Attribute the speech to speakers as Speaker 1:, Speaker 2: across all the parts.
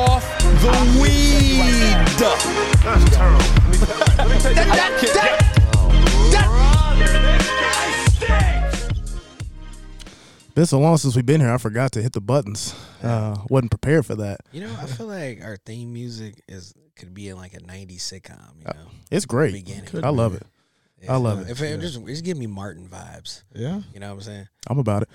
Speaker 1: The weed.
Speaker 2: That's terrible. Let me- let me take that. Oh.
Speaker 3: Been so long since we've been here, I forgot to hit the buttons. Uh, wasn't prepared for that.
Speaker 4: You know, I feel like our theme music is could be in like a '90s sitcom. You know,
Speaker 3: It's great.
Speaker 4: Beginning.
Speaker 3: Uh, I love it. I love
Speaker 4: Uh,
Speaker 3: it.
Speaker 4: If it just, it just give me Martin vibes.
Speaker 1: Yeah.
Speaker 4: You know what I'm saying?
Speaker 3: I'm about it.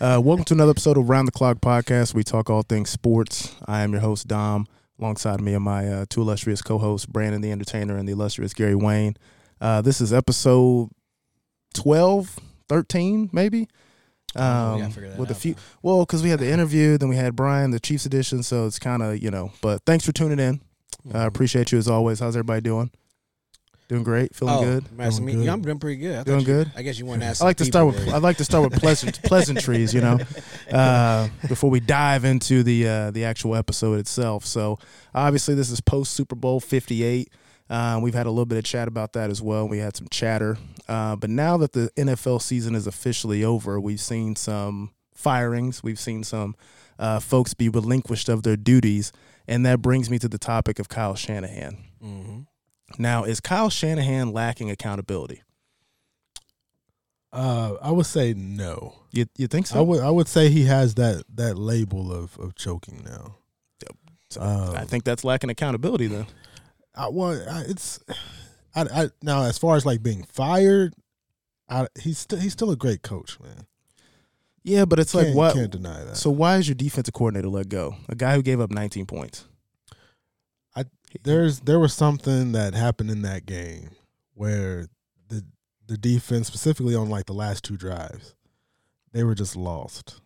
Speaker 3: Uh, welcome to another episode of Round the Clock Podcast. We talk all things sports. I am your host, Dom. Alongside me are my uh, two illustrious co hosts, Brandon the Entertainer and the illustrious Gary Wayne. Uh, this is episode 12, 13, maybe.
Speaker 4: Oh, we gotta
Speaker 3: Um,
Speaker 4: figure that
Speaker 3: with a
Speaker 4: out,
Speaker 3: few,
Speaker 4: huh?
Speaker 3: well, because we had the interview, then we had Brian, the Chiefs edition. So it's kind of, you know, but thanks for tuning in.
Speaker 4: Mm-hmm.
Speaker 3: I appreciate you as always. How's everybody doing? Doing great? Feeling
Speaker 4: Oh,
Speaker 3: good?
Speaker 4: Nice to
Speaker 1: Doing
Speaker 4: meet you.
Speaker 1: good.
Speaker 4: I'm doing pretty good. I thought
Speaker 3: Doing
Speaker 4: you-
Speaker 3: good?
Speaker 4: I guess you want to ask.
Speaker 3: I like to
Speaker 4: some
Speaker 3: start
Speaker 4: people
Speaker 3: with I like to start with pleasant pleasantries, you know, uh, before we dive into the uh, the actual episode itself. So obviously, this is post Super Bowl Fifty Eight. Uh, we've had a little bit of chat about that as well. We had some chatter, uh, but now that the NFL season is officially over, we've seen some firings. We've seen some uh, folks be relinquished of their duties, and that brings me to the topic of Kyle Shanahan.
Speaker 1: Mm-hmm.
Speaker 3: Now, is Kyle Shanahan lacking accountability?
Speaker 1: Uh, I would say no.
Speaker 3: You you think so?
Speaker 1: I would I would say he has that that label of of choking now. Um,
Speaker 3: I think that's lacking accountability then.
Speaker 1: I, well, I, it's I, I now as far as like being fired, I, he's still he's still a great coach, man.
Speaker 3: Yeah, but it's like
Speaker 1: Can't-
Speaker 3: what?
Speaker 1: Can't deny that.
Speaker 3: So why is your defensive coordinator let go? A guy who gave up 19 points.
Speaker 1: there's there was something that happened in that game where the the defense specifically on like the last two drives they were just lost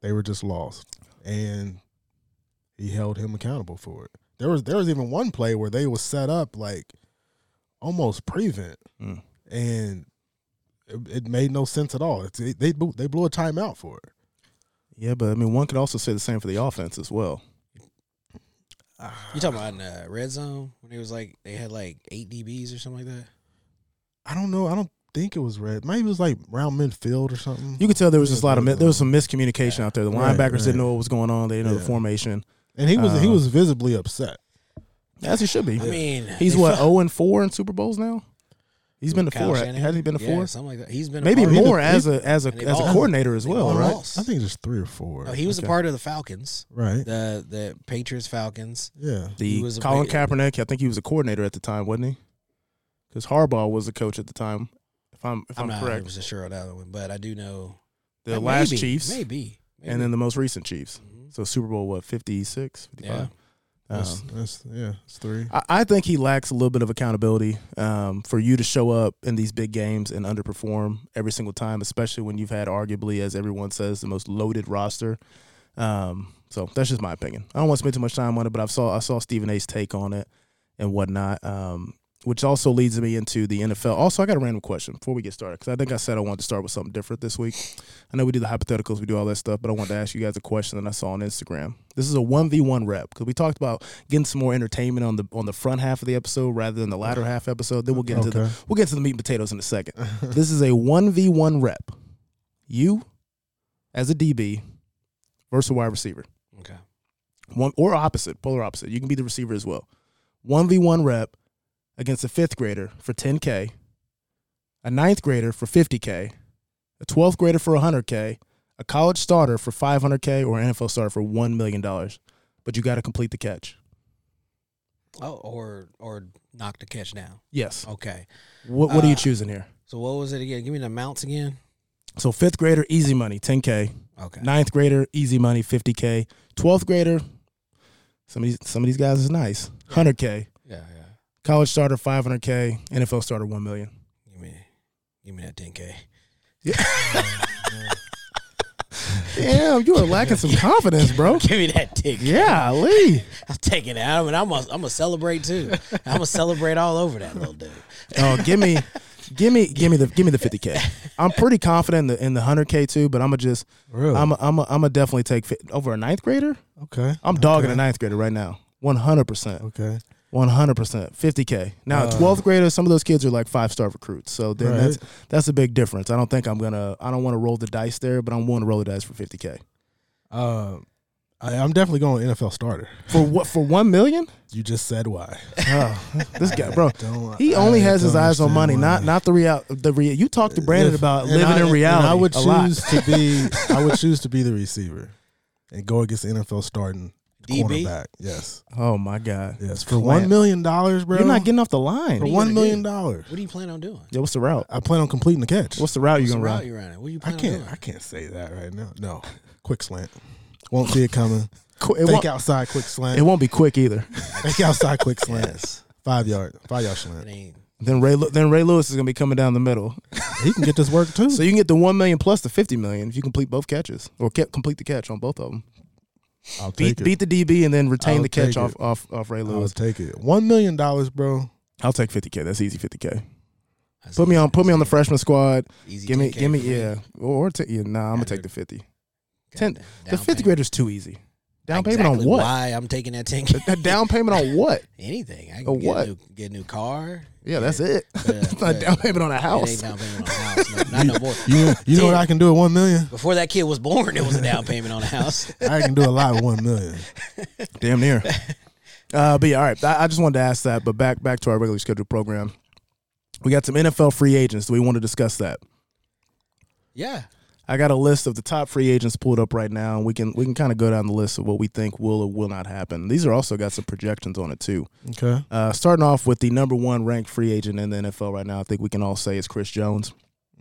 Speaker 1: they were just lost and he held him accountable for it there was there was even one play where they was set up like almost prevent
Speaker 3: Mm.
Speaker 1: and it, it made no sense at all it's, it, they blew- they blew a timeout for it
Speaker 3: Yeah, but I mean, one could also say the same for the offense as well.
Speaker 4: You talking about in the red zone when it was like they had like eight DBs or something like that?
Speaker 1: i don't know i don't think it was red maybe it was like round midfield or something
Speaker 3: You could tell there was just a lot of mi- there was some miscommunication out there. The
Speaker 1: Right,
Speaker 3: linebackers didn't
Speaker 1: right.
Speaker 3: know what was going on. They didn't know the
Speaker 1: Yeah.
Speaker 3: formation,
Speaker 1: and he was he
Speaker 3: Uh,
Speaker 1: was visibly upset
Speaker 3: as he should be.
Speaker 4: I mean,
Speaker 3: He's
Speaker 4: they
Speaker 3: what
Speaker 4: fuck-
Speaker 3: 0 and four in Super Bowls now. He's been to
Speaker 4: Kyle
Speaker 3: four.
Speaker 4: Shanahan?
Speaker 3: Hasn't he been to
Speaker 4: Yeah,
Speaker 3: four?
Speaker 4: something like that. He's been a
Speaker 3: Maybe
Speaker 4: part of-
Speaker 3: more as a as a
Speaker 4: and they
Speaker 3: as a
Speaker 4: all-
Speaker 3: coordinator as
Speaker 4: they
Speaker 3: well,
Speaker 4: all
Speaker 3: right?
Speaker 4: lost.
Speaker 1: Oh, I think there's three or four.
Speaker 4: No, he was
Speaker 3: Okay.
Speaker 4: a part of the Falcons,
Speaker 1: right.
Speaker 4: the the Patriots Falcons.
Speaker 1: yeah.
Speaker 3: The
Speaker 4: He was a
Speaker 3: Colin
Speaker 4: big-
Speaker 3: Kaepernick, I think he was a coordinator at the time, wasn't he? Because Harbaugh was the coach at the time. If I'm if
Speaker 4: I'm,
Speaker 3: I'm,
Speaker 4: not
Speaker 3: correct,
Speaker 4: 100 sure on that other one, but I do know
Speaker 3: the
Speaker 4: Like,
Speaker 3: last
Speaker 4: maybe,
Speaker 3: Chiefs,
Speaker 4: maybe, maybe.
Speaker 3: and then the most recent Chiefs.
Speaker 4: Mhm.
Speaker 3: So Super Bowl what 56, 55?
Speaker 1: That's,
Speaker 3: Um,
Speaker 1: that's yeah, it's three.
Speaker 3: I, I think he lacks a little bit of accountability um, for you to show up in these big games and underperform every single time, especially when you've had arguably, as everyone says, the most loaded roster. Um, so that's just my opinion. I don't want to spend too much time on it, but I saw I saw Stephen A's take on it and whatnot, um, which also leads me into the NFL. Also, I got a random question before we get started because I think I said I wanted to start with something different this week. I know we do the hypotheticals, we do all that stuff, but I wanted to ask you guys a question that I saw on Instagram. This is a one v one rep because we talked about getting some more entertainment on the on the front half of the episode rather than the latter half episode. Then we'll get into the
Speaker 1: Okay.
Speaker 3: we'll get to the meat and potatoes in a second. this is a one v one rep. You as a DB versus a wide receiver,
Speaker 4: okay,
Speaker 3: one or opposite, polar opposite. You can be the receiver as well. One v one rep against a fifth grader for 10k, a ninth grader for 50k, a 12th grader for 100k, a college starter for 500k, or an NFL starter for one million dollars. But you got to complete the catch.
Speaker 4: oh, or or knock the catch down.
Speaker 3: Yes.
Speaker 4: Okay,
Speaker 3: What What are you
Speaker 4: Uh,
Speaker 3: choosing here?
Speaker 4: so what was it again? Give me the amounts again.
Speaker 3: So fifth grader, easy money, 10k.
Speaker 4: Okay,
Speaker 3: Ninth grader, easy money, 50k. 12th grader, some of these some of these guys is nice, 100k.
Speaker 4: yeah, yeah.
Speaker 3: College starter 500k, NFL starter 1 million.
Speaker 4: Give me, give me that 10k.
Speaker 3: Damn, you are lacking some confidence, bro.
Speaker 4: Give me that 10k.
Speaker 3: Yeah, Lee.
Speaker 4: I'm taking it. I'm I'm gonna I'm gonna celebrate too. I'm gonna celebrate all over that little dude.
Speaker 3: Oh, give me, give me, give me the, give me the 50k. I'm pretty confident in the, in the 100k too, but I'm gonna just,
Speaker 1: Really?
Speaker 3: I'm, a, I'm, a, I'm gonna definitely take fi- over a ninth grader.
Speaker 1: okay.
Speaker 3: I'm dogging a ninth grader right now, 100, percent
Speaker 1: Okay.
Speaker 3: one hundred percent, fifty k. Now,
Speaker 1: Uh,
Speaker 3: twelfth graders, some of those kids are like five star recruits, so then
Speaker 1: Right.
Speaker 3: that's that's a big difference. I don't think I'm gonna, I don't want to roll the dice there, but I'm willing to roll the dice for fifty k.
Speaker 1: Um, I, I'm definitely going NFL starter.
Speaker 3: For what? For one million?
Speaker 1: You just said why.
Speaker 3: Oh, this guy, bro.
Speaker 1: Don't-
Speaker 3: He
Speaker 1: I
Speaker 3: only has
Speaker 1: don't
Speaker 3: his eyes on
Speaker 1: understand
Speaker 3: money,
Speaker 1: why.
Speaker 3: not not the real. The real. You talked to Brandon
Speaker 1: If-
Speaker 3: about
Speaker 1: and
Speaker 3: living
Speaker 1: I-
Speaker 3: in reality.
Speaker 1: And I would
Speaker 3: a lot.
Speaker 1: choose to be. I would choose to be the receiver, and go against the NFL starting
Speaker 4: DB?
Speaker 1: cornerback. Yes,
Speaker 3: Oh my god.
Speaker 1: yes. For
Speaker 3: Plant.
Speaker 1: one million dollars, bro.
Speaker 3: You're not getting off the line.
Speaker 1: for
Speaker 4: you
Speaker 1: one
Speaker 4: gonna
Speaker 1: million
Speaker 4: do?
Speaker 1: dollars.
Speaker 4: What do you plan on doing?
Speaker 3: Yeah, what's the route?
Speaker 1: I plan on completing the catch.
Speaker 3: What's the route you
Speaker 4: What's the
Speaker 3: gonna
Speaker 4: route
Speaker 3: run?
Speaker 4: you running? What you
Speaker 1: I
Speaker 4: plan on
Speaker 1: can't.
Speaker 4: doing?
Speaker 1: I can't say that right now. No, quick slant. Won't see it coming.
Speaker 3: Qu- It
Speaker 1: Fake
Speaker 3: won't,
Speaker 1: outside quick slant.
Speaker 3: it won't be quick either.
Speaker 1: Fake outside quick slant. Five yard. Five yard
Speaker 4: It
Speaker 1: slant.
Speaker 4: ain't.
Speaker 3: Then Ray Lew- then Ray Lewis is gonna be coming down the middle.
Speaker 1: He can get this work too.
Speaker 3: So you can get the one million plus the fifty million if you complete both catches or ke- complete the catch on both of them.
Speaker 1: I'll take
Speaker 3: Beat
Speaker 1: it.
Speaker 3: beat the DB and then retain
Speaker 1: I'll
Speaker 3: the catch
Speaker 1: take
Speaker 3: off,
Speaker 1: it.
Speaker 3: off off Ray
Speaker 1: I'll
Speaker 3: Lewis.
Speaker 1: take it. One million dollars, bro.
Speaker 3: I'll take fifty k. That's easy fifty k.
Speaker 4: That's
Speaker 3: Put me
Speaker 4: easy.
Speaker 3: on put me on the freshman squad.
Speaker 4: Easy
Speaker 3: Give me
Speaker 4: 10K
Speaker 3: give me
Speaker 4: for me.
Speaker 3: yeah or, or ta- yeah, nah. I'm
Speaker 4: Yeah,
Speaker 3: gonna take
Speaker 4: dude.
Speaker 3: the fifty.
Speaker 4: God
Speaker 3: ten-
Speaker 4: damn.
Speaker 3: The
Speaker 4: Down
Speaker 3: fifth
Speaker 4: payment.
Speaker 3: grader's too easy. Down payment on
Speaker 4: Exactly
Speaker 3: what?
Speaker 4: Why I'm taking that ten
Speaker 3: A down payment on what?
Speaker 4: anything. I can
Speaker 3: A
Speaker 4: get
Speaker 3: what?
Speaker 4: A new, get a new car.
Speaker 3: Yeah, that's it.
Speaker 4: Yeah,
Speaker 3: It's not
Speaker 4: yeah.
Speaker 3: down payment on a
Speaker 4: It
Speaker 3: house.
Speaker 4: ain't down payment on a house. No, not no more.
Speaker 1: You, you know what
Speaker 4: Damn.
Speaker 1: I can do at one million?
Speaker 4: Before that kid was born, it was a down payment on a house.
Speaker 1: I can do a lot with one million.
Speaker 3: Damn near. uh, but yeah, all right. I, I just wanted to ask that. But back back to our regularly scheduled program. We got some NFL free agents. Do we want to discuss that?
Speaker 4: Yeah.
Speaker 3: I got a list of the top free agents pulled up right now, and we can we can kind of go down the list of what we think will or will not happen. These are also got some projections on it too.
Speaker 1: Okay.
Speaker 3: Uh, starting off with the number one ranked free agent in the NFL right now, I think we can all say is Chris Jones.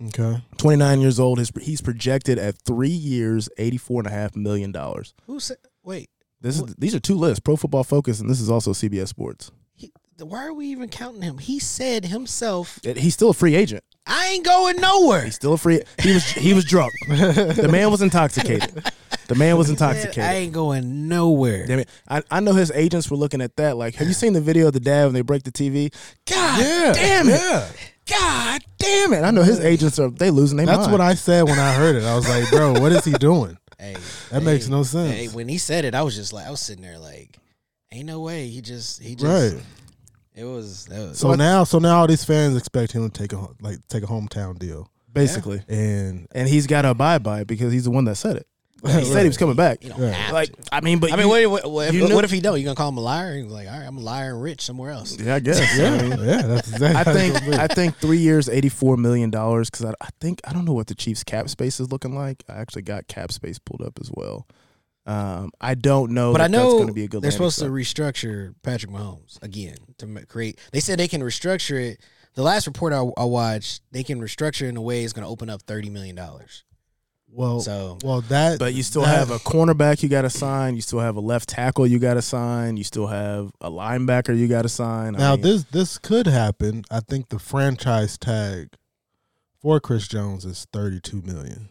Speaker 1: Okay.
Speaker 3: 29 years old. His, he's projected at three years, $84.5 million. dollars.
Speaker 4: Who said? Wait.
Speaker 3: This is, these are two lists Pro Football Focus, and this is also CBS Sports.
Speaker 4: He, why are we even counting him? He said himself,
Speaker 3: It- he's still a free agent.
Speaker 4: "I ain't going nowhere."
Speaker 3: He's still a free He was, he was drunk. The man was intoxicated. The man was
Speaker 4: Said, I
Speaker 3: intoxicated.
Speaker 4: ain't going nowhere.
Speaker 3: Damn it. I, I know his agents were looking at that. Like, have you seen the video of the dad when they break the TV? God damn it.
Speaker 1: Yeah.
Speaker 3: God damn it. I know his agents are, they losing their
Speaker 1: That's
Speaker 3: mind.
Speaker 1: what I said when I heard it. I was like, bro, what is he doing?
Speaker 4: Hey,
Speaker 1: That makes no sense.
Speaker 4: hey, when he said it, I was just like, I was sitting there like, "Ain't no way." He just, he just,
Speaker 1: right.
Speaker 4: it was. That was
Speaker 1: So now, so now all these fans expect him to take a ho- like take a hometown deal,
Speaker 3: Basically.
Speaker 1: and
Speaker 3: And he's got to abide by it because he's the one that said it. He said he was coming back.
Speaker 4: you know,
Speaker 1: Yeah.
Speaker 4: have
Speaker 3: Like,
Speaker 4: to.
Speaker 3: I mean, but
Speaker 4: I mean,
Speaker 3: you-
Speaker 4: what, what, what,
Speaker 3: you
Speaker 4: if,
Speaker 3: knew-
Speaker 4: what if he don't? You gonna call him a liar? He's like, "All right, I'm a liar and rich somewhere else."
Speaker 3: Yeah, I guess. Yeah.
Speaker 1: yeah, that's exactly.
Speaker 3: I think
Speaker 1: what it
Speaker 3: I think three years, eighty four million dollars. Because I, I think I don't know what the Chiefs' cap space is looking like. I actually got cap space pulled up as well. Um, I don't know,
Speaker 4: But
Speaker 3: that
Speaker 4: I
Speaker 3: that's
Speaker 4: know
Speaker 3: going to be a good.
Speaker 4: they're
Speaker 3: landing
Speaker 4: supposed
Speaker 3: spot.
Speaker 4: to restructure Patrick Mahomes again to ma- create. They said they can restructure it. The last report I, I watched, they can restructure in a way it's going to open up thirty million dollars.
Speaker 1: well,
Speaker 4: So-
Speaker 1: well that.
Speaker 3: But you still
Speaker 1: that-
Speaker 3: have a cornerback you got to sign. You still have a left tackle you got to sign. You still have a linebacker you got to sign. I
Speaker 1: Now
Speaker 3: mean,
Speaker 1: this this could happen. I think the franchise tag for Chris Jones is thirty two million,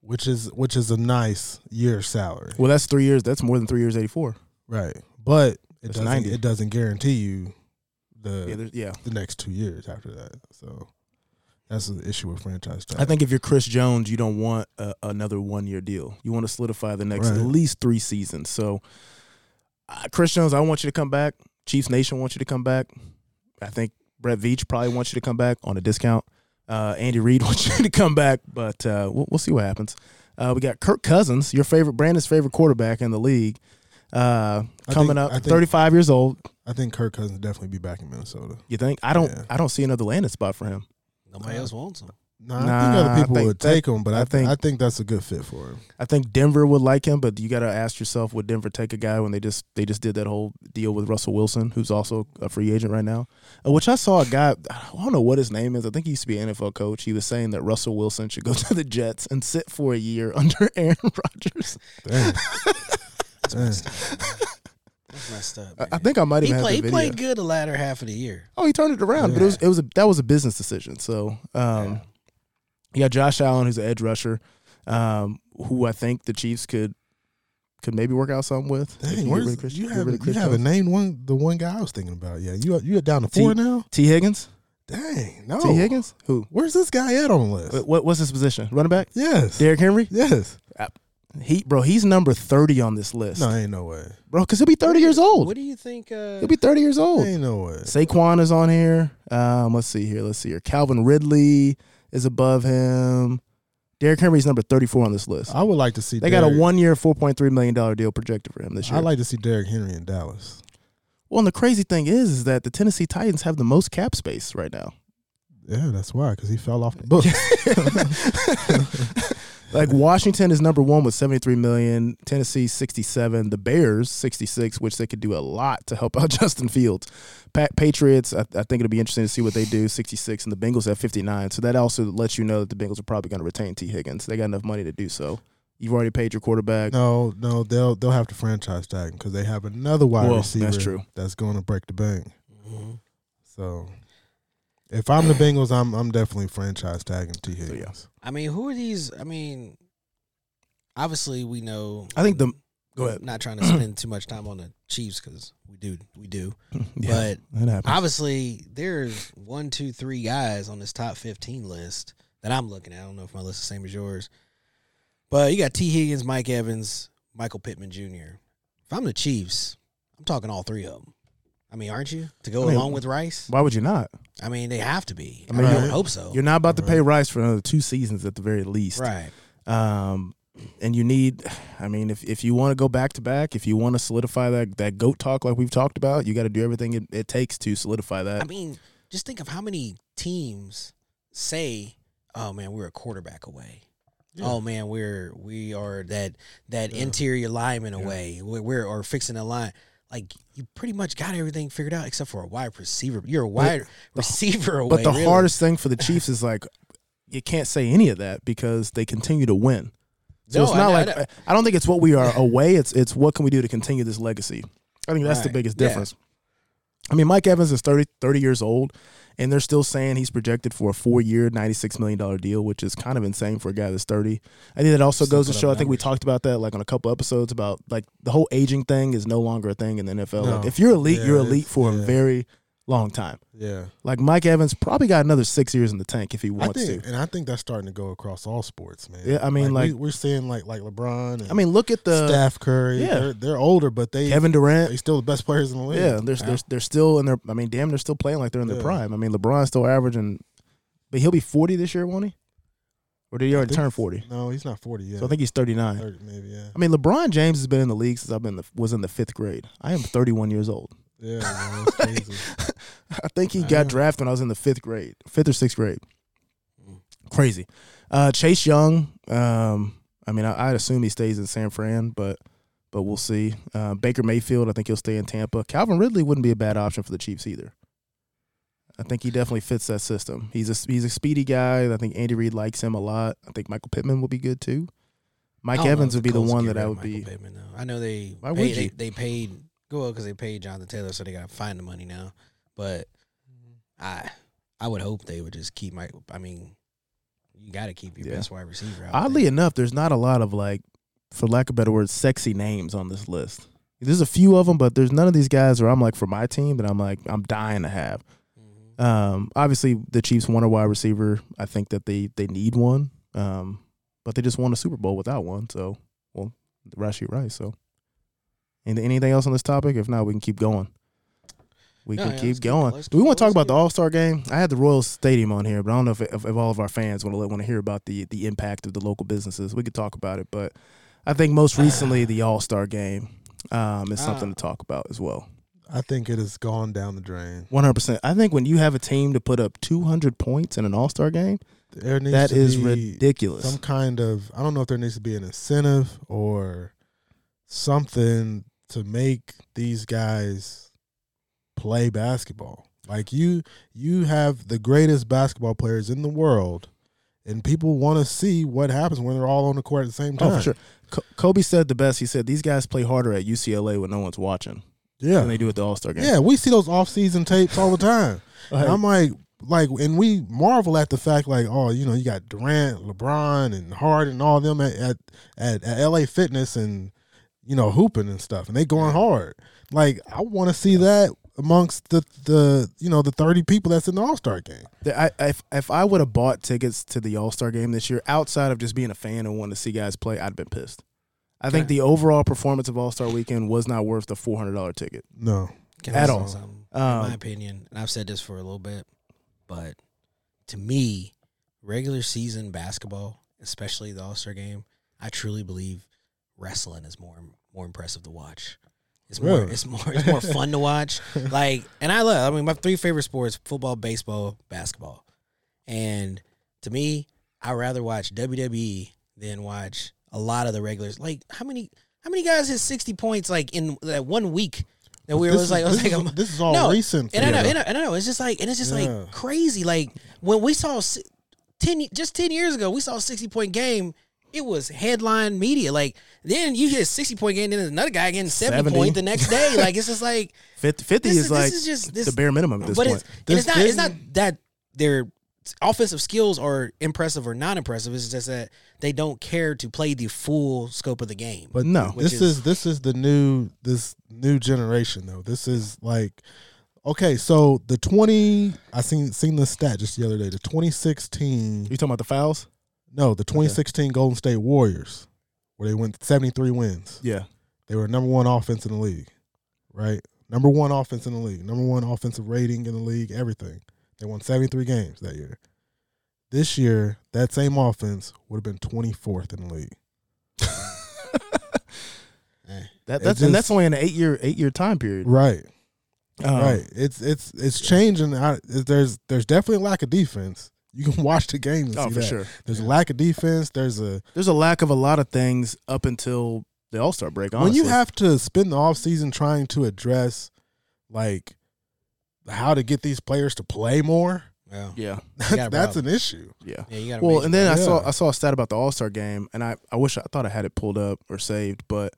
Speaker 1: which is which is a nice year salary,
Speaker 3: well, that's three years. That's more than three years. Eighty four.
Speaker 1: right? But it
Speaker 3: That's
Speaker 1: doesn't
Speaker 3: 90.
Speaker 1: it doesn't guarantee you the
Speaker 3: Yeah, there's- yeah.
Speaker 1: the next two years after that. So that's the issue with franchise tag.
Speaker 3: I think if you're Chris Jones, you don't want a, another one year deal. You want to solidify the next
Speaker 1: Right.
Speaker 3: at least three seasons. So, uh, Chris Jones, I want you to come back. Chiefs Nation wants you to come back. I think Brett Veach probably wants you to come back on a discount. Uh, Andy Reid wants you to come back, but uh, we'll, we'll see what happens. Uh, we got Kirk Cousins, your favorite, Brandon's favorite quarterback in the league, uh,
Speaker 1: I
Speaker 3: coming
Speaker 1: think-
Speaker 3: up,
Speaker 1: I think-
Speaker 3: 35 years old.
Speaker 1: I think Kirk Cousins definitely be back in Minnesota.
Speaker 3: You think? I don't.
Speaker 1: Yeah.
Speaker 3: I don't see another landing spot for him.
Speaker 4: Nobody else wants him.
Speaker 1: No, I think
Speaker 3: Nah, I
Speaker 1: other people
Speaker 3: think
Speaker 1: would
Speaker 3: that-
Speaker 1: take him, but
Speaker 3: I
Speaker 1: I, think
Speaker 3: think-
Speaker 1: I think that's a good fit for him.
Speaker 3: I think Denver would like him, but you got to ask yourself: Would Denver take a guy when they just they just did that whole deal with Russell Wilson, who's also a free agent right now? Uh, Which I saw a guy I don't know what his name is. I think he used to be an NFL coach. He was saying that Russell Wilson should go to the Jets and sit for a year under Aaron Rodgers.
Speaker 1: Damn. Damn.
Speaker 4: That's messed up.
Speaker 3: I, I
Speaker 4: man.
Speaker 3: think I might
Speaker 4: he
Speaker 3: even have
Speaker 4: played.
Speaker 3: the
Speaker 4: He
Speaker 3: video.
Speaker 4: played good the latter half of the year.
Speaker 3: Oh, he turned it around, but it was it was a, that was a business decision. So, um, you got Josh Allen, who's an edge rusher, um, who I think the Chiefs could could maybe work out something with.
Speaker 1: Dang,
Speaker 3: if you get
Speaker 1: where's,
Speaker 3: rid of Chris-
Speaker 1: you
Speaker 3: get rid of
Speaker 1: haven't, you
Speaker 3: Chris
Speaker 1: haven't
Speaker 3: Jones.
Speaker 1: named one the one guy I was thinking about. Yeah, you you are down to
Speaker 3: T-
Speaker 1: four now.
Speaker 3: T Higgins.
Speaker 1: Dang, no.
Speaker 3: T Higgins. Who?
Speaker 1: Where's this guy at on the list?
Speaker 3: Wh- What, what's his position? Running back.
Speaker 1: yes,
Speaker 3: Derrick Henry.
Speaker 1: yes.
Speaker 3: He, bro, he's number thirty on this list,
Speaker 1: No, ain't no way.
Speaker 3: bro, because he'll be thirty years old.
Speaker 4: What do you think? Uh,
Speaker 3: He'll be thirty years old.
Speaker 1: Ain't no way.
Speaker 3: Saquon is on here. Um, let's see here. Let's see here. Calvin Ridley is above him. Derrick Henry's number 34 on this list.
Speaker 1: I would like to see.
Speaker 3: They got a
Speaker 1: Derrick-
Speaker 3: one year, $4.3 million deal projected for him this year.
Speaker 1: I like to see Derrick Henry in Dallas.
Speaker 3: well, and the crazy thing is, is that the Tennessee Titans have the most cap space right now.
Speaker 1: Yeah, that's why because he fell off the book.
Speaker 3: Like Washington is number one with 73 million, Tennessee 67, the Bears 66, which they could do a lot to help out Justin Fields. Pa- Patriots, I, I think it'll be interesting to see what they do, 66, and the Bengals have 59. So that also lets you know that the Bengals are probably going to retain T. Higgins. They got enough money to do so. You've already paid your quarterback.
Speaker 1: no, no, they'll they'll have to franchise tag him because they have another wide
Speaker 3: Well, that's
Speaker 1: receiver
Speaker 3: true. Mm-hmm.
Speaker 1: that's going to break the bank. So, if I'm the Bengals, I'm I'm definitely franchise tagging T Higgins.
Speaker 3: So, yeah.
Speaker 4: I mean, who are these? I mean, obviously we know.
Speaker 3: I think the. Go ahead.
Speaker 4: Not trying to spend too much time on the Chiefs because we do, we do. But
Speaker 3: that happened.
Speaker 4: obviously there's one two three guys on this top 15 list that i'm looking at i don't know if my list is the same as yours but you got t higgins mike evans michael pittman jr if i'm the chiefs i'm talking all three of them i mean aren't you to go
Speaker 3: I mean,
Speaker 4: along with rice
Speaker 3: Why would you not?
Speaker 4: i mean they have to be i
Speaker 3: mean,
Speaker 4: mean i would
Speaker 3: you're-
Speaker 4: hope so
Speaker 3: You're not about to pay Rice for another two seasons at the very least.
Speaker 4: right
Speaker 3: Um, and you need, I mean, if, if you want to go back to back, if you want to solidify that, that goat talk like we've talked about, you got to do everything it, it takes to solidify that.
Speaker 4: i mean just think of how many teams say oh man we're a quarterback away Oh man, we're we are that that interior lineman away. We're, we're or fixing a line. Like you pretty much got everything figured out except for a wide receiver. You're a wide receiver away.
Speaker 3: but the
Speaker 4: really.
Speaker 3: hardest thing for the Chiefs is like, you can't say any of that because they continue to win. So
Speaker 4: No,
Speaker 3: it's
Speaker 4: I-
Speaker 3: not
Speaker 4: I-
Speaker 3: like, I, don't think it's what we are away. It's, it's what can we do to continue this legacy? I think that's the
Speaker 4: Right.
Speaker 3: biggest
Speaker 4: Yeah.
Speaker 3: difference. I mean, Mike Evans is 30, 30 years old, and they're still saying he's projected for a four year, $96 million deal, which is kind of insane for a guy that's 30. I think that also goes to
Speaker 1: put up
Speaker 3: show, I think we talked about that like on a couple episodes about like the whole aging thing is no longer a thing in the NFL. Like,
Speaker 1: No.
Speaker 3: if you're elite,
Speaker 1: Yeah,
Speaker 3: you're
Speaker 1: it's-
Speaker 3: elite for a
Speaker 1: yeah.
Speaker 3: very long time.
Speaker 1: yeah.
Speaker 3: Like Mike Evans probably got another six years in the tank if he
Speaker 1: I
Speaker 3: wants
Speaker 1: think,
Speaker 3: to.
Speaker 1: and I think that's starting to go across all sports, man.
Speaker 3: Yeah, I mean, like-
Speaker 1: we, we're seeing like like LeBron. And
Speaker 3: I mean, look at the
Speaker 1: Steph Curry.
Speaker 3: yeah.
Speaker 1: they're, they're older, but they
Speaker 3: Kevin Durant.
Speaker 1: they still the best players in the league.
Speaker 3: Yeah, they're, they're, they're still in their. I mean, damn, they're still playing like they're in their
Speaker 1: Yeah.
Speaker 3: prime. I mean, LeBron's still averaging, but he'll be forty this year, won't he? Or did he already
Speaker 1: think
Speaker 3: turn
Speaker 1: he's-
Speaker 3: forty?
Speaker 1: No, he's not forty yet.
Speaker 3: So I think he's thirty nine.
Speaker 1: thirty, maybe. Yeah,
Speaker 3: I mean, LeBron James has been in the league since I've been the, was in the fifth grade. I am thirty one years old.
Speaker 1: yeah, man, that's crazy.
Speaker 3: I think he
Speaker 1: I
Speaker 3: got
Speaker 1: know.
Speaker 3: drafted when I was in the fifth grade, fifth or sixth grade.
Speaker 4: Mm.
Speaker 3: Crazy. Uh, Chase Young. Um, I mean, I, I'd assume he stays in San Fran, but but we'll see. Uh, Baker Mayfield. I think he'll stay in Tampa. Calvin Ridley wouldn't be a bad option for the Chiefs either. I think he definitely fits that system. He's a he's a speedy guy. and I think Andy Reid likes him a lot. I think Michael Pittman will be good too.
Speaker 4: I
Speaker 3: Mike
Speaker 4: don't know
Speaker 3: Evans
Speaker 4: if
Speaker 3: would be the
Speaker 4: Colts
Speaker 3: one
Speaker 4: get
Speaker 3: that I
Speaker 4: rid of
Speaker 3: would
Speaker 4: Michael
Speaker 3: be.
Speaker 4: Pittman, though. I know they
Speaker 3: Why
Speaker 4: paid,
Speaker 3: would
Speaker 4: they,
Speaker 3: you?
Speaker 4: they paid well because they paid Jonathan Taylor, so they got to find the money now. But I I would hope they would just keep my. I mean, you got to keep your
Speaker 3: Yeah.
Speaker 4: best wide receiver. out
Speaker 3: Oddly enough, there's not a lot of like, for lack of better words, sexy names on this list. There's a few of them, but there's none of these guys where I'm like, for my team, that I'm like, I'm dying to have.
Speaker 4: Mm-hmm.
Speaker 3: Um, obviously, the Chiefs want a wide receiver. I think that they they need one, um, but they just won a Super Bowl without one. So, well, Rashid Rice. So, and anything else on this topic? If not, we can keep going. We
Speaker 4: No,
Speaker 3: can
Speaker 4: yeah,
Speaker 3: keep
Speaker 4: let's keep-
Speaker 3: going.
Speaker 4: let's
Speaker 3: Do we
Speaker 4: keep-
Speaker 3: want to talk
Speaker 4: let's
Speaker 3: about the
Speaker 4: keep-
Speaker 3: All Star game? I had the Royal Stadium on here, but I don't know if, if, if all of our fans want to want to hear about the the impact of the local businesses. We could talk about it, but I think most recently the All Star game um, is something
Speaker 4: Ah.
Speaker 3: to talk about as well.
Speaker 1: I think it has gone down the drain.
Speaker 3: One hundred percent. I think when you have a team to put up two hundred points in an All Star game,
Speaker 1: There needs
Speaker 3: that
Speaker 1: to
Speaker 3: is
Speaker 1: be
Speaker 3: ridiculous.
Speaker 1: Some kind of I don't know if there needs to be an incentive or something to make these guys play basketball. Like you you have the greatest basketball players in the world and people want to see what happens when they're all on the court at the same time.
Speaker 3: oh, for sure. Co- Kobe said the best. He said these guys play harder at UCLA when no one's watching than
Speaker 1: Yeah.
Speaker 3: they do at the All Star game.
Speaker 1: Yeah, we see those off-season tapes all the time.
Speaker 3: Like,
Speaker 1: And I'm like, like, and we marvel at the fact, like, oh, you know, you got Durant, LeBron, and Harden, and all them at at, at, at LA Fitness and you know hooping and stuff, and they going hard. Like, I want to see that amongst the the you know the 30 people that's in the All Star game.
Speaker 3: That I, if if I would have bought tickets to the All Star game this year, outside of just being a fan and wanting to see guys play, I'd have been pissed. I think the overall performance of All Star Weekend was not worth the four hundred dollar ticket.
Speaker 1: No,
Speaker 4: Can I
Speaker 3: At
Speaker 4: say
Speaker 3: all.
Speaker 4: something? in my
Speaker 3: Um,
Speaker 4: opinion, and I've said this for a little bit, but to me, regular season basketball especially the All Star game, I truly believe wrestling is more more impressive to watch. It's more
Speaker 1: Really?
Speaker 4: it's more it's more fun to watch. Like, and I love. I mean, my three favorite sports: football, baseball, basketball. And to me, I rather watch WWE than watch a lot of the regulars. Like, how many how many guys hit sixty points like in that one week? That we were it
Speaker 1: This
Speaker 4: was like, it
Speaker 1: is-
Speaker 4: was
Speaker 1: this
Speaker 4: like
Speaker 1: is-
Speaker 4: a-
Speaker 1: this is all
Speaker 4: no,
Speaker 1: recent.
Speaker 4: and I
Speaker 1: for
Speaker 4: know,
Speaker 1: you.
Speaker 4: and I, and I know, it's just like, and it's just
Speaker 1: Yeah.
Speaker 4: like crazy. Like when we saw si- ten, ye- just ten years ago, we saw a sixty point game. It was headline media. Like then you hit a sixty point game, then there's another guy getting seventy,
Speaker 3: 70.
Speaker 4: point the next day. Like it's just like,
Speaker 3: 50, 50
Speaker 4: This
Speaker 3: is,
Speaker 4: is- this
Speaker 3: like
Speaker 4: is just- this-
Speaker 3: the bare minimum at this
Speaker 4: but
Speaker 3: point.
Speaker 4: it's and
Speaker 1: This
Speaker 4: it's not it's not
Speaker 1: didn't-
Speaker 4: that their offensive skills are impressive or not impressive. It's just that they don't care to play the full scope of the game.
Speaker 3: but no,
Speaker 4: which
Speaker 1: this is, this is the new this new generation though. This is like okay, so the twenty I seen seen this stat just the other day. The twenty sixteen
Speaker 3: you talking about the fouls?
Speaker 1: no, the twenty sixteen Golden State Warriors, where they went seventy three wins.
Speaker 3: Yeah,
Speaker 1: They were number one offense in the league, right? Number one offense in the league, number one offensive rating in the league, everything. They won 73 games that year. This year, that same offense would have been 24th in the league.
Speaker 3: that,
Speaker 1: It
Speaker 3: that's and
Speaker 1: just-
Speaker 3: that's only in an eight year eight year time period.
Speaker 1: Right,
Speaker 3: Um,
Speaker 1: right. It's it's it's changing. I, there's there's definitely a lack of defense. You can watch the games. And
Speaker 3: Oh,
Speaker 1: see
Speaker 3: for
Speaker 1: that.
Speaker 3: sure.
Speaker 1: There's a lack of defense. There's a
Speaker 3: There's a lack of a lot of things up until the All Star break. Honestly.
Speaker 1: When you have to spend the offseason trying to address like how to get these players to play more,
Speaker 4: yeah,
Speaker 3: yeah,
Speaker 1: that's,
Speaker 4: gotta
Speaker 1: that's
Speaker 4: bring
Speaker 1: an issue.
Speaker 3: yeah.
Speaker 4: yeah, you got
Speaker 3: Well, and then I saw
Speaker 1: Yeah.
Speaker 3: I saw a stat about the All Star game, and I, I wish I thought I had it pulled up or saved, but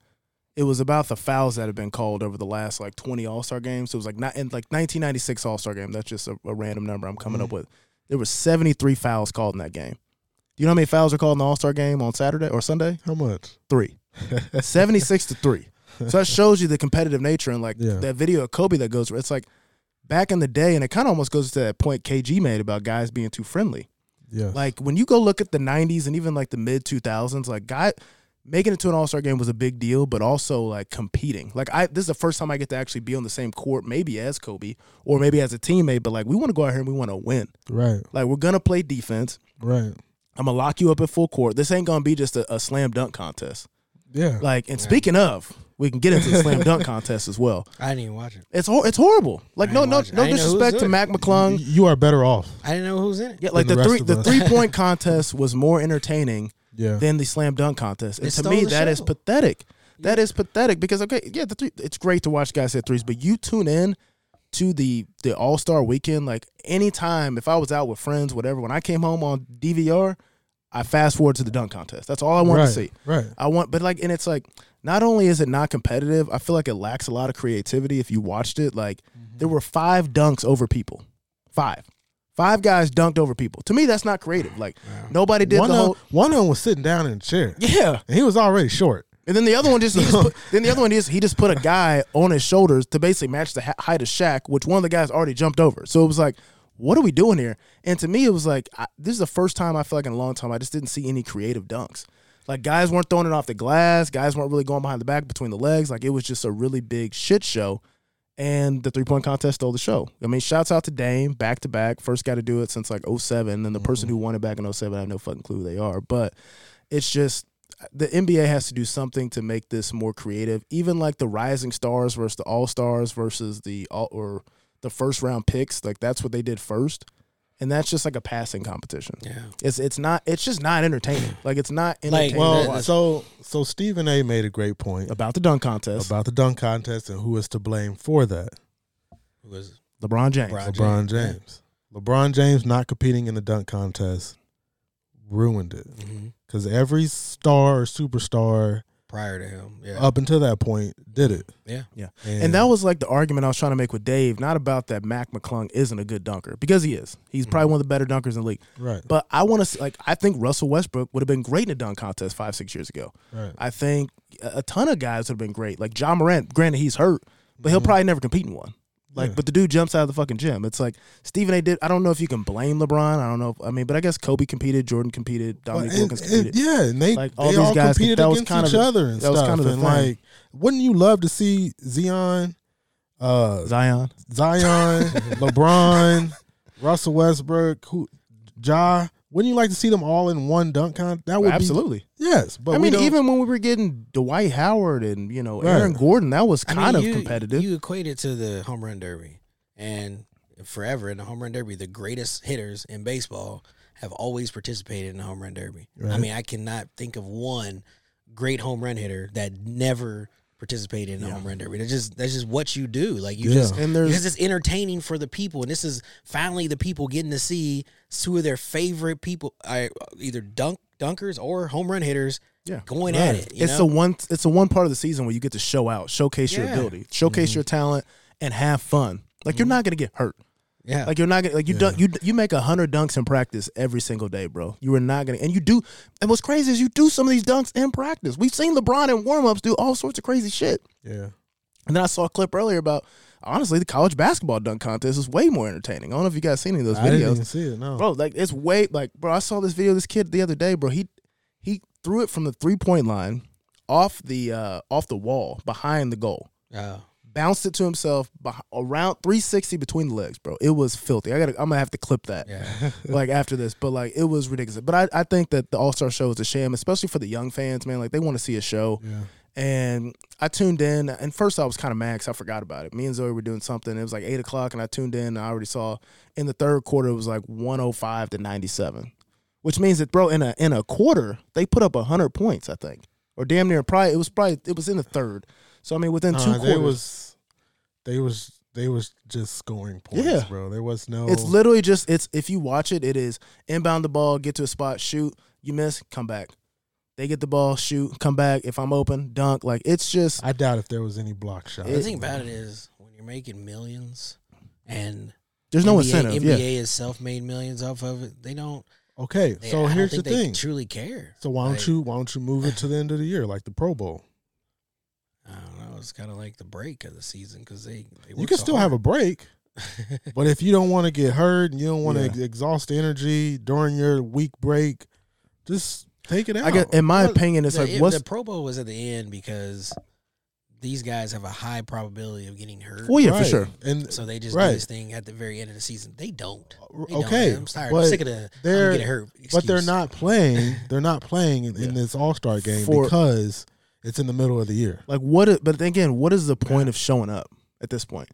Speaker 3: it was about the fouls that have been called over the last like twenty All Star games. So it was like not in like nineteen ninety six All Star game. That's just a, a random number I'm coming up
Speaker 1: Mm-hmm.
Speaker 3: with. There were seventy three fouls called in that game. Do you know how many fouls are called in the All Star game on Saturday or Sunday?
Speaker 1: How much?
Speaker 3: Three. 76 to 3. So that shows you the competitive nature and like
Speaker 1: Yeah.
Speaker 3: that video of Kobe that goes it's like back in the day and it kind of almost goes to that point KG made about guys being too friendly.
Speaker 1: Yeah.
Speaker 3: Like when you go look at the 90s and even like the mid 2000s, like guy making it to an All Star game was a big deal, but also like competing. Like I, this is the first time I get to actually be on the same court, maybe as Kobe or maybe as a teammate. But like we want to go out here and we want to win.
Speaker 1: right.
Speaker 3: Like we're gonna play defense.
Speaker 1: Right.
Speaker 3: I'm gonna lock you up at full court. This ain't gonna be just a, a slam dunk contest.
Speaker 1: Yeah.
Speaker 3: Like and speaking of, we can get into the slam dunk contest as well.
Speaker 4: I didn't even watch it.
Speaker 3: It's hor- it's horrible. Like no
Speaker 4: ain't
Speaker 3: no
Speaker 4: watching- I
Speaker 3: no
Speaker 4: ain't know who was
Speaker 3: disrespect to
Speaker 4: doing
Speaker 3: Mac McClung.
Speaker 1: you are better off.
Speaker 4: I didn't know who was in it.
Speaker 3: Yeah, like
Speaker 1: Than
Speaker 3: the
Speaker 1: the
Speaker 3: three
Speaker 1: rest
Speaker 3: the
Speaker 1: of us.
Speaker 3: three point contest was more entertaining
Speaker 1: Yeah.
Speaker 3: than the slam dunk contest. And
Speaker 4: It
Speaker 3: to
Speaker 4: stole
Speaker 3: me,
Speaker 4: the
Speaker 3: that is
Speaker 4: show.
Speaker 3: pathetic. That is pathetic because okay, yeah, the three, it's great to watch guys hit threes, but you tune in to the the All Star Weekend like anytime. If I was out with friends, whatever, when I came home on DVR, I fast forward to the dunk contest. That's all I want
Speaker 1: right.
Speaker 3: to see.
Speaker 1: Right.
Speaker 3: I want, but like, and it's like, not only is it not competitive, I feel like it lacks a lot of creativity. If you watched it, like, there were five dunks over people, five, five guys dunked over people. To me, that's not creative. Like, nobody did
Speaker 1: One
Speaker 3: the whole.
Speaker 1: of, one of them was sitting down in a chair.
Speaker 3: Yeah,
Speaker 1: And he was already short.
Speaker 3: and then the other one just, he just put, then the other one is he just put a guy on his shoulders to basically match the ha- height of Shaq, which one of the guys already jumped over. So it was like, what are we doing here? And to me, it was like I, this is the first time I feel like in a long time I just didn't see any creative dunks. Like guys weren't throwing it off the glass, guys weren't really going behind the back between the legs. Like it was just a really big shit show. And the three point contest stole the show. I mean, shouts out to Dame, back to back, first got to do it since like 07. And the person who won it back in 07, I have no fucking clue who they are. But it's just the NBA has to do something to make this more creative. Even like the rising stars versus the all stars versus the all or the first round picks, like that's what they did first, and that's just like a passing competition.
Speaker 4: Yeah.
Speaker 3: It's it's not it's just not entertaining. Like it's not
Speaker 4: Like,
Speaker 3: entertaining.
Speaker 1: Well,
Speaker 3: to watch.
Speaker 1: so so Stephen A made a great point
Speaker 3: about the dunk contest,
Speaker 1: about the dunk contest and who is to blame for that.
Speaker 4: Who was it?
Speaker 3: LeBron James.
Speaker 4: Bron-
Speaker 1: LeBron
Speaker 4: LeBron
Speaker 1: James.
Speaker 4: James.
Speaker 1: LeBron James not competing in the dunk contest ruined it
Speaker 3: Mm-hmm.
Speaker 4: Mhm.
Speaker 1: because every star or superstar
Speaker 4: prior to him? Yeah,
Speaker 3: Uh,
Speaker 1: up until that point did it.
Speaker 4: yeah.
Speaker 3: Yeah. And that was like the argument I was trying to make with Dave, not about that Mac McClung isn't a good dunker because he is. He's
Speaker 1: Mm-hmm.
Speaker 3: probably one of the better dunkers in the league.
Speaker 1: right,
Speaker 3: But I want to like I think Russell Westbrook would have been great in a dunk contest five six years ago.
Speaker 1: right,
Speaker 3: I think a a ton of guys would have been great. Like John Morant, granted he's hurt, but he'll probably never compete in one. Like,
Speaker 1: Mm-hmm. Yeah.
Speaker 3: but the dude jumps out of the fucking gym. It's like Stephen A. did. I don't know if you can blame LeBron. I don't know. If, I mean, but I guess Kobe competed, Jordan competed,
Speaker 1: But
Speaker 3: Dominique
Speaker 1: and-
Speaker 3: Wilkins
Speaker 1: and-
Speaker 3: competed.
Speaker 1: yeah, and they
Speaker 3: Like, all
Speaker 1: all they
Speaker 3: these
Speaker 1: all
Speaker 3: guys,
Speaker 1: competed
Speaker 3: that was
Speaker 1: against
Speaker 3: kind
Speaker 1: each
Speaker 3: of the-
Speaker 1: other and
Speaker 3: that was
Speaker 1: stuff.
Speaker 3: kind of the
Speaker 1: and
Speaker 3: thing.
Speaker 1: like, wouldn't you love to see Zion, uh,
Speaker 3: Zion,
Speaker 1: Zion, LeBron, Russell Westbrook, who, Ja? Wouldn't you like to see them all in one dunk con? That would
Speaker 3: Absolutely.
Speaker 1: Be, yes, but
Speaker 3: I
Speaker 1: we
Speaker 3: mean,
Speaker 1: don't-
Speaker 3: even when we were getting Dwight Howard and you know
Speaker 1: Right.
Speaker 3: Aaron Gordon, that was
Speaker 4: I mean,
Speaker 3: kind
Speaker 4: you-
Speaker 3: of competitive.
Speaker 4: You equate it to the home run derby, and forever in the home run derby, the greatest hitters in baseball have always participated in the home run derby. I
Speaker 1: Right.
Speaker 4: mean, I cannot think of one great home run hitter that never participated in the home run derby. That's just that's just what you do. Like you
Speaker 1: Yeah.
Speaker 4: just
Speaker 3: and there's
Speaker 4: because it's entertaining for the people, and this is finally the people getting to see two of their favorite people, uh, either dunk dunkers or home run hitters,
Speaker 3: Yeah.
Speaker 4: going at
Speaker 1: Right.
Speaker 4: it. You
Speaker 3: it's
Speaker 4: know?
Speaker 3: a one it's a one part of the season where you get to show out, showcase your
Speaker 4: Yeah. Mm-hmm.
Speaker 3: ability, showcase
Speaker 1: Mm-hmm.
Speaker 3: your talent, and have fun. Like you're not gonna get hurt.
Speaker 4: yeah,
Speaker 3: Like you're not gonna like you dunk you you make a hundred dunks in practice every single day, bro. You are not gonna and you do. And what's crazy is you do some of these dunks in practice. We've seen LeBron in warm ups do all sorts of crazy shit.
Speaker 1: yeah,
Speaker 3: And then I saw a clip earlier about honestly the college basketball dunk contest is way more entertaining. I don't know if you guys seen any of those
Speaker 1: I didn't
Speaker 3: videos
Speaker 1: even see it. No,
Speaker 3: bro. Like it's way like bro. I saw this video. of This kid the other day, bro. He he threw it from the three point line off the uh off the wall behind the goal,
Speaker 4: Uh,
Speaker 3: bounced it to himself beh- around three sixty between the legs, bro. It was filthy. I gotta. I'm gonna have to clip that.
Speaker 4: yeah,
Speaker 3: Like after this, but like it was ridiculous. But I, I think that the All Star Show is a sham, especially for the young fans, man. Like they want to see a show,
Speaker 1: yeah,
Speaker 3: and I tuned in, and first I was kind of mad 'cause I forgot about it. Me and Zoe were doing something. It was like eight o'clock, and I tuned in. And I already saw in the third quarter it was like one hundred five to ninety seven, which means that bro, in a in a quarter they put up hundred points, I think, or damn near. Probably it was probably it was in the third. So I mean, within two
Speaker 1: Nah, they
Speaker 3: quarters,
Speaker 1: was, they was, they was just scoring points,
Speaker 3: Yeah.
Speaker 1: bro. There was no.
Speaker 4: Oh.
Speaker 3: it's literally just it's if you watch it, it is inbound the ball, get to a spot, shoot, you miss, come back. They get the ball, shoot, come back. If I'm open, dunk. Like it's just
Speaker 1: I doubt if there was any block shots.
Speaker 3: It-
Speaker 4: the thing about it is when you're making millions and
Speaker 3: there's no
Speaker 4: NBA,
Speaker 3: incentive.
Speaker 4: NBA
Speaker 3: yeah.
Speaker 4: is self-made millions off of it. They don't.
Speaker 1: Okay,
Speaker 4: They,
Speaker 1: so
Speaker 4: I don't
Speaker 1: here's the
Speaker 4: think they
Speaker 1: thing.
Speaker 4: Truly care.
Speaker 1: So why don't
Speaker 4: Like-
Speaker 1: you why don't you move it to the end of the year like the Pro Bowl?
Speaker 4: I don't know. It's kind of like the break of the season because they, they
Speaker 1: You can still have a break, but if you don't want to get hurt and you don't want to
Speaker 3: Yeah.
Speaker 1: exhaust energy during your week break, just take it out.
Speaker 3: I guess, in my
Speaker 4: Well,
Speaker 3: opinion, it's
Speaker 4: the,
Speaker 3: like
Speaker 4: it-
Speaker 3: what's
Speaker 4: the Pro Bowl was at the end because these guys have a high probability of getting hurt.
Speaker 3: Well, yeah, for
Speaker 1: Right.
Speaker 3: sure.
Speaker 1: And
Speaker 4: So they just
Speaker 1: Right.
Speaker 4: do this thing at the very end of the season. They don't. They don't.
Speaker 1: okay,
Speaker 4: I'm tired.
Speaker 1: but
Speaker 4: I'm sick of the. I'm
Speaker 1: they're-
Speaker 4: getting hurt.
Speaker 1: but they're
Speaker 4: excuse.
Speaker 1: not playing. They're not playing in, in this All Star game
Speaker 3: For-
Speaker 1: because it's in the middle of the year.
Speaker 3: like what? i- But again, what is the point of showing up at this point?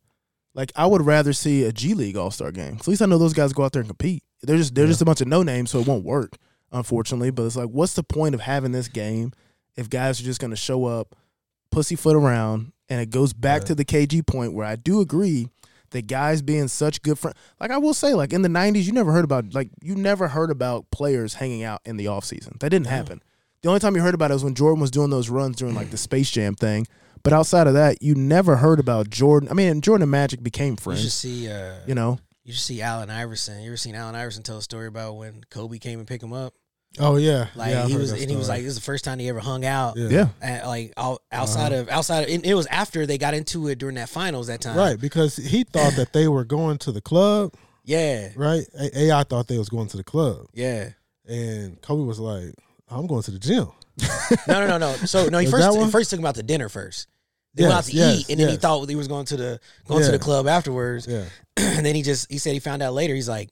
Speaker 3: Like, I would rather see a G League All Star game. 'Cause At least I know those guys go out there and compete. They're just they're just a bunch of no names, so it won't work, unfortunately. But it's like, what's the point of having this game if guys are just going to show up, pussyfoot around, and it goes back to the KG point where I do agree that guys being such good friends. Like I will say, like in the '90s, you never heard about like you never heard about players hanging out in the off season. That didn't happen. The only time you heard about it was when Jordan was doing those runs during like the Space Jam thing. But outside of that, you never heard about Jordan. I mean, Jordan and Magic became
Speaker 4: You should
Speaker 3: friends.
Speaker 4: see. Uh,
Speaker 3: You know,
Speaker 4: you should see Allen Iverson. You ever seen Allen Iverson tell a story about when Kobe came and picked him up?
Speaker 1: Oh yeah,
Speaker 4: Like
Speaker 1: yeah, I've
Speaker 4: he
Speaker 1: heard
Speaker 4: was,
Speaker 1: that
Speaker 4: and he was
Speaker 1: story.
Speaker 4: like, this is the first time he ever hung out.
Speaker 1: yeah. Uh-huh.
Speaker 4: At, like out, outside of outside, of, and it was after they got into it during that finals that time.
Speaker 1: right because he thought that they were going to the club.
Speaker 4: Yeah.
Speaker 1: Right, A- AI thought they was going to the club,
Speaker 4: Yeah.
Speaker 1: and Kobe was like, "I'm going to the gym."
Speaker 4: No, no, no, no. So no, he
Speaker 1: Was
Speaker 4: first
Speaker 1: that one?
Speaker 4: first took him out to dinner first. They went
Speaker 1: Yes,
Speaker 4: out to
Speaker 1: yes,
Speaker 4: eat, and then he
Speaker 1: yes.
Speaker 4: thought he was going to the going to
Speaker 1: Yeah.
Speaker 4: the club afterwards.
Speaker 1: Yeah,
Speaker 4: and then he just he said he found out later. He's like,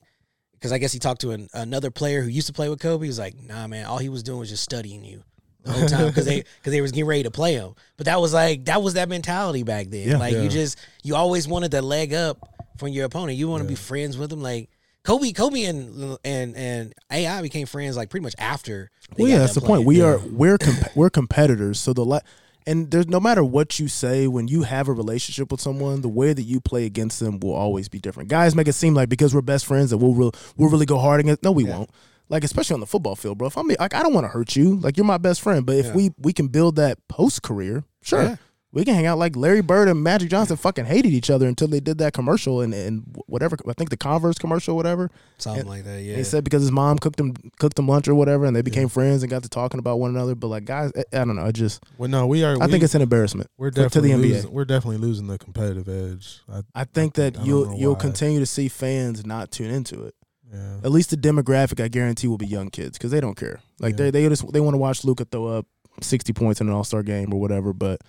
Speaker 4: because I guess he talked to an, another player who used to play with Kobe. He's like, nah, man, all he was doing was just studying you the whole time because they because they was getting ready to play him. But that was like that was that mentality back then.
Speaker 3: Yeah.
Speaker 4: like
Speaker 1: Yeah.
Speaker 4: you just you always wanted the leg up from your opponent. You want to be friends with him, like. Kobe, Kobe, and and and AI became friends like pretty much after. they
Speaker 3: Well,
Speaker 4: got
Speaker 3: yeah,
Speaker 4: done
Speaker 3: that's the
Speaker 4: playing.
Speaker 3: point. We are we're comp- we're competitors. So the la- and there's no matter what you say when you have a relationship with someone, the way that you play against them will always be different. Guys make it seem like because we're best friends that we'll real we'll really go hard against. No, we won't. Like especially on the football field, bro. If I'm like I don't want to hurt you. Like you're my best friend, but if we we can build that post career, sure.
Speaker 1: Yeah.
Speaker 3: We can hang out like Larry Bird and Magic Johnson fucking hated each other until they did that commercial and, and whatever I think the Converse commercial, whatever.
Speaker 4: something like that. Yeah,
Speaker 3: He said because his mom cooked him cooked him lunch or whatever, and they became friends and got to talking about one another. But like guys, I, I don't know. I just
Speaker 1: well, no, we are.
Speaker 3: I
Speaker 1: we-
Speaker 3: think it's an embarrassment.
Speaker 1: We're
Speaker 3: for- to the
Speaker 1: definitely
Speaker 3: NBA.
Speaker 1: Losing, we're definitely losing the competitive edge. I,
Speaker 3: I think that
Speaker 1: I don't
Speaker 3: you'll
Speaker 1: know
Speaker 3: you'll
Speaker 1: why.
Speaker 3: continue to see fans not tune into it.
Speaker 1: yeah.
Speaker 3: At least the demographic I guarantee will be young kids because they don't care. Like
Speaker 1: Yeah.
Speaker 3: they they just they want to watch Luca throw up sixty points in an All Star game or whatever. But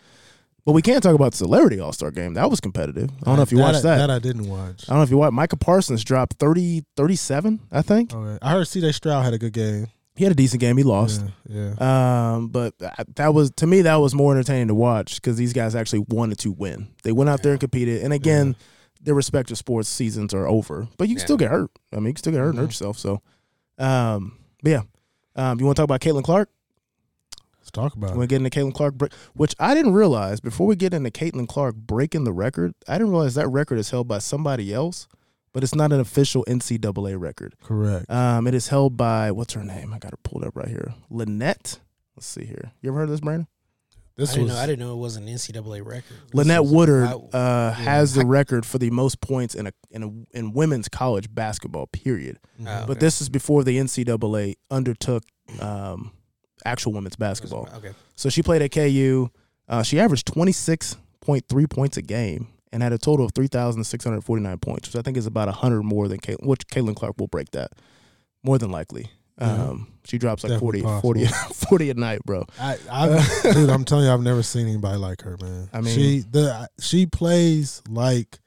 Speaker 3: but Well, we can't talk about the celebrity All Star game. That was competitive. I don't know if you
Speaker 1: that,
Speaker 3: watched
Speaker 1: I-
Speaker 3: that.
Speaker 1: I didn't watch.
Speaker 3: I don't know if you watched. Micah Parsons dropped 30, 37, I think.
Speaker 1: Okay. Oh, I heard C.J. Stroud had a good game.
Speaker 3: He had a decent game. He lost.
Speaker 1: Yeah, yeah.
Speaker 3: Um, but I- that was to me that was more entertaining to watch because these guys actually wanted to win. They went out there and competed. And again, their respective sports seasons are over, but you can
Speaker 4: Yeah.
Speaker 3: still get hurt. I mean, you can still get hurt and hurt yourself. So, um, but yeah, um, you want to talk about Caitlin Clark?
Speaker 1: Let's talk about
Speaker 3: We're
Speaker 1: it.
Speaker 3: getting to Caitlin Clark, break, which I didn't realize before we get into Caitlin Clark breaking the record. I didn't realize that record is held by somebody else, but it's not an official NCAA record.
Speaker 1: Correct.
Speaker 3: Um, it is held by what's her name? I got her pulled up right here. Lynette. Let's see here. You ever heard of this, Brandon?
Speaker 1: This
Speaker 4: I didn't
Speaker 1: was
Speaker 4: know. I didn't know it was an NCAA record.
Speaker 3: Lynette
Speaker 4: This is-
Speaker 3: Woodard
Speaker 4: I-
Speaker 3: uh, has the record for the most points in a in a, in women's college basketball. Period.
Speaker 4: Oh,
Speaker 3: But
Speaker 4: okay.
Speaker 3: this is before the NCAA undertook um, actual women's basketball.
Speaker 4: Okay.
Speaker 3: So she played at KU. Uh, she averaged 26.3 points a game and had a total of 3,649 points, which I think is about 100 more than Caitlin, which Caitlin Clark will break that more than likely.
Speaker 4: Mm-hmm.
Speaker 3: Um, she drops like
Speaker 1: Definitely
Speaker 3: 40, 40, 40 at night, bro.
Speaker 1: I, I dude, I'm telling you, I've never seen anybody like her, man.
Speaker 3: I mean-
Speaker 1: she the she plays like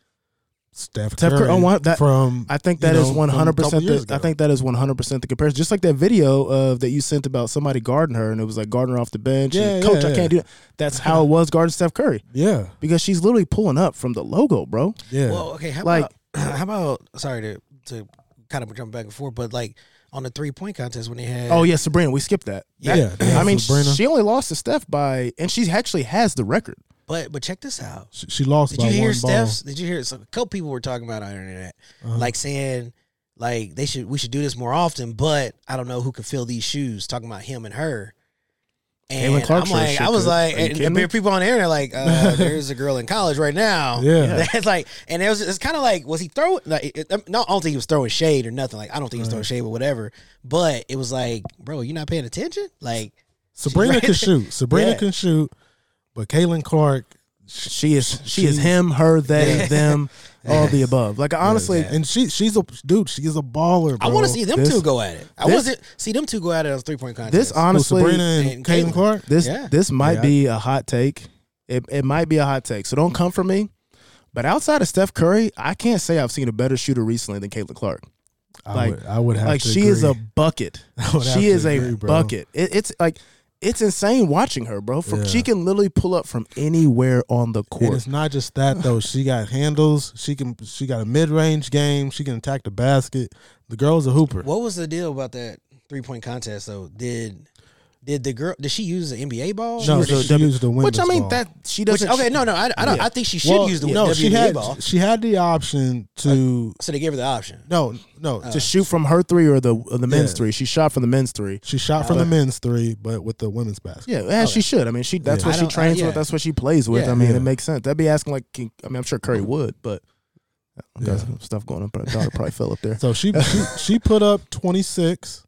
Speaker 1: Steph
Speaker 3: Steph
Speaker 1: Curry,
Speaker 3: Curry- oh, wow, that-
Speaker 1: from
Speaker 3: I think
Speaker 1: you
Speaker 3: that is
Speaker 1: know, from a
Speaker 3: 100%
Speaker 1: couple years
Speaker 3: the, I
Speaker 1: ago.
Speaker 3: think that is 100% the comparison. Just like that video of that you sent about somebody guarding her and it was like guarding her off the bench. and,
Speaker 1: Yeah,
Speaker 3: Coach,
Speaker 1: yeah,
Speaker 3: I can't do
Speaker 1: yeah.
Speaker 3: that. That's how it was guarding Steph Curry
Speaker 1: yeah,
Speaker 3: because she's literally pulling up from the logo, bro.
Speaker 1: yeah.
Speaker 4: Well, okay. How
Speaker 3: Like-
Speaker 4: about, how about sorry to to kind of jump back and forth, but like on the three point contest when they had
Speaker 3: Oh, yeah, Sabrina, we skipped that.
Speaker 1: yeah, yeah,
Speaker 3: I mean,
Speaker 1: Sabrina,
Speaker 3: she only lost to Steph by, and she actually has the record.
Speaker 4: But but check this out.
Speaker 1: she, she lost
Speaker 4: Did
Speaker 1: by
Speaker 4: you hear
Speaker 1: one
Speaker 4: Steph's? Did you hear? So a couple people were talking about it on the internet,
Speaker 3: Uh-huh.
Speaker 4: like saying like they should we should do this more often. But I don't know who can fill these shoes. Talking about him and her. And
Speaker 3: Caitlin Clark
Speaker 4: I'm
Speaker 3: sure
Speaker 4: like,
Speaker 3: as
Speaker 4: I
Speaker 3: shit
Speaker 4: was
Speaker 3: could.
Speaker 4: like,
Speaker 3: Are you
Speaker 4: and
Speaker 3: kidding
Speaker 4: there
Speaker 3: me?
Speaker 4: were people on the internet like, uh, there's a girl in college right now.
Speaker 1: Yeah.
Speaker 4: that's like, and it was it's kind of like, was he throwing? Like, it, it- not only he was throwing shade or nothing. Like, I don't think he was throwing shade or whatever. But it was like, bro, you not paying attention. Like,
Speaker 1: Sabrina
Speaker 4: right
Speaker 1: can shoot. Sabrina
Speaker 4: Yeah.
Speaker 1: can shoot, but Caitlin Clark,
Speaker 3: She is, she is him, her, they, them, all the above. Like honestly,
Speaker 1: and she she's a dude. She is a baller.
Speaker 4: I
Speaker 1: bro.
Speaker 4: want to see them
Speaker 3: this-
Speaker 4: two go at it. I
Speaker 3: this-
Speaker 4: wasn't see them two go at it on three point contest.
Speaker 3: this
Speaker 1: Who,
Speaker 3: honestly,
Speaker 1: Sabrina and
Speaker 4: and
Speaker 1: Caitlin
Speaker 4: Caitlin.
Speaker 1: Clark.
Speaker 3: this
Speaker 4: Yeah.
Speaker 3: this might
Speaker 1: Yeah.
Speaker 3: be a hot take. It it might be a hot take. So don't come for me. But outside of Steph Curry, I can't say I've seen a better shooter recently than Caitlin Clark.
Speaker 1: I
Speaker 3: like-
Speaker 1: would, I would have
Speaker 3: like
Speaker 1: to
Speaker 3: she is a
Speaker 1: agree.
Speaker 3: bucket.
Speaker 1: would have
Speaker 3: She
Speaker 1: to
Speaker 3: is a
Speaker 1: agree, bro.
Speaker 3: bucket. It, it's like it's insane watching her, bro. From
Speaker 1: Yeah.
Speaker 3: she can literally pull up from anywhere on the
Speaker 1: And
Speaker 3: court.
Speaker 1: it's not just that though. She got handles. She can. She got a mid range game. She can attack the basket. The girl's a hooper.
Speaker 4: What was the deal about that three point contest though? Did did the girl did she use the NBA ball?
Speaker 1: no,
Speaker 4: Or
Speaker 1: she,
Speaker 4: did
Speaker 1: she used the window.
Speaker 3: Which I mean, that she
Speaker 4: which,
Speaker 3: doesn't.
Speaker 4: okay, no, no, I, I don't. I think she should
Speaker 1: well,
Speaker 4: use the
Speaker 1: no.
Speaker 4: WNBA
Speaker 1: She had.
Speaker 4: ball.
Speaker 1: She had the option
Speaker 3: Uh.
Speaker 1: to.
Speaker 4: So they gave her the option.
Speaker 1: No, no.
Speaker 3: to shoot from her three or the or the men's
Speaker 1: Yeah.
Speaker 3: three. She shot from the men's three.
Speaker 1: she shot from the men's three, but with the women's basket.
Speaker 3: Uh. Yeah, as she should. I mean, she that's
Speaker 1: Yeah.
Speaker 3: what
Speaker 4: I
Speaker 3: she
Speaker 4: don't- I-
Speaker 3: trains
Speaker 4: yeah.
Speaker 3: with. That's what she plays with.
Speaker 4: Yeah.
Speaker 3: I mean,
Speaker 1: Yeah.
Speaker 3: it makes sense. That'd be asking like, can, I mean, I'm sure Curry would, but I got some stuff going on. But daughter probably fell up there.
Speaker 1: So she, she she put up twenty six,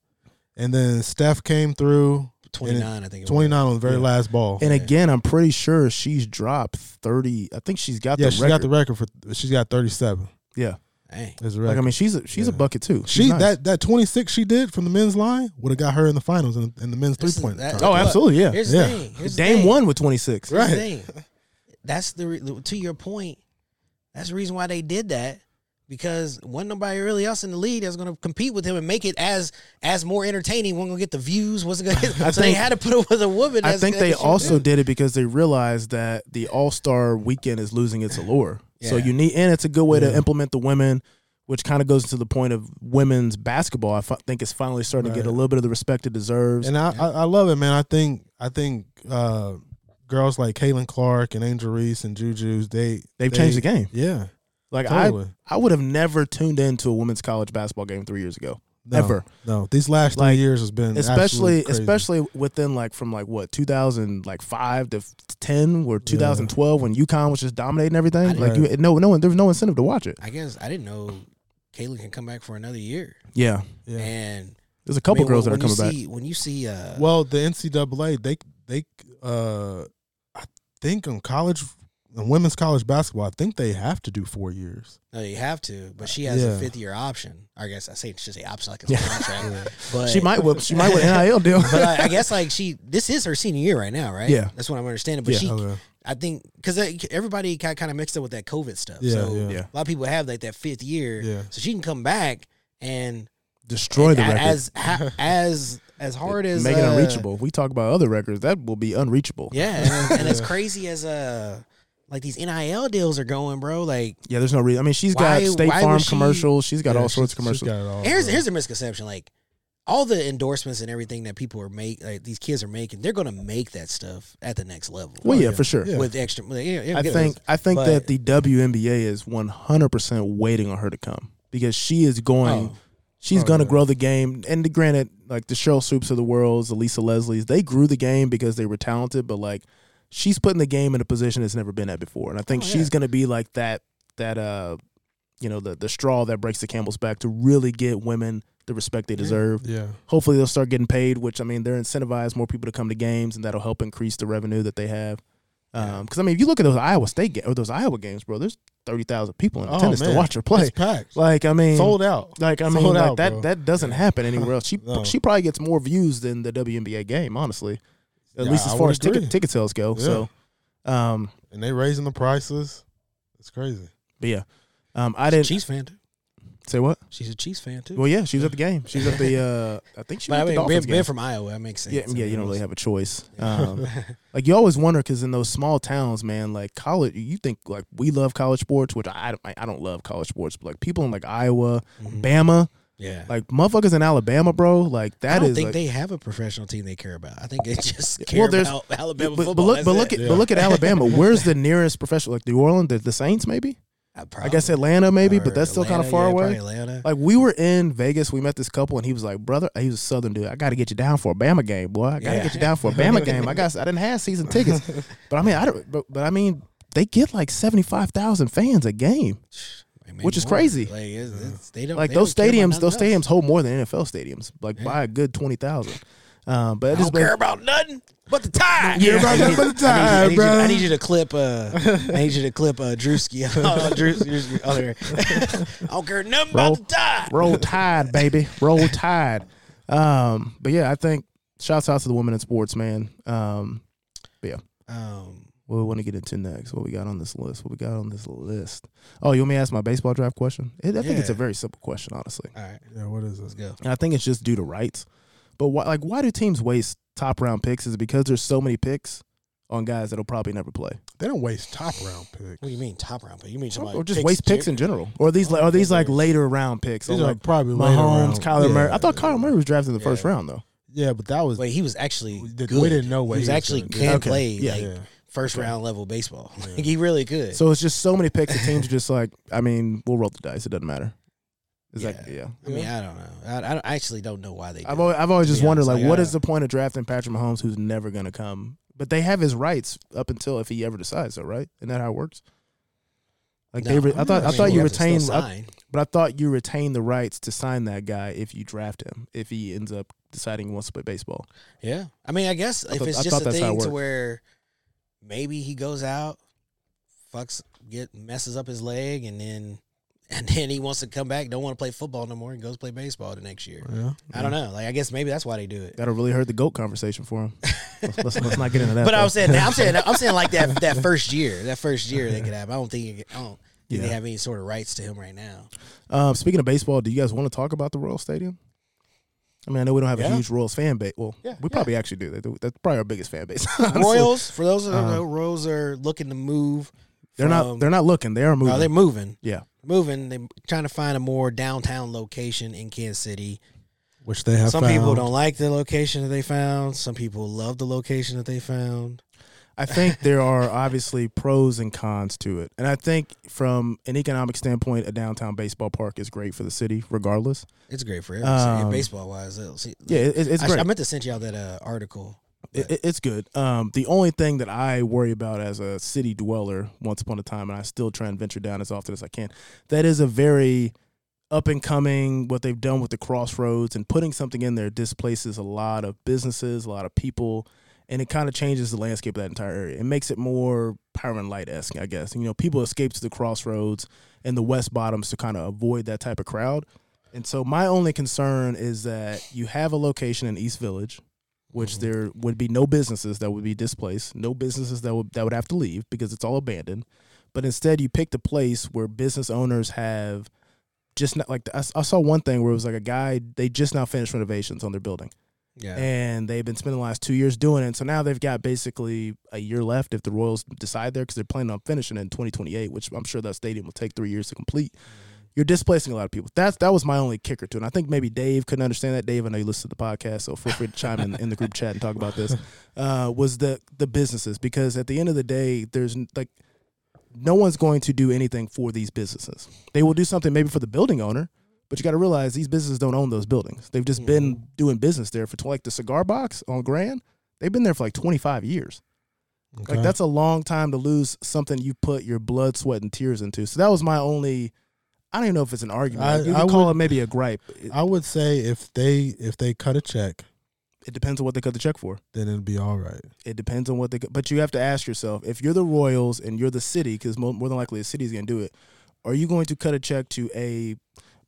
Speaker 1: and then Steph came through
Speaker 4: Twenty nine, I think. it was.
Speaker 1: twenty nine on the very last ball.
Speaker 3: And again, I'm pretty sure she's dropped thirty. I think she's got
Speaker 1: yeah,
Speaker 3: the
Speaker 1: she
Speaker 3: record.
Speaker 1: got the record for. She's got thirty seven.
Speaker 3: yeah,
Speaker 4: Dang.
Speaker 1: Is the
Speaker 3: like I
Speaker 1: record.
Speaker 3: mean, she's a, she's a bucket too. She's
Speaker 1: she
Speaker 3: nice.
Speaker 1: that that twenty six she did from the men's line would have got her in the finals in, in the men's three
Speaker 4: This is-
Speaker 1: point.
Speaker 4: that-
Speaker 3: Oh, absolutely, yeah.
Speaker 4: Here's
Speaker 1: Yeah.
Speaker 4: the thing. Here's the
Speaker 3: Dame
Speaker 4: thing.
Speaker 3: won with 26.
Speaker 4: Here's the
Speaker 1: Right.
Speaker 4: thing. That's the re- to your point. That's the reason why they did that because wasn't nobody really else in the league that's going to compete with him and make it as as more entertaining. Wasn't going to get the views. Wasn't going to. So they
Speaker 3: think-
Speaker 4: had to put it with a woman.
Speaker 3: I
Speaker 4: that's
Speaker 3: think
Speaker 4: gonna
Speaker 3: they
Speaker 4: shoot
Speaker 3: also
Speaker 4: them.
Speaker 3: did it because they realized that the All Star Weekend is losing its allure. So
Speaker 4: Yeah.
Speaker 3: you need, and it's a good way to implement the women, which kind of goes to the point of women's basketball. I fi- think it's finally starting to get a little bit of the respect it deserves.
Speaker 1: And I, I, I love it, man. I think I think uh, girls like Kaylin Clark and Angel Reese and Juju's they
Speaker 3: They've changed the game.
Speaker 1: Yeah,
Speaker 3: like
Speaker 1: totally.
Speaker 3: I, I would have never tuned into a women's college basketball game three years ago,
Speaker 1: no,
Speaker 3: ever.
Speaker 1: No, these last three
Speaker 3: Like,
Speaker 1: years has been
Speaker 3: especially
Speaker 1: absolute crazy.
Speaker 3: especially within like from like what 2000 like 5 to 10 or 2012 when UConn was just dominating everything like you no no one there was no incentive to watch it
Speaker 4: I guess I didn't know Kaylin can come back for another year.
Speaker 3: yeah
Speaker 1: Yeah.
Speaker 4: And
Speaker 3: there's a couple
Speaker 4: I mean,
Speaker 3: girls that
Speaker 4: when-
Speaker 3: are coming
Speaker 4: when
Speaker 3: back
Speaker 4: you see, When you see, uh,
Speaker 1: Well, the NCAA they they uh, I think on college on women's college basketball I think they have to do four years.
Speaker 4: no, you have to, but she has
Speaker 1: Yeah.
Speaker 4: a fifth year option. I guess I say should say option like it's a contract, but
Speaker 3: she might whip she might with NIL deal
Speaker 4: But I, I guess like she, this is her senior year right now, right?
Speaker 3: Yeah.
Speaker 4: that's what I'm understanding. But
Speaker 3: Yeah.
Speaker 4: she,
Speaker 1: Okay.
Speaker 4: I think because everybody got kind of mixed up with that COVID stuff.
Speaker 1: Yeah,
Speaker 4: so
Speaker 1: yeah.
Speaker 3: Yeah.
Speaker 4: a lot of people have like that fifth year.
Speaker 1: Yeah.
Speaker 4: So she can come back and
Speaker 3: Destroy the
Speaker 4: a-
Speaker 3: record.
Speaker 4: as ha- as as hard as
Speaker 3: make it
Speaker 4: uh,
Speaker 3: unreachable. We talk about other records that will be unreachable.
Speaker 4: Yeah, and, and as crazy as uh like these NIL deals are going, bro. Like
Speaker 3: Yeah, there's no reason. I mean, she's
Speaker 4: Why-
Speaker 3: got State
Speaker 4: why
Speaker 3: Farm
Speaker 4: was she-
Speaker 3: commercials. She's got
Speaker 1: Yeah,
Speaker 3: all
Speaker 1: she's-
Speaker 3: sorts of commercials.
Speaker 1: She's got it all.
Speaker 3: Uh-huh.
Speaker 4: here's
Speaker 1: bro.
Speaker 4: here's a misconception. Like all the endorsements and everything that people are make, like these kids are making, they're gonna make that stuff at the next level.
Speaker 3: well, yeah,
Speaker 1: Oh, yeah.
Speaker 3: for sure.
Speaker 1: Yeah.
Speaker 4: with extra. yeah, yeah,
Speaker 3: I
Speaker 4: get
Speaker 3: think
Speaker 4: it.
Speaker 3: I think
Speaker 4: But-
Speaker 3: that the WNBA is 100% waiting on her to come because she is going.
Speaker 4: Oh.
Speaker 3: She's
Speaker 1: Oh,
Speaker 3: going to
Speaker 1: yeah.
Speaker 3: grow the game. And the, granted, like the Cheryl Soups of the world, the Lisa Leslie's, they grew the game because they were talented. But like, she's putting the game in a position it's never been at before. And I think
Speaker 4: Oh, yeah.
Speaker 3: she's going to be like that. That uh, you know, the the straw that breaks the camel's back to really get women the respect
Speaker 4: Mm-hmm.
Speaker 3: they deserve.
Speaker 1: yeah.
Speaker 3: Hopefully, they'll start getting paid. Which I mean, they're incentivized more people to come to games, and that'll help increase the revenue that they have. Because I mean, if you look at those Iowa State ga- or those Iowa games, bro, there's thirty thousand people in attendance to watch her play.
Speaker 1: Oh, It's packed.
Speaker 3: Like I mean,
Speaker 1: Sold out.
Speaker 3: like I mean,
Speaker 1: Sold
Speaker 3: like,
Speaker 1: out,
Speaker 3: that
Speaker 1: bro.
Speaker 3: that doesn't happen anywhere else. She
Speaker 1: No.
Speaker 3: she probably gets more views than the WNBA game, honestly. At
Speaker 1: Yeah,
Speaker 3: least as
Speaker 1: I
Speaker 3: far
Speaker 1: would
Speaker 3: as ticket
Speaker 1: agree.
Speaker 3: ticket sales go.
Speaker 1: Yeah.
Speaker 3: So, um,
Speaker 1: And they raising the prices. It's crazy.
Speaker 3: but yeah, um, I
Speaker 4: She's a
Speaker 3: didn't
Speaker 4: Chiefs fan. too.
Speaker 3: say what.
Speaker 4: She's a Chiefs fan too.
Speaker 3: Well, yeah, she was at the game. She was at the. Uh, I think she was
Speaker 4: but
Speaker 3: at
Speaker 4: I
Speaker 3: the
Speaker 4: mean,
Speaker 3: Dolphins
Speaker 4: being,
Speaker 3: game.
Speaker 4: being from Iowa, that makes sense.
Speaker 3: Yeah,
Speaker 4: I
Speaker 3: yeah, you
Speaker 4: mean,
Speaker 3: don't
Speaker 4: it
Speaker 3: really
Speaker 4: was-
Speaker 3: have a choice. Um, like you always wonder because in those small towns, man, like college, you think like we love college sports, which I don't, I, I don't love college sports, but like people in like Iowa,
Speaker 4: Mm-hmm.
Speaker 3: Bama,
Speaker 4: Yeah.
Speaker 3: like motherfuckers in Alabama, bro, like
Speaker 4: I
Speaker 3: that
Speaker 4: don't
Speaker 3: is.
Speaker 4: think
Speaker 3: like-
Speaker 4: they have a professional team they care about. I think they just
Speaker 3: well,
Speaker 4: care
Speaker 3: there's-
Speaker 4: about
Speaker 3: but,
Speaker 4: Alabama
Speaker 3: but
Speaker 4: football.
Speaker 3: look, but look at
Speaker 4: That's it.
Speaker 1: it.
Speaker 3: but look at Alabama. Where's the nearest professional? Like New Orleans, the, the Saints, maybe. I guess
Speaker 4: probably.
Speaker 3: Atlanta, maybe, but
Speaker 4: Or
Speaker 3: that's still kind of
Speaker 4: Atlanta,
Speaker 3: far
Speaker 4: yeah,
Speaker 3: away.
Speaker 4: probably Atlanta.
Speaker 3: Like we were in Vegas, we met this couple, and he was like, "Brother, he was a Southern dude. I got to get you down for a Bama game, boy. I got to
Speaker 4: Yeah.
Speaker 3: get you down for a Bama game. I got, I didn't have season tickets, but I mean, I don't, but, but I mean, they get like seventy five thousand fans a game.
Speaker 4: Like,
Speaker 3: which
Speaker 4: maybe
Speaker 3: is
Speaker 4: more.
Speaker 3: crazy.
Speaker 4: Like, it's, it's, they don't,
Speaker 3: Like
Speaker 4: they
Speaker 3: those
Speaker 4: don't care about
Speaker 3: stadiums, those
Speaker 4: nothing else.
Speaker 3: stadiums hold more than NFL stadiums, like by a good twenty thousand. Um, but it
Speaker 4: I
Speaker 3: has
Speaker 4: don't care
Speaker 3: been,
Speaker 4: about nothing but the time.
Speaker 1: Yeah, about nothing but the
Speaker 4: I need, you-
Speaker 1: time,
Speaker 4: I
Speaker 1: bruh.
Speaker 4: need you to clip. Uh, I need you to clip uh, Drewski. oh, Drews, Drewski. Oh, there. I don't care nothing
Speaker 3: Roll.
Speaker 4: about the time.
Speaker 3: roll tide, baby, roll tide. Um, but yeah, I think shouts out to the women in sports, man. Um,
Speaker 4: Um,
Speaker 3: What we want to get into next? What we got on this list? What we got on this list? Oh, you want me to ask my baseball draft question? It, I think it's a
Speaker 4: Yeah.
Speaker 3: very simple question, honestly,
Speaker 4: all right,
Speaker 1: Yeah, what is
Speaker 4: let's
Speaker 1: this?
Speaker 4: go.
Speaker 3: and I think it's just due to rights. But why, like, why do teams waste top round picks? Is it because there's so many picks on guys that'll probably never play,
Speaker 1: They don't waste top round picks.
Speaker 4: What do you mean top round pick? You mean
Speaker 3: or,
Speaker 4: somebody
Speaker 3: just waste picks in general, or these like, are these like later round picks? So,
Speaker 1: These are
Speaker 3: like
Speaker 1: probably later
Speaker 3: Mahomes,
Speaker 1: round.
Speaker 3: Kyler
Speaker 1: yeah,
Speaker 3: Murray. I thought Kyler Murray was drafted in the first
Speaker 4: Yeah.
Speaker 3: round though.
Speaker 1: Yeah, but that was
Speaker 4: Wait, he was actually
Speaker 1: We
Speaker 4: good.
Speaker 1: didn't- we didn't know what
Speaker 4: he was
Speaker 1: he was
Speaker 4: actually
Speaker 1: gonna do.
Speaker 4: can
Speaker 3: Okay.
Speaker 4: play
Speaker 3: Yeah.
Speaker 4: like
Speaker 1: Yeah.
Speaker 4: first round level baseball. Like he really could.
Speaker 3: So it's just so many picks. The teams are just like, I mean, we'll roll the dice. It doesn't matter. Is that yeah?
Speaker 4: I mean, I don't know. I, I, don't- I actually don't know why they. Do
Speaker 3: I've
Speaker 4: it.
Speaker 3: always, I've always just
Speaker 4: Yeah,
Speaker 3: wondered,
Speaker 4: it's
Speaker 3: like,
Speaker 4: like,
Speaker 3: what
Speaker 4: uh,
Speaker 3: is the point of drafting Patrick Mahomes, who's never going to come? But they have his rights up until if he ever decides, though, right? Isn't that how it works? Like
Speaker 4: No,
Speaker 3: they, re- I
Speaker 1: I'm
Speaker 3: thought,
Speaker 1: not
Speaker 3: I thought
Speaker 1: sure.
Speaker 3: you
Speaker 1: You
Speaker 4: have to still
Speaker 3: retain, I-
Speaker 4: sign.
Speaker 3: but I thought you retain the rights to sign that guy if you draft him, if he ends up deciding he wants to play baseball.
Speaker 4: Yeah, I mean, I guess if
Speaker 3: thought-
Speaker 4: it's
Speaker 3: I thought
Speaker 4: just a
Speaker 3: that's how it
Speaker 4: thing to
Speaker 3: worked.
Speaker 4: where maybe he goes out, fucks, get messes up his leg, and then and then he wants to come back, don't want to play football no more, and goes play baseball the next year.
Speaker 1: yeah.
Speaker 4: I don't know. Like, I guess maybe that's why they do it.
Speaker 3: That'll really hurt the goat conversation for him. let's, let's, let's not get into that.
Speaker 4: But
Speaker 3: though.
Speaker 4: I'm saying, I'm saying, I'm saying, like that that first year, that first year they could have. I don't think, it- I don't think
Speaker 3: Yeah.
Speaker 4: they have any sort of rights to him right now.
Speaker 3: Um, speaking of baseball, do you guys want to talk about the Royal Stadium? I mean, I know we don't have a
Speaker 1: Yeah.
Speaker 3: huge Royals fan base. Well,
Speaker 1: Yeah,
Speaker 3: we probably actually do. That- That's probably our biggest fan base. honestly. uh-huh.
Speaker 4: Royals, for those that don't know, Royals are looking to move.
Speaker 3: They're not.
Speaker 4: from-
Speaker 3: They're not looking. They are moving.
Speaker 4: Um, No, they're moving.
Speaker 3: yeah.
Speaker 4: Moving. They're trying to find a more downtown location in Kansas City.
Speaker 1: Which they have
Speaker 4: Some
Speaker 1: found.
Speaker 4: people don't like the location that they found. Some people love the location that they found.
Speaker 3: I think there are obviously pros and cons to it. And I think from an economic standpoint, a downtown baseball park is great for the city, regardless.
Speaker 4: It's great for
Speaker 3: Um,
Speaker 4: everyone. baseball wise, see,
Speaker 3: Yeah, it, it- it's
Speaker 4: I, sh-
Speaker 3: great.
Speaker 4: I meant to send y'all that uh, article.
Speaker 3: It- it- it's good. Um, the only thing that I worry about as a city dweller, once upon a time, and I still try and venture down as often as I can, that is a very up and coming what they've done with the crossroads and putting something in there displaces a lot of businesses, a lot of people, and it kind of changes the landscape of that entire area. It makes it more power and light esque, I guess. You know, people escape to the crossroads and the West Bottoms to kind of avoid that type of crowd. And so my only concern is that you have a location in East Village which there would be no businesses that would be displaced, no businesses that would that would have to leave because it's all abandoned. But instead, you picked a place where business owners have just not like I, s- I saw one thing where it was like a guy they just now finished renovations on their building
Speaker 4: Yeah.
Speaker 3: and they've been spending the last two years doing it. So now they've got basically a year left if the Royals decide there because they're planning on finishing it in 2028, which I'm sure that stadium will take three years to complete. You're displacing a lot of people. That's that was my only kicker to it. And I think maybe Dave couldn't understand that. Dave, I know you listen to the podcast, so feel free to chime in in the group chat and talk about this. Uh, was the the businesses because at the end of the day, there's n- like no one's going to do anything for these businesses. They will do something maybe for the building owner, but you got to realize these businesses don't own those buildings. They've just
Speaker 1: Mm-hmm.
Speaker 3: been doing business there for tw- like the cigar box on Grand. They've been there for like 25 years.
Speaker 1: Okay.
Speaker 3: Like that's a long time to lose something you put your blood, sweat, and tears into. So that was my only. I don't even know if it's an argument.
Speaker 1: I-
Speaker 3: Like, you
Speaker 1: I
Speaker 3: could call
Speaker 1: would-
Speaker 3: it maybe a gripe. It,
Speaker 1: I would say if they if they cut a check,
Speaker 3: it depends on what they cut the check for.
Speaker 1: then it'd be all right.
Speaker 3: It depends on what they. cut- But you have to ask yourself if you're the Royals and you're the city, because more, more than likely the city's going to do it. Are you going to cut a check to a,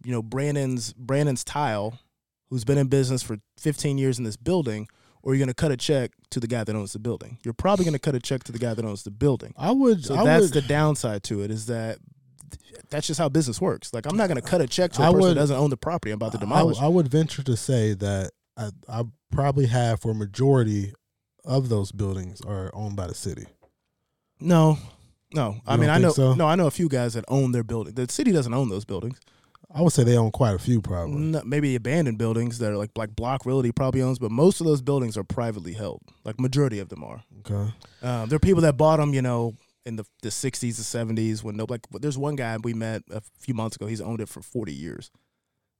Speaker 3: you know, Brandon's Brandon's tile, who's been in business for 15 years in this building, or are you going to cut a check to the guy that owns the building? You're probably going to cut a check to the guy that owns the building.
Speaker 1: I would.
Speaker 3: So
Speaker 1: I would,
Speaker 3: that's the downside to it is that that's just how business works. Like I'm not going to cut a check to a
Speaker 1: I
Speaker 3: person
Speaker 1: would-
Speaker 3: that doesn't own the property I'm about to
Speaker 1: I-
Speaker 3: demolish.
Speaker 1: I, would venture to say that I, I probably have for majority of those buildings are owned by the city.
Speaker 3: no, no. I
Speaker 1: You
Speaker 3: mean
Speaker 1: don't
Speaker 3: I know
Speaker 1: think so?
Speaker 3: no. I know a few guys that own their building. The city doesn't own those buildings.
Speaker 1: I would say they own quite a few, probably.
Speaker 3: No, maybe abandoned buildings that are like like Block Realty probably owns, but most of those buildings are privately held. Like majority of them are.
Speaker 1: Okay.
Speaker 3: Um, there are people that bought them, you know, in the the '60s, the '70s when no, like there's one guy we met a few months ago. He's owned it for 40 years,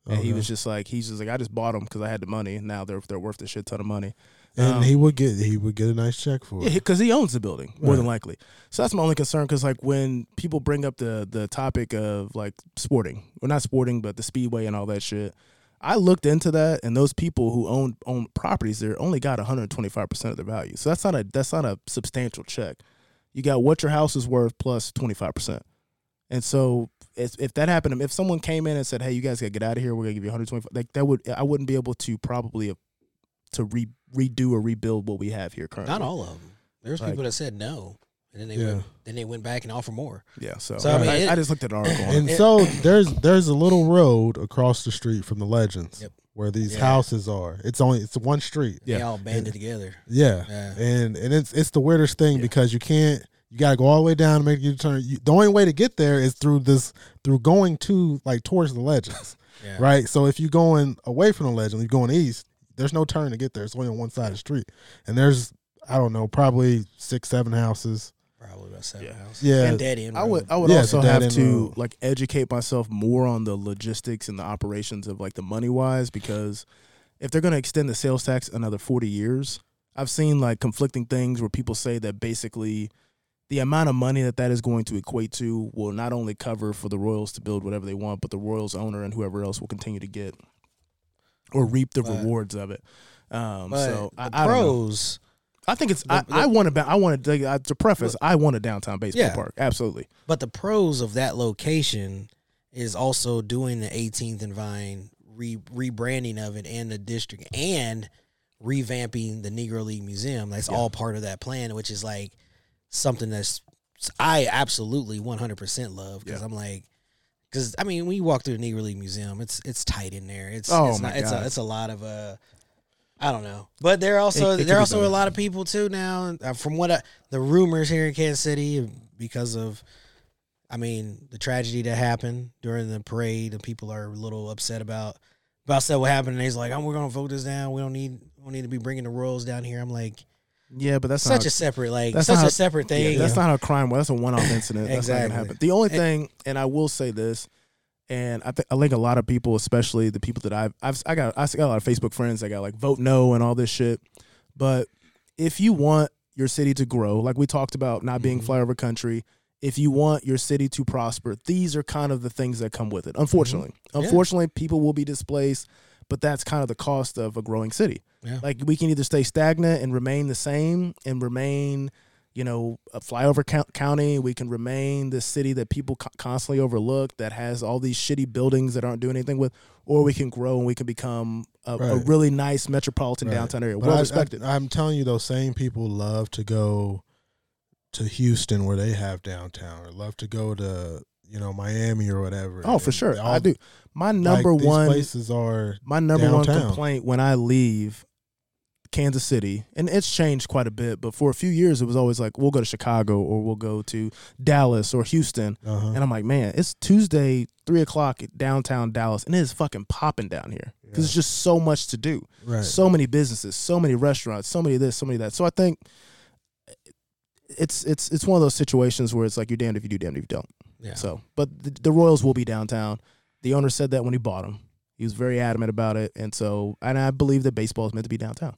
Speaker 3: and he
Speaker 1: Okay.
Speaker 3: was just like, he's just like, I just bought them because I had the money. and Now they're they're worth a shit ton of money.
Speaker 1: and
Speaker 3: um,
Speaker 1: he would get he would get a nice check for
Speaker 3: Yeah,
Speaker 1: it.
Speaker 3: because he owns the building more than
Speaker 1: Right.
Speaker 3: likely. So that's my only concern. Because like when people bring up the the topic of like sporting, well not sporting, but the speedway and all that shit, I looked into that, and those people who own own properties there only got 125 percent of their value. So that's not a that's not a substantial check. You got what your house is worth plus 25 percent. And so if, if that happened, if someone came in and said, "Hey, you guys got to get out of here. We're gonna give you 125," like that would I wouldn't be able to probably. uh, To re- redo or rebuild what we have here currently.
Speaker 4: Not all of them. There's
Speaker 3: Like-
Speaker 4: people that said no, and then they
Speaker 1: Yeah.
Speaker 4: went, then they went back and offered more.
Speaker 3: Yeah, so,
Speaker 4: So, I
Speaker 3: I,
Speaker 4: mean, it-
Speaker 3: I just looked at an article. on
Speaker 1: And
Speaker 3: it.
Speaker 1: so there's there's a little road across the street from the Legends
Speaker 4: Yep.
Speaker 1: where these
Speaker 4: Yeah.
Speaker 1: houses are. It's only it's one street.
Speaker 4: They
Speaker 3: Yeah.
Speaker 4: all banded together.
Speaker 1: Yeah.
Speaker 4: Yeah.
Speaker 1: And and it's it's the weirdest thing
Speaker 3: Yeah.
Speaker 1: because you can't you gotta go all the way down and make your turn. You, the only way to get there is through this through going to like towards the Legends.
Speaker 4: Yeah.
Speaker 1: Right. So if you're going away from the legend, you're going east. There's no turn to get there. It's only on one side of the street, and there's I don't know, probably six, seven houses.
Speaker 4: Probably about seven
Speaker 3: Yeah.
Speaker 4: hours.
Speaker 1: Yeah.
Speaker 4: And dead end.
Speaker 3: I
Speaker 4: road.
Speaker 3: would I would
Speaker 1: Yeah,
Speaker 3: also
Speaker 1: it's a dead
Speaker 3: have
Speaker 1: end
Speaker 3: to
Speaker 1: road.
Speaker 4: uh,
Speaker 3: like educate myself more on the logistics and the operations of like the money wise because if they're going to extend the sales tax another 40 years, I've seen like conflicting things where people say that basically the amount of money that that is going to equate to will not only cover for the Royals to build whatever they want, but the Royals owner and whoever else will continue to get or reap the
Speaker 4: But-
Speaker 3: rewards of it. Um,
Speaker 4: But
Speaker 3: so I,
Speaker 4: the
Speaker 3: I don't know.
Speaker 4: pros,
Speaker 3: I think it's.
Speaker 4: The-
Speaker 3: I,
Speaker 4: the-
Speaker 3: I want to. I want to. Uh, to preface, I want a downtown baseball
Speaker 4: Yeah.
Speaker 3: park. Absolutely.
Speaker 4: but the pros of that location is also doing the 18th and Vine re- rebranding of it and the district and revamping the Negro League Museum. That's all part of that plan, which is like something that's I absolutely 100% love because
Speaker 3: Yeah.
Speaker 4: I'm like. Cause I mean, when you walk through the Negro League Museum, it's it's tight in there. It's
Speaker 3: Oh,
Speaker 4: it's,
Speaker 3: my
Speaker 4: it's a
Speaker 3: God.
Speaker 4: it's a lot of uh, I don't know, but there are also
Speaker 3: It- it could
Speaker 4: there
Speaker 3: be
Speaker 4: are also
Speaker 3: better.
Speaker 4: a lot of people too now. Uh, from what I, the rumors here in Kansas City, because of, I mean, the tragedy that happened during the parade, and people are a little upset about about said what happened. And he's like, "Oh, we're gonna vote this down. We don't need we don't need to be bringing the Royals down here." I'm like,
Speaker 3: Yeah, but that's
Speaker 4: such
Speaker 3: not,
Speaker 4: a separate like
Speaker 3: that's
Speaker 4: such
Speaker 3: not-
Speaker 4: a separate thing.
Speaker 3: Yeah, that's not how crime. That's a one-off incident. That's not
Speaker 4: Exactly.
Speaker 3: gonna happen. The only
Speaker 4: And-
Speaker 3: thing, and I will say this, and I think I think a lot of people, especially the people that I've, I've I got I got a lot of Facebook friends that got like vote no and all this shit. But if you want your city to grow, like we talked about, not being
Speaker 4: Mm-hmm.
Speaker 3: flyover country. If you want your city to prosper, these are kind of the things that come with it. Unfortunately,
Speaker 4: Mm-hmm. Yeah.
Speaker 3: unfortunately, people will be displaced, but that's kind of the cost of a growing city.
Speaker 4: Yeah.
Speaker 3: Like we can either stay stagnant and remain the same and remain you know, a flyover count- county. We can remain the city that people co- constantly overlook that has all these shitty buildings that aren't doing anything with, or we can grow and we can become a, a
Speaker 1: Right.
Speaker 3: really nice metropolitan
Speaker 1: Right.
Speaker 3: downtown area,
Speaker 1: But
Speaker 3: well
Speaker 1: I-
Speaker 3: respected.
Speaker 1: I, am telling you, those same people love to go to Houston where they have downtown, or love to go to you know Miami or whatever.
Speaker 3: oh, for
Speaker 1: And
Speaker 3: sure,
Speaker 1: all-
Speaker 3: I do. My
Speaker 1: like,
Speaker 3: number
Speaker 1: these
Speaker 3: one
Speaker 1: places are
Speaker 3: My number one
Speaker 1: Downtown.
Speaker 3: complaint when I leave Kansas City, and it's changed quite a bit, but for a few years it was always like, we'll go to Chicago or we'll go to Dallas or Houston.
Speaker 1: uh-huh.
Speaker 3: And I'm like, man, it's Tuesday, three o'clock at downtown Dallas, and it is fucking popping down here because there's just so much to do.
Speaker 1: right.
Speaker 3: So many businesses, so many restaurants, so many this, so many that. So I think it's it's it's one of those situations where it's like you're damned if you do, damned if you don't.
Speaker 4: Yeah.
Speaker 3: So, but the, the Royals will be downtown. The owner said that when he bought them. He was very adamant about it, and so and I believe that baseball is meant to be downtown,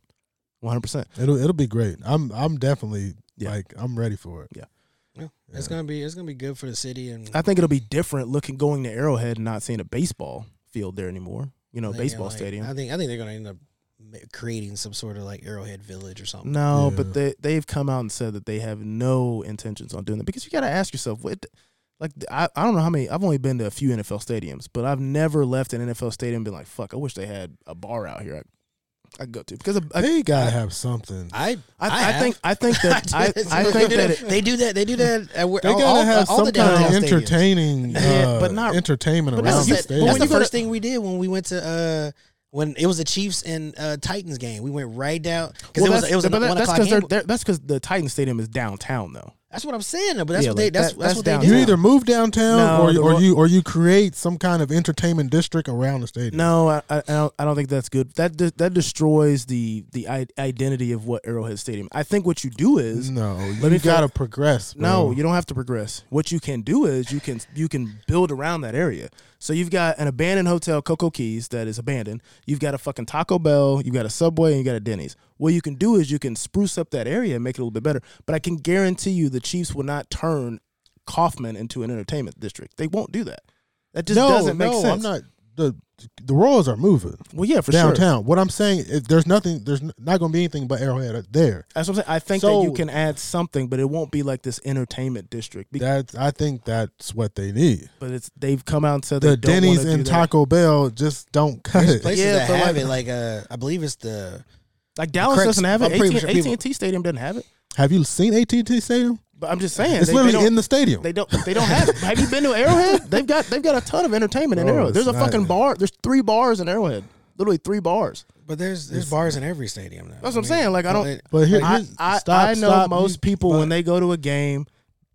Speaker 3: one hundred percent.
Speaker 1: It'll it'll be great. I'm I'm definitely
Speaker 3: Yeah.
Speaker 1: like I'm ready for it.
Speaker 4: Yeah. It's gonna be it's gonna be good for the city and
Speaker 3: I think it'll be different looking going to Arrowhead and not seeing a baseball field there anymore. You know,
Speaker 4: I think,
Speaker 3: baseball
Speaker 4: like,
Speaker 3: stadium.
Speaker 4: I think I think they're gonna end up ma- creating some sort of like Arrowhead Village or something.
Speaker 3: No,
Speaker 1: Yeah.
Speaker 3: but they they've come out and said that they have no intentions on doing that because you got to ask yourself what. Like I, I don't know how many I've only been to a few NFL stadiums, but I've never left an NFL stadium and been like, fuck, I wish they had a bar out here I, I could go to because I,
Speaker 1: They gotta have something.
Speaker 4: I
Speaker 3: I,
Speaker 4: I
Speaker 3: I,
Speaker 4: have.
Speaker 3: think I think that I, I
Speaker 4: they
Speaker 3: think
Speaker 4: do
Speaker 3: that it,
Speaker 4: they do that. They do that. At, where-
Speaker 1: They
Speaker 4: all,
Speaker 1: gotta
Speaker 4: all,
Speaker 1: have
Speaker 4: all
Speaker 1: some
Speaker 4: the
Speaker 1: kind of
Speaker 4: downtown stadiums.
Speaker 1: entertaining,
Speaker 3: Yeah,
Speaker 1: uh,
Speaker 3: but not-
Speaker 1: entertainment
Speaker 3: but
Speaker 1: around
Speaker 4: That's,
Speaker 3: that's
Speaker 1: the
Speaker 3: the-
Speaker 1: stadium.
Speaker 3: but
Speaker 4: that,
Speaker 3: when
Speaker 4: that's the
Speaker 3: you go to-
Speaker 4: first thing we did when we went to uh when it was the Chiefs and uh, Titans game. We went right down because it was
Speaker 3: that's-
Speaker 4: it was a
Speaker 3: but that-
Speaker 4: one
Speaker 3: that's
Speaker 4: o'clock
Speaker 3: they're,
Speaker 4: game.
Speaker 3: they're, that's because the Titan Stadium is downtown though.
Speaker 4: That's what I'm saying. though, But that's
Speaker 3: Yeah,
Speaker 4: what they
Speaker 3: like,
Speaker 4: that's,
Speaker 3: that-
Speaker 4: that's
Speaker 3: that's
Speaker 4: what they
Speaker 3: downtown.
Speaker 4: do.
Speaker 1: You either move downtown
Speaker 3: No,
Speaker 1: or
Speaker 3: the
Speaker 1: or
Speaker 3: Ro-
Speaker 1: you or you create some kind of entertainment district around the stadium.
Speaker 3: No, I, I I don't I don't think that's good. That de- that destroys the the I- identity of what Arrowhead Stadium. I think what you do is
Speaker 1: No,
Speaker 3: Let
Speaker 1: you
Speaker 3: me
Speaker 1: gotta progress.
Speaker 3: No,
Speaker 1: bro.
Speaker 3: you don't have to progress. What you can do is you can you can build around that area. So you've got an abandoned hotel, Coco Keys, that is abandoned. You've got a fucking Taco Bell, you've got a Subway, and you got a Denny's. What you can do is you can spruce up that area and make it a little bit better. But I can guarantee you the Chiefs will not turn Kaufman into an entertainment district. They won't do that. That just doesn't make
Speaker 1: no,
Speaker 3: sense.
Speaker 1: I'm not. The the Royals are moving
Speaker 3: well, yeah, for sure.
Speaker 1: downtown. What I'm saying is, there's nothing. There's n- not going to be anything but Arrowhead there.
Speaker 3: That's what I'm saying. I think that you
Speaker 1: So-
Speaker 3: can add something, but it won't be like this entertainment district. Because,
Speaker 1: That's I think that's what they need.
Speaker 3: but it's they've come out and said
Speaker 1: The
Speaker 3: they don't wanna
Speaker 1: Denny's
Speaker 3: do
Speaker 1: and
Speaker 3: that.
Speaker 1: Taco Bell just don't cut
Speaker 4: There's
Speaker 1: it.
Speaker 4: places
Speaker 3: Yeah,
Speaker 4: that
Speaker 3: but
Speaker 4: have
Speaker 3: like-
Speaker 4: it. Like uh, I believe it's the
Speaker 3: Like Dallas
Speaker 4: Correct.
Speaker 3: doesn't have it.
Speaker 4: I'm pretty
Speaker 3: AT,
Speaker 4: sure people-
Speaker 3: and T Stadium doesn't have it.
Speaker 1: Have you seen AT&T Stadium?
Speaker 3: But I'm just saying,
Speaker 1: it's
Speaker 3: they,
Speaker 1: literally
Speaker 3: they don't,
Speaker 1: in the stadium.
Speaker 3: They don't. They don't have. it. Have you been to Arrowhead? They've got. They've got a ton of entertainment in
Speaker 1: Bro,
Speaker 3: Arrowhead.
Speaker 1: it's
Speaker 3: There's a
Speaker 1: not-
Speaker 3: fucking bar. There's three bars in Arrowhead. Literally three bars.
Speaker 4: but there's there's bars in every stadium. Now.
Speaker 3: That's what I'm saying. Like I don't.
Speaker 1: but here,
Speaker 3: I,
Speaker 1: here's-
Speaker 3: I,
Speaker 1: stop,
Speaker 3: I know
Speaker 1: stop.
Speaker 3: most
Speaker 1: You-
Speaker 3: people when
Speaker 1: but-
Speaker 3: they go to a game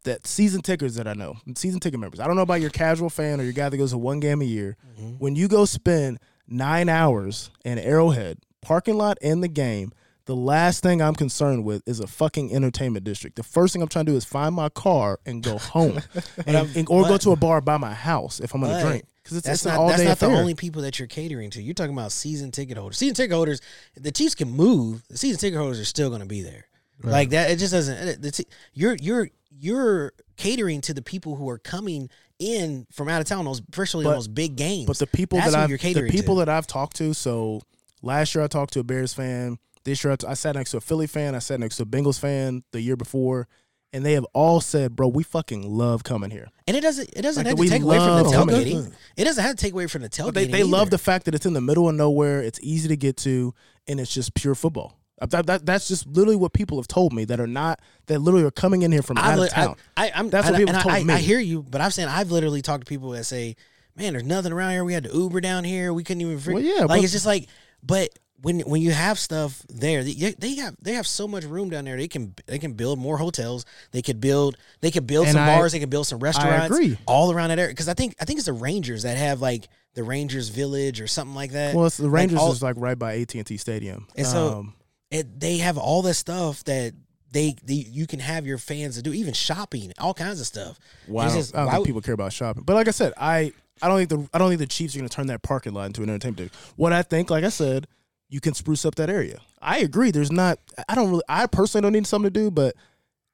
Speaker 3: that season tickers that I know, season ticket members. I don't know about your casual fan or your guy that goes to one game a year.
Speaker 4: Mm-hmm.
Speaker 3: When you go spend nine hours in Arrowhead parking lot and the game, the last thing I'm concerned with is a fucking entertainment district. The first thing I'm trying to do is find my car and go home, and, and- or go
Speaker 4: but-
Speaker 3: to a bar by my house if I'm gonna
Speaker 4: But
Speaker 3: drink because it's,
Speaker 4: that's
Speaker 3: it's
Speaker 4: not
Speaker 3: an all
Speaker 4: that's
Speaker 3: day
Speaker 4: not
Speaker 3: affair.
Speaker 4: the only people that you're catering to. You're talking about season ticket holders. Season ticket holders, the Chiefs can move. The season ticket holders are still going to be there. Like that, it just doesn't. it- The t- you're you're you're catering to the people who are coming in from out of town. Those virtually
Speaker 3: But-
Speaker 4: those big games.
Speaker 3: But the people
Speaker 4: That's
Speaker 3: that
Speaker 4: who
Speaker 3: I've
Speaker 4: you're
Speaker 3: the
Speaker 4: catering
Speaker 3: people
Speaker 4: to.
Speaker 3: that I've talked to. So last year I talked to a Bears fan. This year I t- I sat next to a Philly fan. I sat next to a Bengals fan the year before, and they have all said, "Bro, we fucking love coming here."
Speaker 4: and it doesn't it doesn't
Speaker 3: Like,
Speaker 4: have
Speaker 3: we
Speaker 4: to take away from the
Speaker 3: love-
Speaker 1: No, it
Speaker 4: tailgating.
Speaker 1: doesn't.
Speaker 4: It doesn't have to take away from the tailgating.
Speaker 3: But they they
Speaker 4: either.
Speaker 3: love the fact that it's in the middle of nowhere. It's easy to get to, and it's just pure football. Uh, That, that, that's just literally what people have told me that are not that literally are coming in here from
Speaker 4: I,
Speaker 3: out
Speaker 4: li-
Speaker 3: of town.
Speaker 4: I, I, I'm,
Speaker 3: That's what
Speaker 4: and I-
Speaker 3: people
Speaker 4: and
Speaker 3: told
Speaker 4: I,
Speaker 3: me.
Speaker 4: I hear you, but I'm saying I've literally talked to people that say, "Man, there's nothing around here. We had to Uber down here. We couldn't even." Figure.
Speaker 3: Well, yeah,
Speaker 4: like
Speaker 3: but-
Speaker 4: it's just like, but when when you have stuff there, they, they have they have so much room down there. They can they can build more hotels. They could build they could build
Speaker 3: And
Speaker 4: some
Speaker 3: I-
Speaker 4: bars. They can build some restaurants.
Speaker 3: agree.
Speaker 4: all around that area because I think I think it's the Rangers that have like the Rangers Village or something like that.
Speaker 3: well, it's, the
Speaker 4: Like,
Speaker 3: Rangers
Speaker 4: all-
Speaker 3: is like right by AT and T Stadium,
Speaker 4: And so-
Speaker 3: Um,
Speaker 4: it, they have all this stuff that they, they you can have your fans to do even shopping all kinds of stuff
Speaker 3: Wow, I
Speaker 4: It's
Speaker 3: don't,
Speaker 4: just-
Speaker 3: I don't
Speaker 4: why
Speaker 3: think
Speaker 4: would-
Speaker 3: people care about shopping. But like I said, I I don't think the I don't think the Chiefs are going to turn that parking lot into an entertainment district. What I think, like I said, you can spruce up that area. I agree. There's not. I don't really. I personally don't need something to do, but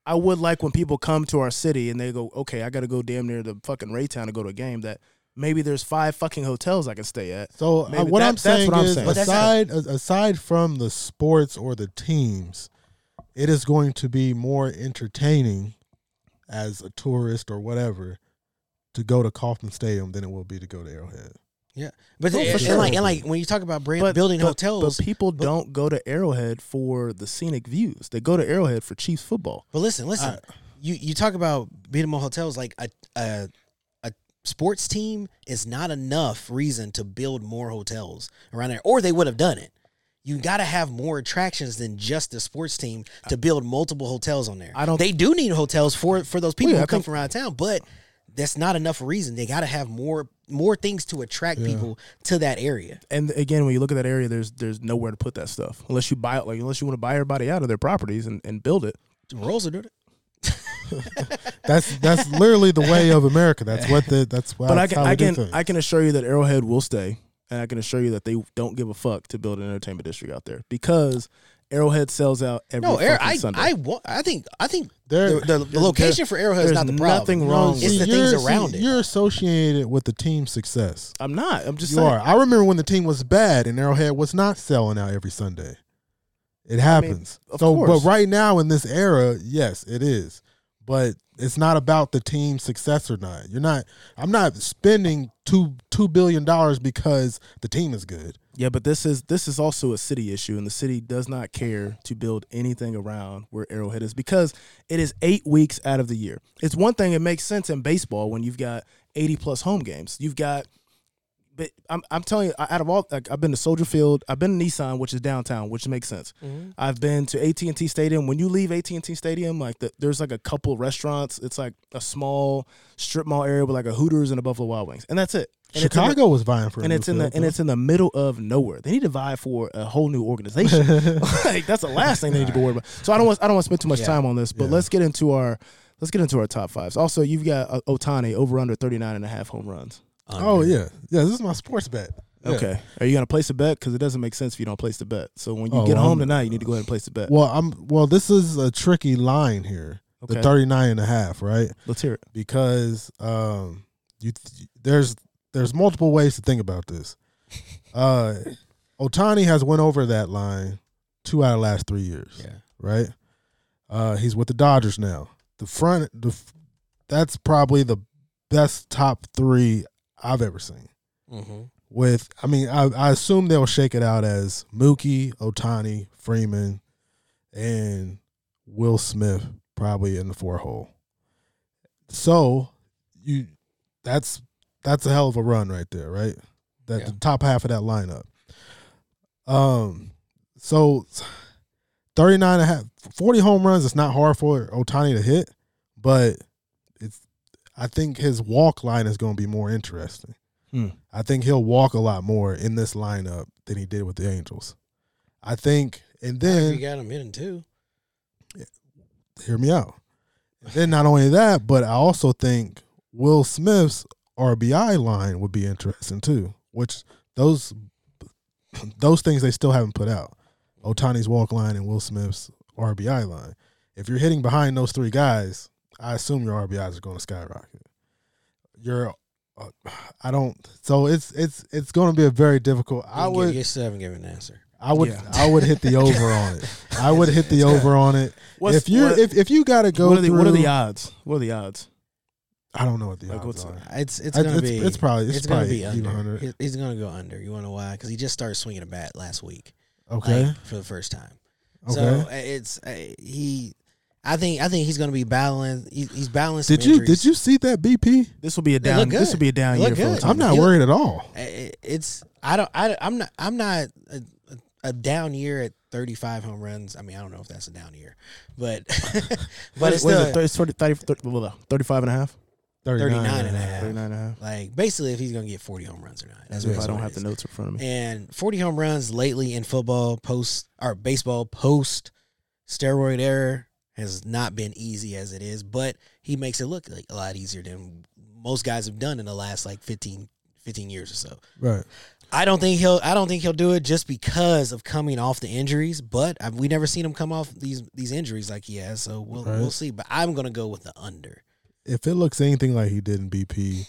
Speaker 3: I would like when people come to our city and they go, okay, I got to go damn near to fucking Raytown to go to a game. That maybe there's five fucking hotels I can stay at.
Speaker 1: So uh,
Speaker 3: Maybe
Speaker 1: what
Speaker 3: that-
Speaker 1: I'm
Speaker 3: that's
Speaker 1: saying
Speaker 3: what I'm
Speaker 1: is,
Speaker 3: saying.
Speaker 4: But that's
Speaker 1: aside a- aside from the sports or the teams, it is going to be more entertaining as a tourist or whatever to go to Kauffman Stadium than it will be to go to Arrowhead.
Speaker 4: But
Speaker 1: Well,
Speaker 4: and,
Speaker 1: for
Speaker 4: and
Speaker 1: sure.
Speaker 4: like and like when you talk about brand,
Speaker 3: Oh, But-
Speaker 4: building
Speaker 3: but-
Speaker 4: hotels,
Speaker 3: But people don't go to Arrowhead for the scenic views. They go to Arrowhead for Chiefs football.
Speaker 4: But listen, listen. you you talk about beatable hotels like a a a sports team is not enough reason to build more hotels around there, or they would have done it. You got to have more attractions than just the sports team to build multiple hotels on there.
Speaker 3: I don't-
Speaker 4: They do need hotels for for those people
Speaker 3: yeah,
Speaker 4: who
Speaker 3: I
Speaker 4: come
Speaker 3: think-
Speaker 4: from around town, but that's not enough reason. They got to have more more things to attract people to that area.
Speaker 3: And again, when you look at that area, there's there's nowhere to put that stuff unless you buy it. Like unless you want to buy everybody out of their properties and, and build it.
Speaker 4: The Royals are doing it.
Speaker 1: That's that's literally the way of America. That's what the that's why.
Speaker 3: But I
Speaker 1: that's
Speaker 3: can
Speaker 1: how we
Speaker 3: I
Speaker 1: do
Speaker 3: can
Speaker 1: things.
Speaker 3: I can assure you that Arrowhead will stay, and I can assure you that they don't give a fuck to build an entertainment district out there because Arrowhead sells out every
Speaker 4: No, Air,
Speaker 3: fucking
Speaker 4: I,
Speaker 3: Sunday.
Speaker 4: I, wa- I think I think
Speaker 1: There-
Speaker 4: the, the, the location for Arrowhead is
Speaker 3: there's
Speaker 4: not the problem.
Speaker 3: nothing wrong
Speaker 4: It's the
Speaker 1: See,
Speaker 4: things
Speaker 1: you're- see,
Speaker 4: around it.
Speaker 1: You're associated with the team's success.
Speaker 3: I'm not. I'm just
Speaker 1: You
Speaker 3: saying.
Speaker 1: are. I remember when the team was bad and Arrowhead was not selling out every Sunday. It happens.
Speaker 3: of
Speaker 1: so,
Speaker 3: course.
Speaker 1: but right now in this era, yes, it is. But it's not about the team's success or not. You're not. I'm not spending two two billion dollars because the team is good.
Speaker 3: Yeah, but this is this is also a city issue, and the city does not care to build anything around where Arrowhead is because it is eight weeks out of the year. It's one thing; it makes sense in baseball when you've got eighty plus home games. You've got, but I'm I'm telling you, out of all, like, I've been to Soldier Field, I've been to Nissan, which is downtown, which makes sense. I've been to AT and T Stadium. When you leave AT and T Stadium, like the, there's like a couple restaurants. It's like a small strip mall area with like a Hooters and a Buffalo Wild Wings, and that's it. And it's in the-
Speaker 1: Chicago was vying for, a
Speaker 3: and
Speaker 1: new
Speaker 3: it's in the
Speaker 1: field,
Speaker 3: and
Speaker 1: though.
Speaker 3: it's in the middle of nowhere. They need to vie for a whole new organization. like that's the last thing they need to be worried about. So I don't want I don't want to spend too much time on this, but let's get into our let's get into our top fives. Also, you've got uh, Otani over under 39 and a half home runs.
Speaker 1: oh yeah, yeah. This is my sports bet. Yeah.
Speaker 3: Okay. Are you going to place a bet cuz it doesn't make sense if you don't place the bet. So when you
Speaker 1: Oh,
Speaker 3: get
Speaker 1: well,
Speaker 3: home
Speaker 1: I'm-
Speaker 3: tonight, you need to go ahead and place the bet.
Speaker 1: Well, I'm. Well, this is a tricky line here.
Speaker 3: Okay.
Speaker 1: The 39 and a half, right?
Speaker 3: let's hear it.
Speaker 1: because um, you th- there's there's multiple ways to think about this. Uh, Otani has went over that line two out of last three years.
Speaker 4: Yeah.
Speaker 1: right. Uh, he's with the Dodgers now. The front, the f- that's probably the best top three I've ever seen.
Speaker 4: Mm-hmm.
Speaker 1: With I mean, I, I assume they'll shake it out as Mookie, Otani, Freeman, and Will Smith probably in the four hole. So you that's that's a hell of a run right there, right? That the top half of that lineup. Um so 39 and a half 40 home runs it's not hard for Otani to hit, but it's I think his walk line is going to be more interesting.
Speaker 3: Hmm.
Speaker 1: I think he'll walk a lot more in this lineup than he did with the Angels. I think and then
Speaker 4: You got him hitting too.
Speaker 1: hear me out. Then not only that, but I also think Will Smith's RBI line would be interesting too, which those those things they still haven't put out. Otani's walk line and Will Smith's RBI line. If you're hitting behind those three guys, I assume your RBIs are going to skyrocket. Your uh, I don't so it's it's it's going to be a very difficult. I
Speaker 4: You
Speaker 1: would
Speaker 4: you still haven't given an answer.
Speaker 1: I would
Speaker 3: Yeah.
Speaker 1: I would hit the over on it. I would hit the over on it.
Speaker 3: What's-
Speaker 1: if you
Speaker 3: what-
Speaker 1: if if you got to go
Speaker 3: what are the
Speaker 1: through,
Speaker 3: what are the odds? What are the odds?
Speaker 1: I don't know what the
Speaker 3: Like,
Speaker 1: odds
Speaker 3: what's
Speaker 1: are.
Speaker 3: the-
Speaker 4: Uh, It's it's
Speaker 1: I-
Speaker 4: gonna
Speaker 1: it's-
Speaker 4: be
Speaker 1: it's probably- it's
Speaker 4: gonna
Speaker 1: probably
Speaker 4: be
Speaker 1: even
Speaker 4: under.
Speaker 1: 100.
Speaker 4: He- He's gonna go under. You wanna know why? Because he just started swinging a bat last week,
Speaker 1: Okay,
Speaker 4: like, for the first time.
Speaker 1: okay.
Speaker 4: So uh, it's uh, he. I think I think he's gonna be battling. He, he's balancing.
Speaker 1: did you did you see that BP?
Speaker 3: This will be a
Speaker 4: They look
Speaker 3: down this
Speaker 4: good.
Speaker 3: will be a down
Speaker 4: They
Speaker 3: year
Speaker 4: look
Speaker 3: for
Speaker 4: good.
Speaker 3: Otani.
Speaker 1: I'm not
Speaker 4: you-
Speaker 1: worried at all.
Speaker 4: I- it's I don't I I'm not I'm not a, a, a down year at 35 home runs. I mean I don't know if that's a down year, but but it's
Speaker 3: What is it?
Speaker 4: still
Speaker 3: 30, 30, 30, blah, blah, blah, 35 and a half?
Speaker 4: 39 and a
Speaker 3: 39
Speaker 4: half.
Speaker 3: and a half.
Speaker 4: Like basically if he's gonna get 40 home runs or not. That's
Speaker 3: if I
Speaker 4: basically
Speaker 3: don't
Speaker 4: what it
Speaker 3: have the
Speaker 4: is.
Speaker 3: notes in front of me.
Speaker 4: And 40 home runs lately in football post or baseball post steroid error has not been easy as it is, but he makes it look like a lot easier than most guys have done in the last like 15 15 years or so.
Speaker 1: Right.
Speaker 4: I don't think he'll. I don't think he'll do it just because of coming off the injuries. But i we never seen him come off these these injuries like he has. So we'll
Speaker 1: Right.
Speaker 4: we'll see. But I'm gonna go with the under.
Speaker 1: If it looks anything like he did in BP,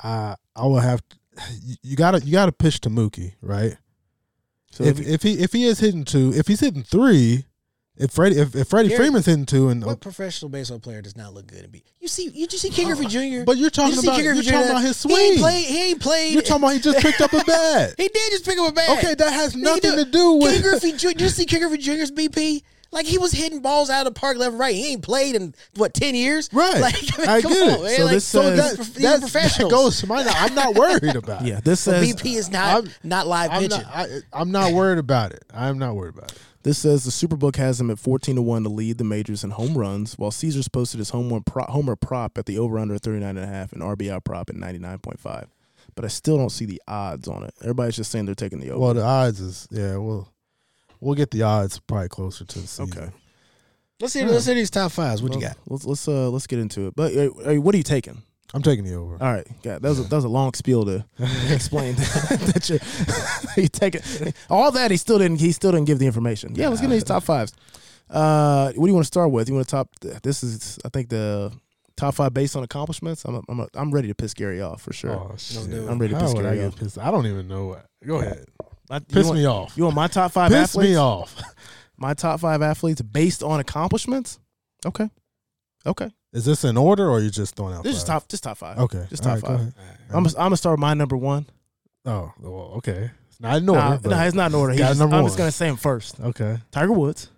Speaker 1: I I will have to, you- you gotta you gotta pitch to Mookie, right?
Speaker 3: So
Speaker 1: if
Speaker 3: if-
Speaker 1: if he if he is hitting two, if he's hitting three, If Freddie if, if Freddie
Speaker 4: Here-
Speaker 1: Freeman's hitting two and
Speaker 4: What professional baseball player does not look good and be? You see, you just see King Griffey Jr.
Speaker 1: Uh, but you're talking
Speaker 4: Did you see
Speaker 1: about
Speaker 4: King
Speaker 1: you're
Speaker 4: Griffey
Speaker 1: talking
Speaker 4: Jr.
Speaker 1: about his
Speaker 4: He ain't
Speaker 1: swing.
Speaker 4: played. He ain't played.
Speaker 1: You're talking about he just picked up a bat.
Speaker 4: he did just pick up a bat.
Speaker 1: okay, that has
Speaker 4: Nigga,
Speaker 1: nothing to
Speaker 4: dude,
Speaker 1: do
Speaker 4: King
Speaker 1: with
Speaker 4: Griffey Jr. Did you see King Griffey Jr.'s BP? Like he was hitting balls out of the park left and right. He ain't played in what ten years,
Speaker 1: Right.
Speaker 4: Like,
Speaker 1: I
Speaker 4: come
Speaker 1: get it.
Speaker 4: on, man.
Speaker 3: So
Speaker 4: Like,
Speaker 3: this
Speaker 1: So
Speaker 3: says-
Speaker 1: that,
Speaker 4: these are
Speaker 1: that, that
Speaker 4: professionals.
Speaker 1: goes to my. I'm not worried about. it.
Speaker 3: Yeah, this
Speaker 4: So
Speaker 3: says
Speaker 4: BP is not
Speaker 1: I'm-
Speaker 4: not live
Speaker 1: I'm
Speaker 4: pitching.
Speaker 1: not, I, I'm not worried about it. I'm not worried about it.
Speaker 3: This says the Superbook has him at 14 to 1 to lead the majors in home runs, while Caesars posted his home run pro- homer prop at the over under 39.5 and RBI prop at 99.5. But I still don't see the odds on it. Everybody's just saying they're taking the over.
Speaker 1: Well, the odds is yeah. We'll we'll get the odds probably closer to the season.
Speaker 3: Okay.
Speaker 4: let's see. Let's see these top fives. What you got?
Speaker 3: Let's let's uh let's get into it. But uh, uh, what are you taking?
Speaker 1: I'm taking the over.
Speaker 3: All right, God, that was a, that was a long spiel to explain that you you taking all that. He still didn't he still didn't give the information. Yeah, let's get into these top fives. Uh, what do you want to start with? You want to top? This is I think the top five based on accomplishments. I'm I'm I'm ready to piss Gary off for sure.
Speaker 1: Oh, shit.
Speaker 4: do it.
Speaker 3: I'm ready to
Speaker 1: How
Speaker 3: piss
Speaker 1: would I
Speaker 3: Gary
Speaker 1: get
Speaker 3: off.
Speaker 1: pissed? I don't even know. What. Go ahead.
Speaker 3: I- you
Speaker 1: Piss
Speaker 3: want-
Speaker 1: me off.
Speaker 3: You want my top five
Speaker 1: Piss
Speaker 3: athletes?
Speaker 1: me off.
Speaker 3: My top five athletes based on accomplishments. Okay, okay.
Speaker 1: Is this in order or you just throwing out?
Speaker 3: This is
Speaker 1: five?
Speaker 3: top just top five.
Speaker 1: Okay.
Speaker 3: just
Speaker 1: All
Speaker 3: top
Speaker 1: right, go
Speaker 3: five.
Speaker 1: ahead.
Speaker 3: I'm gonna, I'm gonna start with my number one.
Speaker 1: Oh, well, okay. It's not in order.
Speaker 3: Nah,
Speaker 1: but-
Speaker 3: nah, it's not in order. He
Speaker 1: Got
Speaker 3: just- I'm
Speaker 1: number
Speaker 3: just
Speaker 1: one.
Speaker 3: gonna say him first.
Speaker 1: okay.
Speaker 3: Tiger Woods.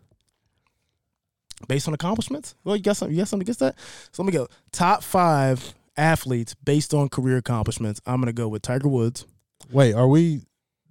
Speaker 3: Based on accomplishments? Well, you got something you got something against that? So let me go. Top five athletes based on career accomplishments. I'm gonna go with Tiger Woods.
Speaker 1: Wait, are we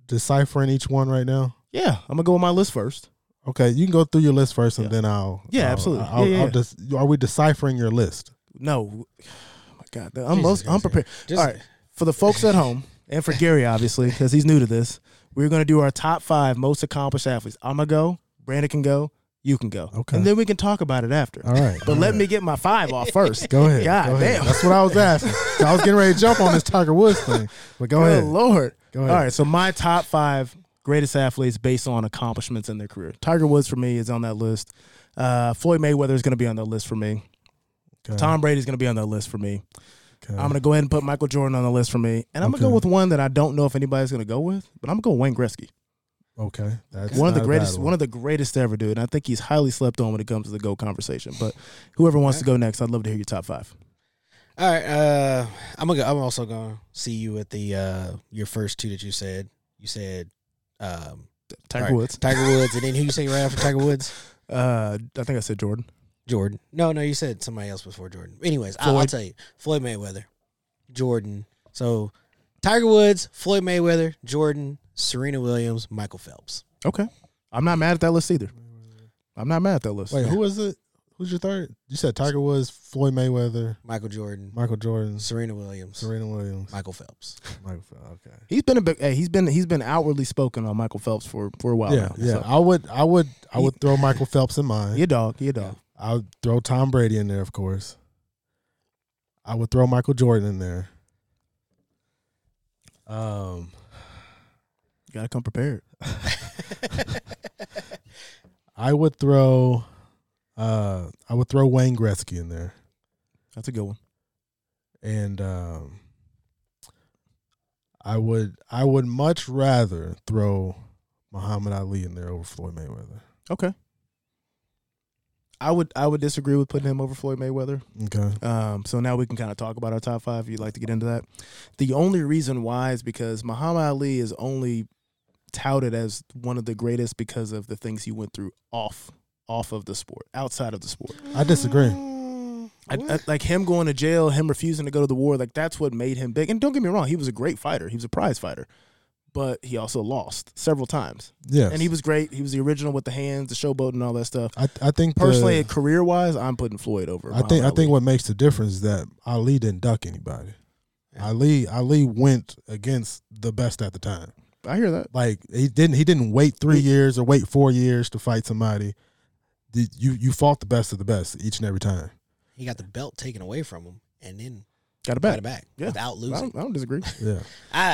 Speaker 1: deciphering each one right now?
Speaker 3: Yeah, I'm gonna go with my list first.
Speaker 1: Okay, you can go through your list first, and
Speaker 3: Yeah.
Speaker 1: then I'll.
Speaker 3: Yeah,
Speaker 1: I'll-
Speaker 3: absolutely.
Speaker 1: I'll,
Speaker 3: Yeah, yeah,
Speaker 1: I'll
Speaker 3: yeah.
Speaker 1: des- are we deciphering your list?
Speaker 3: No. Oh my god, I'm
Speaker 4: Jesus
Speaker 3: most
Speaker 4: Christ.
Speaker 3: unprepared.
Speaker 4: Just-
Speaker 3: All right. For the folks at home and for Gary, obviously, because he's new to this, we're gonna do our top five most accomplished athletes. I'm gonna go, Brandon can go, you can go.
Speaker 1: Okay.
Speaker 3: And then we can talk about it after.
Speaker 1: All right.
Speaker 3: But let me get my five off first.
Speaker 1: Go ahead.
Speaker 3: God
Speaker 1: go ahead.
Speaker 3: damn.
Speaker 1: That's what I was asking. 'Cause I was getting ready to jump on this Tiger Woods thing, but go
Speaker 3: Good
Speaker 1: ahead.
Speaker 3: Lord.
Speaker 1: Go ahead.
Speaker 3: All right. So my top five greatest athletes based on accomplishments in their career. Tiger Woods for me is on that list. Uh, Floyd Mayweather is going to be on that list for me.
Speaker 1: Okay.
Speaker 3: Tom Brady is going to be on that list for me.
Speaker 1: Okay.
Speaker 3: I'm going to go ahead and put Michael Jordan on the list for me. And I'm going to
Speaker 1: Okay.
Speaker 3: go with one that I don't know if anybody's going to go with, but I'm going to go Wayne Gretzky.
Speaker 1: okay. That's
Speaker 3: one of the
Speaker 1: not a
Speaker 3: greatest
Speaker 1: bad
Speaker 3: one of the greatest to ever do it. And I think he's highly slept on when it comes to the GO conversation. But whoever wants to go next, I'd love to hear your top five.
Speaker 4: All right, uh, I'm gonna. go- I'm also gonna see you at the uh, your first two that you said. You said um,
Speaker 3: Tiger
Speaker 4: all right,
Speaker 3: Woods.
Speaker 4: Tiger Woods, and then who you say right after Tiger Woods?
Speaker 3: Uh, I think I said Jordan.
Speaker 4: Jordan. No, no, you said somebody else before Jordan. Anyways, I, I'll
Speaker 3: Floyd.
Speaker 4: tell you. Floyd Mayweather, Jordan. So Tiger Woods, Floyd Mayweather, Jordan, Serena Williams, Michael Phelps.
Speaker 3: Okay. I'm not mad at that list either. I'm not mad at that list.
Speaker 1: Wait, who is it? Who's your third? You said Tiger Woods, Floyd Mayweather,
Speaker 4: Michael Jordan,
Speaker 1: Michael Jordan,
Speaker 4: Serena Williams,
Speaker 1: Serena Williams,
Speaker 4: Michael Phelps.
Speaker 1: Michael. Phelps. Okay.
Speaker 3: He's been a big. Hey, he's been he's been outwardly spoken on Michael Phelps for for a while.
Speaker 1: yeah,
Speaker 3: now.
Speaker 1: yeah.
Speaker 3: So,
Speaker 1: I would, I would, I would throw Michael Phelps in mine.
Speaker 3: your dog, your dog.
Speaker 1: I would throw Tom Brady in there, of course. I would throw Michael Jordan in there. Um,
Speaker 3: You gotta come prepared.
Speaker 1: I would throw, uh, I would throw Wayne Gretzky in there,
Speaker 3: That's a good one.
Speaker 1: and um, I would, I would much rather throw Muhammad Ali in there over Floyd Mayweather.
Speaker 3: Okay. I would I would disagree with putting him over Floyd Mayweather.
Speaker 1: Okay.
Speaker 3: Um, so now we can kind of talk about our top five. If you'd like to get into that, the only reason why is because Muhammad Ali is only touted as one of the greatest because of the things he went through off off of the sport, outside of the sport.
Speaker 1: I disagree.
Speaker 3: Mm. I, I- like him going to jail, him refusing to go to the war, like that's what made him big. And don't get me wrong, he was a great fighter. He was a prize fighter, but he also lost several times.
Speaker 1: Yes.
Speaker 3: And he was great. He was the original with the hands, the showboat, and all that stuff.
Speaker 1: I, I think the-
Speaker 3: Personally, career wise, I'm putting Floyd over.
Speaker 1: I think I
Speaker 3: Muhammad
Speaker 1: think
Speaker 3: Ali.
Speaker 1: what makes the difference is that Ali didn't duck anybody. Ali Ali went against the best at the time.
Speaker 3: I hear that.
Speaker 1: Like he didn't he didn't wait three years or wait four years to fight somebody. Did- You you fought the best of the best each and every time.
Speaker 4: He got the belt taken away from him and then
Speaker 3: Got a
Speaker 4: got
Speaker 3: back.
Speaker 4: it back
Speaker 3: Yeah.
Speaker 4: without
Speaker 3: I
Speaker 4: losing.
Speaker 3: don't, I don't disagree.
Speaker 1: Yeah,
Speaker 4: I,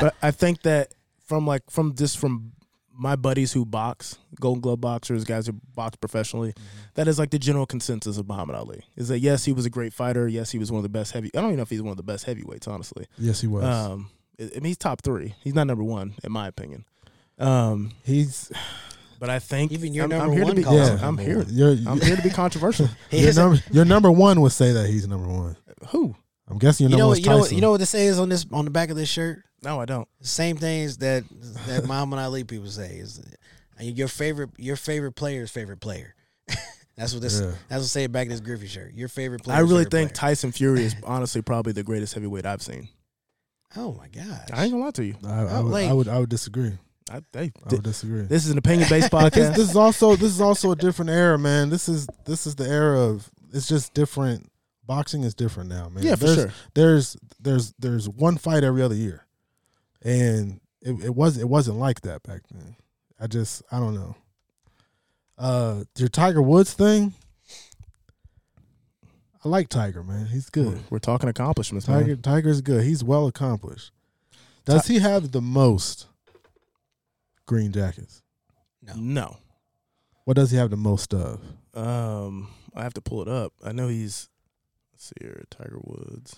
Speaker 3: but I think that from like from just from my buddies who box, Golden Glove boxers, guys who box professionally,
Speaker 4: Mm-hmm.
Speaker 3: that is like the general consensus of Muhammad Ali is that yes, he was a great fighter. Yes, he was one of the best heavy. I don't even know if he's one of the best heavyweights, honestly.
Speaker 1: yes he was.
Speaker 3: Um, I I mean, he's top three. He's not number one in my opinion. Um,
Speaker 1: he's
Speaker 3: But I think
Speaker 4: Even your
Speaker 3: I'm, I'm
Speaker 4: number
Speaker 3: here
Speaker 4: one
Speaker 3: to be.
Speaker 4: calls
Speaker 1: Yeah.
Speaker 4: him
Speaker 3: oh, I'm
Speaker 4: number
Speaker 3: here.
Speaker 4: one.
Speaker 1: Your,
Speaker 3: I'm here to be controversial.
Speaker 4: He
Speaker 1: your,
Speaker 4: is a-
Speaker 1: number, your number one would say that he's number one.
Speaker 3: Who?
Speaker 1: I'm guessing your
Speaker 4: you
Speaker 1: number
Speaker 4: know,
Speaker 1: one's
Speaker 4: what- you know, what-
Speaker 1: Tyson.
Speaker 4: you know what this is on this on the back of this shirt.
Speaker 3: No, I don't.
Speaker 4: The same things that that Muhammad Ali people say is uh, your favorite your favorite player's favorite player. that's what this.
Speaker 1: Yeah.
Speaker 4: That's what say back in this Griffey shirt. Your favorite player.
Speaker 3: I really think Tyson Fury is honestly probably the greatest heavyweight I've seen.
Speaker 4: oh my gosh.
Speaker 3: I ain't gonna lie to you.
Speaker 1: I, I,
Speaker 4: Oh,
Speaker 1: would,
Speaker 4: like-
Speaker 1: I would I would disagree.
Speaker 3: I, they,
Speaker 1: I would disagree.
Speaker 3: this is an opinion based
Speaker 1: this,
Speaker 3: podcast.
Speaker 1: this is also this is also a different era, man. This is this is the era of it's just different. Boxing is different now, man.
Speaker 3: Yeah, for
Speaker 1: there's,
Speaker 3: sure.
Speaker 1: There's there's there's one fight every other year, and it, it was it wasn't like that back then. I just I don't know. Uh, your Tiger Woods thing. I like Tiger, man. He's good.
Speaker 3: We're talking accomplishments, man.
Speaker 1: Hmm. Tiger Tiger's good. He's well accomplished. Does he have the most green jackets?
Speaker 3: No.
Speaker 1: What does he have the most of?
Speaker 3: Um, I have to pull it up. I know he's. Let's see here, Tiger Woods,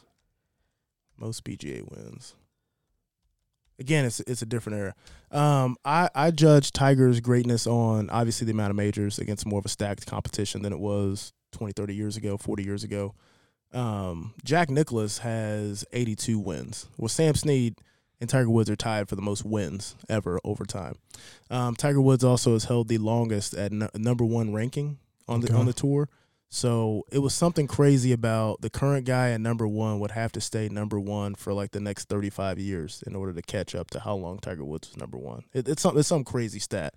Speaker 3: most PGA wins. Again, it's it's a different era. Um, I I judge Tiger's greatness on obviously the amount of majors against more of a stacked competition than it was 20, 30 years ago, 40 years ago. Um, Jack Nicholas has 82 wins. Well, Sam Snead and Tiger Woods are tied for the most wins ever over time. Um, Tiger Woods also has held the longest at n- number one ranking on the
Speaker 1: Okay.
Speaker 3: on the tour. So it was something crazy about the current guy at number one would have to stay number one for like the next thirty five years in order to catch up to how long Tiger Woods was number one. It, it's some it's some crazy stat,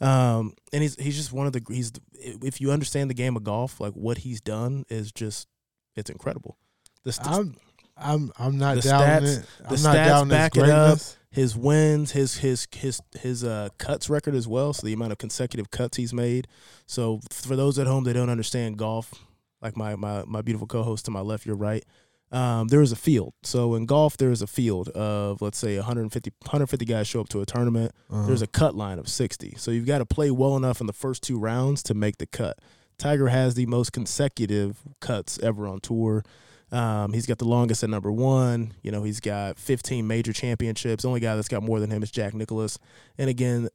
Speaker 3: um, and he's he's just one of the he's if you understand the game of golf, like what he's done is just it's incredible. The st-
Speaker 1: I'm I'm I'm not
Speaker 3: The
Speaker 1: doubting
Speaker 3: stats-
Speaker 1: it.
Speaker 3: the
Speaker 1: I'm not
Speaker 3: stats
Speaker 1: doubting his
Speaker 3: back it up.
Speaker 1: greatness.
Speaker 3: his wins, his his his his uh, cuts record as well. So the amount of consecutive cuts he's made. So for those at home that don't understand golf, like my my my beautiful co-host to my left, your right. Um, there is a field. So in golf, there is a field of let's say 150 150 guys show up to a tournament.
Speaker 1: Uh-huh.
Speaker 3: There's a cut line of 60. So you've got to play well enough in the first two rounds to make the cut. Tiger has the most consecutive cuts ever on tour. Um, he's got the longest at number one. You know, he's got 15 major championships. The only guy that's got more than him is Jack Nicholas. And again,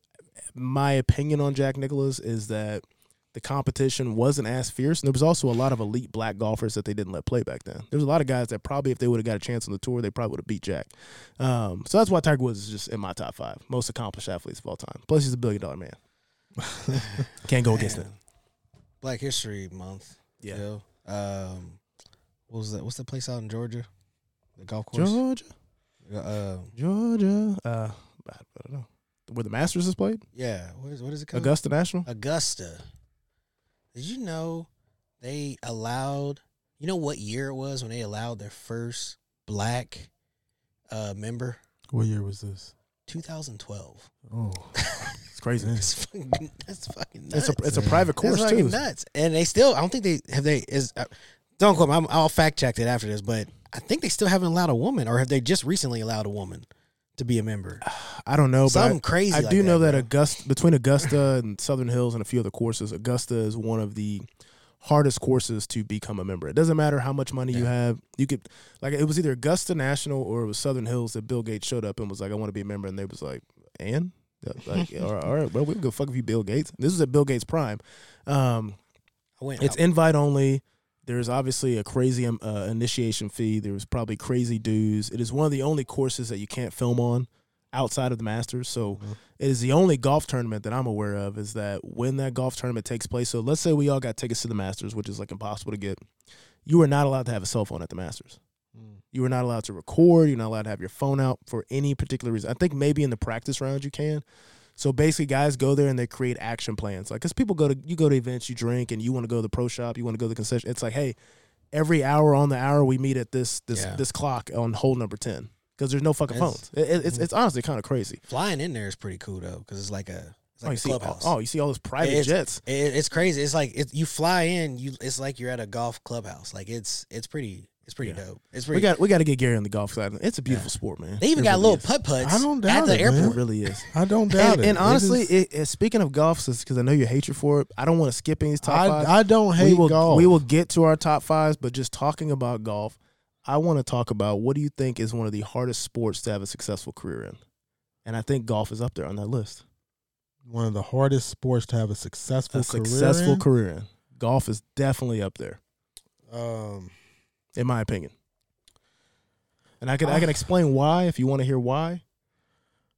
Speaker 3: my opinion on Jack Nicholas is that the competition wasn't as fierce. And there was also a lot of elite black golfers that they didn't let play back then. There was a lot of guys that probably, if they would have got a chance on the tour, they probably would have beat Jack. Um, so that's why Tiger Woods is just in my top five most accomplished athletes of all time. Plus, he's a billion dollar man. Can't go against it.
Speaker 4: Man. Black History Month.
Speaker 3: Yeah.
Speaker 4: Phil. Um, what was that? What's the place out in Georgia? The golf course.
Speaker 3: Georgia,
Speaker 4: Uh,
Speaker 3: Georgia. Uh, I don't know where the Masters is played.
Speaker 4: yeah. What is, what is it called?
Speaker 3: Augusta National.
Speaker 4: Augusta. Did you know they allowed? You know what year it was when they allowed their first black uh, member?
Speaker 1: What year was this?
Speaker 4: 2012.
Speaker 1: Oh,
Speaker 3: It's crazy.
Speaker 4: That's fucking. That's fucking
Speaker 3: It's
Speaker 4: nuts.
Speaker 3: a it's a private
Speaker 4: That's
Speaker 3: course
Speaker 4: fucking
Speaker 3: too.
Speaker 4: nuts. And they still. I don't think they have they is. Uh, don't quote me. I'm, I'll fact check it after this, but I think they still haven't allowed a woman, or have they just recently allowed a woman to be a member?
Speaker 3: I don't know, but I-
Speaker 4: Something crazy.
Speaker 3: I
Speaker 4: like
Speaker 3: do know that
Speaker 4: bro.
Speaker 3: Augusta between Augusta and Southern Hills and a few other courses, Augusta is one of the hardest courses to become a member. It doesn't matter how much money you have. You could like it was either Augusta National or it was Southern Hills that Bill Gates showed up and was like, I want to be a member and they was like, And? Like, all right, all right, well, we can go fuck if you Bill Gates. This was at Bill Gates Prime. Um
Speaker 4: I went.
Speaker 3: it's invite only. There's obviously a crazy um, uh, initiation fee. There was probably crazy dues. It is one of the only courses that you can't film on outside of the Masters. So it is the only golf tournament that I'm aware of is that when that golf tournament takes place. So let's say we all got tickets to the Masters, which is like impossible to get. You are not allowed to have a cell phone at the Masters.
Speaker 4: Hmm.
Speaker 3: You are not allowed to record. You're not allowed to have your phone out for any particular reason. I think maybe in the practice rounds you can. So basically, guys go there and they create action plans. Like, because people go to you go to events, you drink, and you want to go to the pro shop, you want to go to the concession. It's like, hey, every hour on the hour we meet at this this
Speaker 4: Yeah.
Speaker 3: this clock on hole number ten because there's no fucking phones.
Speaker 4: It's-
Speaker 3: It, it- it's it's honestly kind of crazy.
Speaker 4: flying in there is pretty cool though, because it's like a it's like
Speaker 3: oh, you
Speaker 4: a
Speaker 3: see, all,
Speaker 4: clubhouse.
Speaker 3: oh, you see all those private
Speaker 4: It's-
Speaker 3: jets.
Speaker 4: It, it's crazy. It's like it, you fly in, you it's like you're at a golf clubhouse. Like it's it's pretty it's pretty
Speaker 3: Yeah.
Speaker 4: dope. It's
Speaker 3: We
Speaker 4: pretty.
Speaker 3: got we got to get Gary on the golf side. It's a beautiful sport, man.
Speaker 4: they even
Speaker 3: It
Speaker 4: got
Speaker 3: really
Speaker 4: little
Speaker 3: is.
Speaker 4: putt putts
Speaker 1: I don't
Speaker 4: at
Speaker 1: doubt
Speaker 4: the
Speaker 1: it, man.
Speaker 4: airport.
Speaker 3: It really is.
Speaker 1: I don't doubt
Speaker 3: And,
Speaker 1: it.
Speaker 3: and
Speaker 1: It
Speaker 3: honestly,
Speaker 1: is-
Speaker 3: it, it, speaking of golf, because I know you hate you for it, I don't want to skip any top five.
Speaker 1: I, I don't hate
Speaker 3: we will
Speaker 1: golf.
Speaker 3: we will get to our top fives, but just talking about golf, I want to talk about what do you think is one of the hardest sports to have a successful career in, and I think golf is up there on that list.
Speaker 1: one of the hardest sports to have a successful
Speaker 3: a
Speaker 1: career.
Speaker 3: successful
Speaker 1: in.
Speaker 3: career in. Golf is definitely up there,
Speaker 1: Um,
Speaker 3: in my opinion. And I can I can
Speaker 1: Ah.
Speaker 3: explain why if you want to hear why,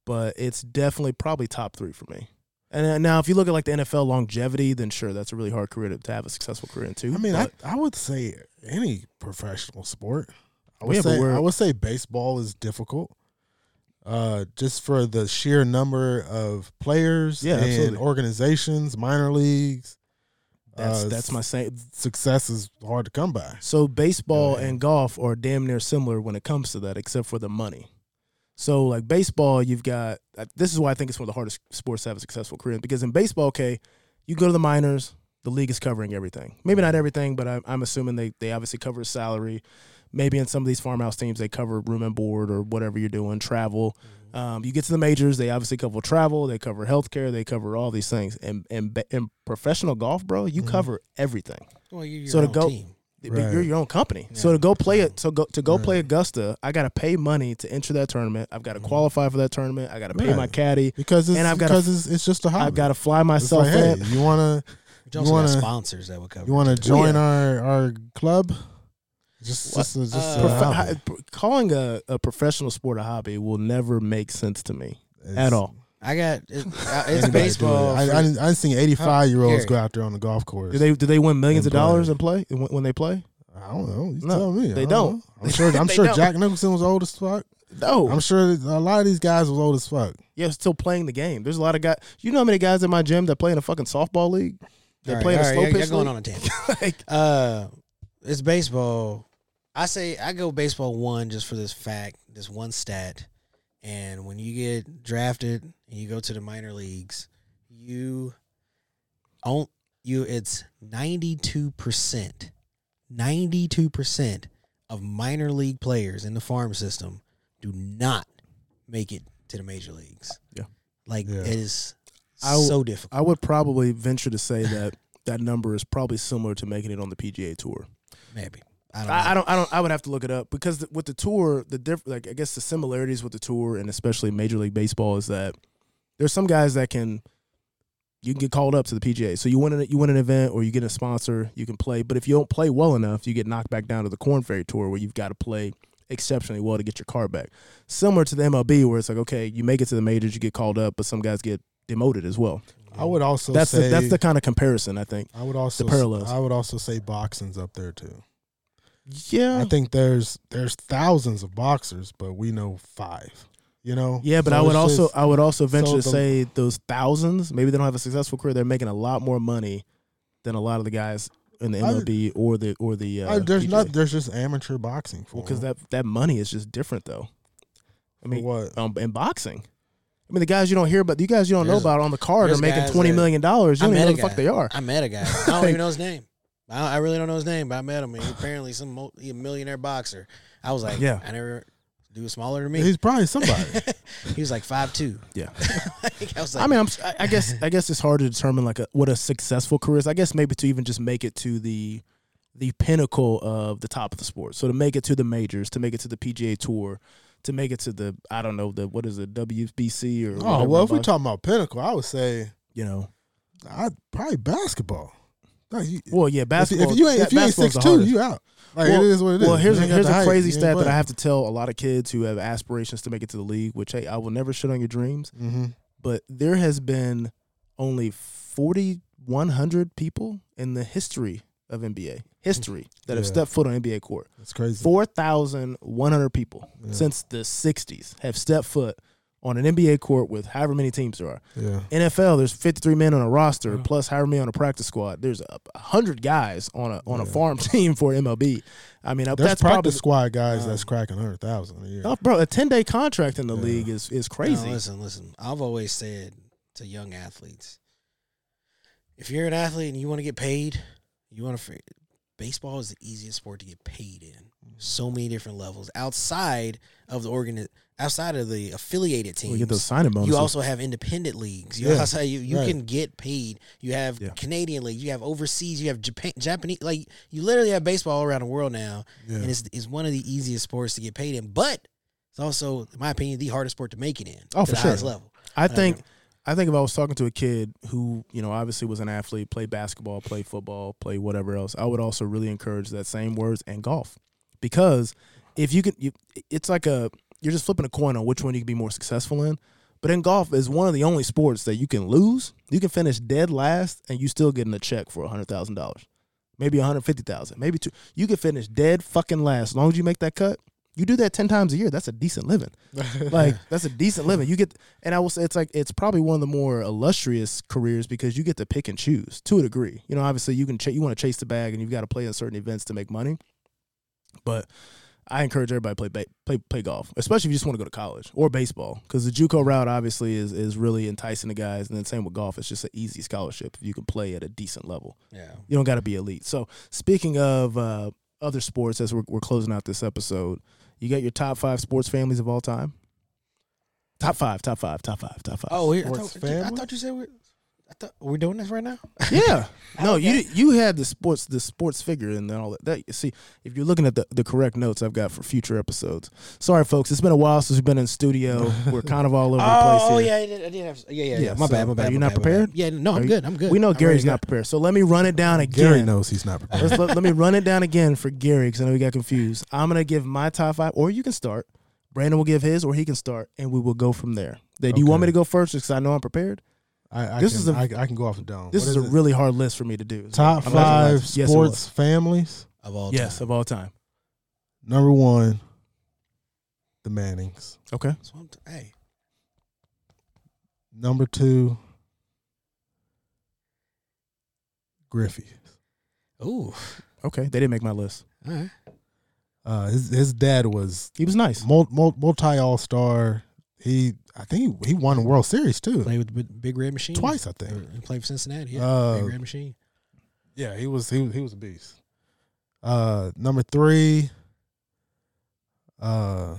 Speaker 3: but it's definitely probably top three for me. And uh, now, if you look at like the NFL longevity, then sure, that's a really hard career to, to have a successful career in too.
Speaker 1: I mean, I,
Speaker 3: but
Speaker 1: I would say any professional sport. I
Speaker 3: Yeah,
Speaker 1: would
Speaker 3: but
Speaker 1: say
Speaker 3: we're-
Speaker 1: I would say baseball is difficult. Uh, just for the sheer number of players
Speaker 3: Yeah,
Speaker 1: and
Speaker 3: absolutely.
Speaker 1: organizations, minor leagues,
Speaker 3: that's
Speaker 1: uh,
Speaker 3: that's my saying.
Speaker 1: success is hard to come by.
Speaker 3: So baseball
Speaker 1: Go ahead.
Speaker 3: and golf are damn near similar when it comes to that, except for the money. So like baseball, you've got uh, this is why I think it's one of the hardest sports to have a successful career in, because in baseball, okay, you go to the minors, the league is covering everything. Maybe not everything, but I, I'm assuming they they obviously cover salary. Maybe in some of these farmhouse teams, they cover room and board or whatever you're doing, travel.
Speaker 1: Mm-hmm.
Speaker 3: Um, you get to the majors, they obviously cover travel, they cover healthcare, they cover all these things. And and, ba- and professional golf, bro,
Speaker 1: Mm-hmm.
Speaker 3: you cover everything
Speaker 4: Well, you're your
Speaker 3: So to
Speaker 4: own
Speaker 3: go-
Speaker 4: team.
Speaker 3: but
Speaker 1: Right.
Speaker 3: you're your own company. So
Speaker 4: Yeah.
Speaker 3: to go play it, so go, to go play Augusta, I gotta pay money to enter that tournament. I've
Speaker 4: Mm-hmm.
Speaker 3: got to qualify for that tournament. I gotta pay my
Speaker 1: Right.
Speaker 3: caddy.
Speaker 1: Because it's
Speaker 3: And I've got
Speaker 1: because it's, it's just a hobby.
Speaker 3: I've got to fly
Speaker 1: It's
Speaker 3: myself
Speaker 1: like, hey,
Speaker 3: in.
Speaker 1: you wanna
Speaker 4: But you also got
Speaker 1: wanna-
Speaker 4: sponsors that would cover.
Speaker 1: you wanna
Speaker 4: it, too.
Speaker 1: join
Speaker 3: Oh, yeah.
Speaker 1: our our club? Just just, a- just a
Speaker 4: Uh,
Speaker 3: Prof-
Speaker 1: hobby.
Speaker 3: hi- pr- calling a, a professional sport a hobby will never make sense to me
Speaker 1: It's-
Speaker 3: at all.
Speaker 4: I got it, uh, it's
Speaker 1: anybody do it.
Speaker 4: baseball.
Speaker 1: I, I,
Speaker 4: for-
Speaker 1: didn't- I didn't see eighty five year olds
Speaker 4: Here.
Speaker 1: go out there on the golf course.
Speaker 3: Do they do they win millions of
Speaker 1: And play.
Speaker 3: dollars and play when, when they play?
Speaker 1: I don't know. You
Speaker 3: No,
Speaker 1: tell me. I
Speaker 3: they don't.
Speaker 1: know. I'm sure. I'm
Speaker 3: They
Speaker 1: sure
Speaker 3: don't.
Speaker 1: Jack Nicholson was old as fuck.
Speaker 3: No,
Speaker 1: I'm sure that a lot of these guys was old as fuck.
Speaker 3: yeah, still playing the game. There's a lot of guys. You know how many guys in my gym that play in a fucking softball league? They
Speaker 4: All right,
Speaker 3: play in a
Speaker 4: all right,
Speaker 3: slow
Speaker 4: y'all- y'all
Speaker 3: pitch
Speaker 4: going
Speaker 3: league?
Speaker 4: on a tangent.
Speaker 3: Like,
Speaker 4: Uh, it's baseball. I say I go baseball one just for this fact, this one stat. And when you get drafted and you go to the minor leagues, you on you it's ninety two percent, ninety two percent of minor league players in the farm system do not make it to the major leagues.
Speaker 3: Yeah.
Speaker 4: like
Speaker 1: Yeah.
Speaker 4: it is
Speaker 3: I w-
Speaker 4: so difficult.
Speaker 3: I would probably venture to say that that number is probably similar to making it on the PGA tour.
Speaker 4: Maybe I don't. Know.
Speaker 3: I, I don't. I don't. I would have to look it up because th- with the tour, the diff, like I guess the similarities with the tour and especially Major League Baseball is that there's some guys that can you can get called up to the PGA. So you win an you win an event or you get a sponsor, you can play. But if you don't play well enough, you get knocked back down to the Corn Ferry Tour where you've got to play exceptionally well to get your card back. Similar to the MLB where it's like okay, you make it to the majors, you get called up, but some guys get demoted as well.
Speaker 1: I would also
Speaker 3: That's
Speaker 1: say
Speaker 3: the, that's the kind of comparison I think.
Speaker 1: I would also
Speaker 3: the parallels.
Speaker 1: I would also say boxing's up there too.
Speaker 3: Yeah,
Speaker 1: I think there's there's thousands of boxers, but we know five. You know.
Speaker 3: Yeah, but
Speaker 1: So
Speaker 3: I would
Speaker 1: it's
Speaker 3: also
Speaker 1: just-
Speaker 3: I would also venture
Speaker 1: so
Speaker 3: to
Speaker 1: the-
Speaker 3: say those thousands, maybe they don't have a successful career, they're making a lot more money than a lot of the guys in the
Speaker 1: I-
Speaker 3: MLB or the or the uh,
Speaker 1: I- there's
Speaker 3: PGA.
Speaker 1: not there's just amateur boxing for
Speaker 3: well, cuz
Speaker 1: them.
Speaker 3: that that money is just different though. I
Speaker 1: For
Speaker 3: mean,
Speaker 1: what
Speaker 3: um, in boxing. I mean, the guys you don't hear about, you guys you don't know
Speaker 4: There's-
Speaker 3: about on the card are
Speaker 4: there's
Speaker 3: making
Speaker 4: guys
Speaker 3: twenty
Speaker 4: that-
Speaker 3: million dollars. You
Speaker 4: I
Speaker 3: don't
Speaker 4: met
Speaker 3: even know who the
Speaker 4: a
Speaker 3: fuck
Speaker 4: guy.
Speaker 3: they are.
Speaker 4: I met a guy. I don't even know his name. I, I really don't know his name, but I met him. And he apparently some mo- he a millionaire boxer. I was like,
Speaker 3: Yeah.
Speaker 4: yeah, I never. Dude was smaller than me.
Speaker 1: he's probably somebody.
Speaker 4: he was like five two.
Speaker 3: Yeah.
Speaker 4: like, I was like,
Speaker 3: I mean, I'm, si guess I guess it's hard to determine like a, what a successful career is. I guess maybe to even just make it to the the pinnacle of the top of the sport. So to make it to the majors, to make it to the PGA Tour, to make it to the I don't know the what is it WBC or
Speaker 1: oh
Speaker 3: whatever
Speaker 1: well, if we
Speaker 3: box-
Speaker 1: talking about pinnacle, I would say
Speaker 3: you know
Speaker 1: I probably basketball. Like, you-
Speaker 3: well yeah
Speaker 1: if-
Speaker 3: basketball.
Speaker 1: if you ain't if
Speaker 3: that-
Speaker 1: you ain't
Speaker 3: basketball's
Speaker 1: six
Speaker 3: the
Speaker 1: two,
Speaker 3: hardest.
Speaker 1: you out. Like
Speaker 3: well,
Speaker 1: it is what it is.
Speaker 3: well, here's
Speaker 1: You
Speaker 3: a,
Speaker 1: ain't got
Speaker 3: here's
Speaker 1: the
Speaker 3: a
Speaker 1: height,
Speaker 3: crazy
Speaker 1: you ain't
Speaker 3: stat that I
Speaker 1: playing.
Speaker 3: have to tell a lot of kids who have aspirations to make it to the league. Which hey, I will never shit on your dreams.
Speaker 1: Mhm.
Speaker 3: but there has been only 4100 people in the history of NBA history that have
Speaker 1: Yeah.
Speaker 3: stepped foot on NBA court.
Speaker 1: It's crazy.
Speaker 3: 4100 people
Speaker 1: Yeah.
Speaker 3: since the 60s have stepped foot on an NBA court with however many teams there are.
Speaker 1: yeah.
Speaker 3: NFL there's 53 men on a roster plus however many on a practice squad. There's a 100 guys on a on a farm team for MLB. I mean, uh,
Speaker 1: There's
Speaker 3: that's probably Uh,
Speaker 1: practice squad guys that's cracking hundred thousand a year.
Speaker 3: Oh, bro, a 10-day contract in the league is is crazy.
Speaker 4: No, listen, listen. I've always said to young athletes, if you're an athlete and you want to get paid, you want to. Baseball is the easiest sport to get paid in.
Speaker 3: Mm.
Speaker 4: So many different levels outside of the organ, outside of the affiliated teams.
Speaker 3: we get those signing bonuses.
Speaker 4: You also have independent leagues. You
Speaker 1: Yeah,
Speaker 4: also you, you
Speaker 1: right.
Speaker 4: can get paid. You have
Speaker 3: Yeah.
Speaker 4: Canadian leagues. You have overseas. You have Japan, Japanese. Like you literally have baseball all around the world now,
Speaker 1: Yeah.
Speaker 4: and it's it's one of the easiest sports to get paid in. But it's also, in my opinion, the hardest sport to make it in.
Speaker 3: Oh,
Speaker 4: to
Speaker 3: for
Speaker 4: the
Speaker 3: sure.
Speaker 4: highest level.
Speaker 3: I think I think if I was talking to a kid who, you know, obviously was an athlete, played basketball, played football, played whatever else, I would also really encourage that same words and golf. Because if you can, you, it's like a, you're just flipping a coin on which one you can be more successful in. But in golf is one of the only sports that you can lose. You can finish dead last and you still getting a check for $100,000. Maybe 150,000, maybe two. You can finish dead fucking last as long as you make that cut. You do that 10 times a year, that's a decent living like that's a decent living. You get, and I will say it's like it's probably one of the more illustrious careers because you get to pick and choose to a degree. You know, obviously you can ch- you want to chase the bag and you've got to play in certain events to make money. But I encourage everybody to play ba- play play golf, especially if you just want to go to college or baseball, because the JUCO route obviously is is really enticing to guys. And then same with golf, it's just an easy scholarship if you can play at a decent level.
Speaker 4: Yeah.
Speaker 3: You don't got to be elite. So speaking of uh, other sports, as we're, we're closing out this episode, you got your top five sports families of all time. Top five, top five, top five, top five.
Speaker 4: Oh, we- I
Speaker 1: Sports
Speaker 4: thought, dude, I
Speaker 1: family?
Speaker 4: thought you said we're. I thought we're doing this right now.
Speaker 3: yeah. No, you did- you had the sports the sports figure and then all that. that. See, if you're looking at the, the correct notes I've got for future episodes. Sorry, folks, it's been a while since we've been in studio. We're kind of all over the place
Speaker 4: oh,
Speaker 3: here.
Speaker 4: yeah, I did, I did have. Yeah, yeah,
Speaker 3: Yeah,
Speaker 4: yeah. My
Speaker 3: so
Speaker 4: bad, my bad.
Speaker 3: are you not
Speaker 4: my bad, my bad.
Speaker 3: prepared?
Speaker 4: Yeah, no,
Speaker 3: Are
Speaker 4: I'm
Speaker 3: you-
Speaker 4: good. I'm good.
Speaker 3: We know
Speaker 4: I'm ready
Speaker 3: Gary's
Speaker 4: to go.
Speaker 3: not prepared, so let me run it down again. uh,
Speaker 1: Gary knows he's not prepared.
Speaker 3: Let's, let, let me run it down again for Gary because I know he got confused. I'm gonna give my top five, or you can start. Brandon will give his, or he can start, and we will go from there. Then, Do you want me
Speaker 1: Okay.
Speaker 3: to go first? Because I know I'm prepared.
Speaker 1: I, I
Speaker 3: This
Speaker 1: can,
Speaker 3: is a-
Speaker 1: I- I can go off and down.
Speaker 3: This
Speaker 1: What
Speaker 3: is, a
Speaker 1: it?
Speaker 3: really hard list for me to do.
Speaker 1: top
Speaker 3: I'm not gonna lie.
Speaker 1: five
Speaker 3: Yes, it
Speaker 1: sports families.
Speaker 4: Of all
Speaker 3: was. Yes,
Speaker 4: time.
Speaker 3: of all time.
Speaker 1: Number one, the Mannings.
Speaker 3: Okay.
Speaker 4: So I'm t- hey,
Speaker 1: Number two, Griffey.
Speaker 4: ooh, all
Speaker 3: Okay. They didn't make my list.
Speaker 4: right.
Speaker 1: Uh, his his dad was
Speaker 3: He was nice.
Speaker 1: multi All Star. He I think he, he won a World Series too
Speaker 4: Play with the big- Big Red Machine
Speaker 1: twice. I
Speaker 4: Or
Speaker 1: think.
Speaker 4: he played for Cincinnati. Yeah,
Speaker 1: Uh,
Speaker 4: Big Red Machine.
Speaker 1: Yeah, he was he was, he was a beast. Uh, number three, uh,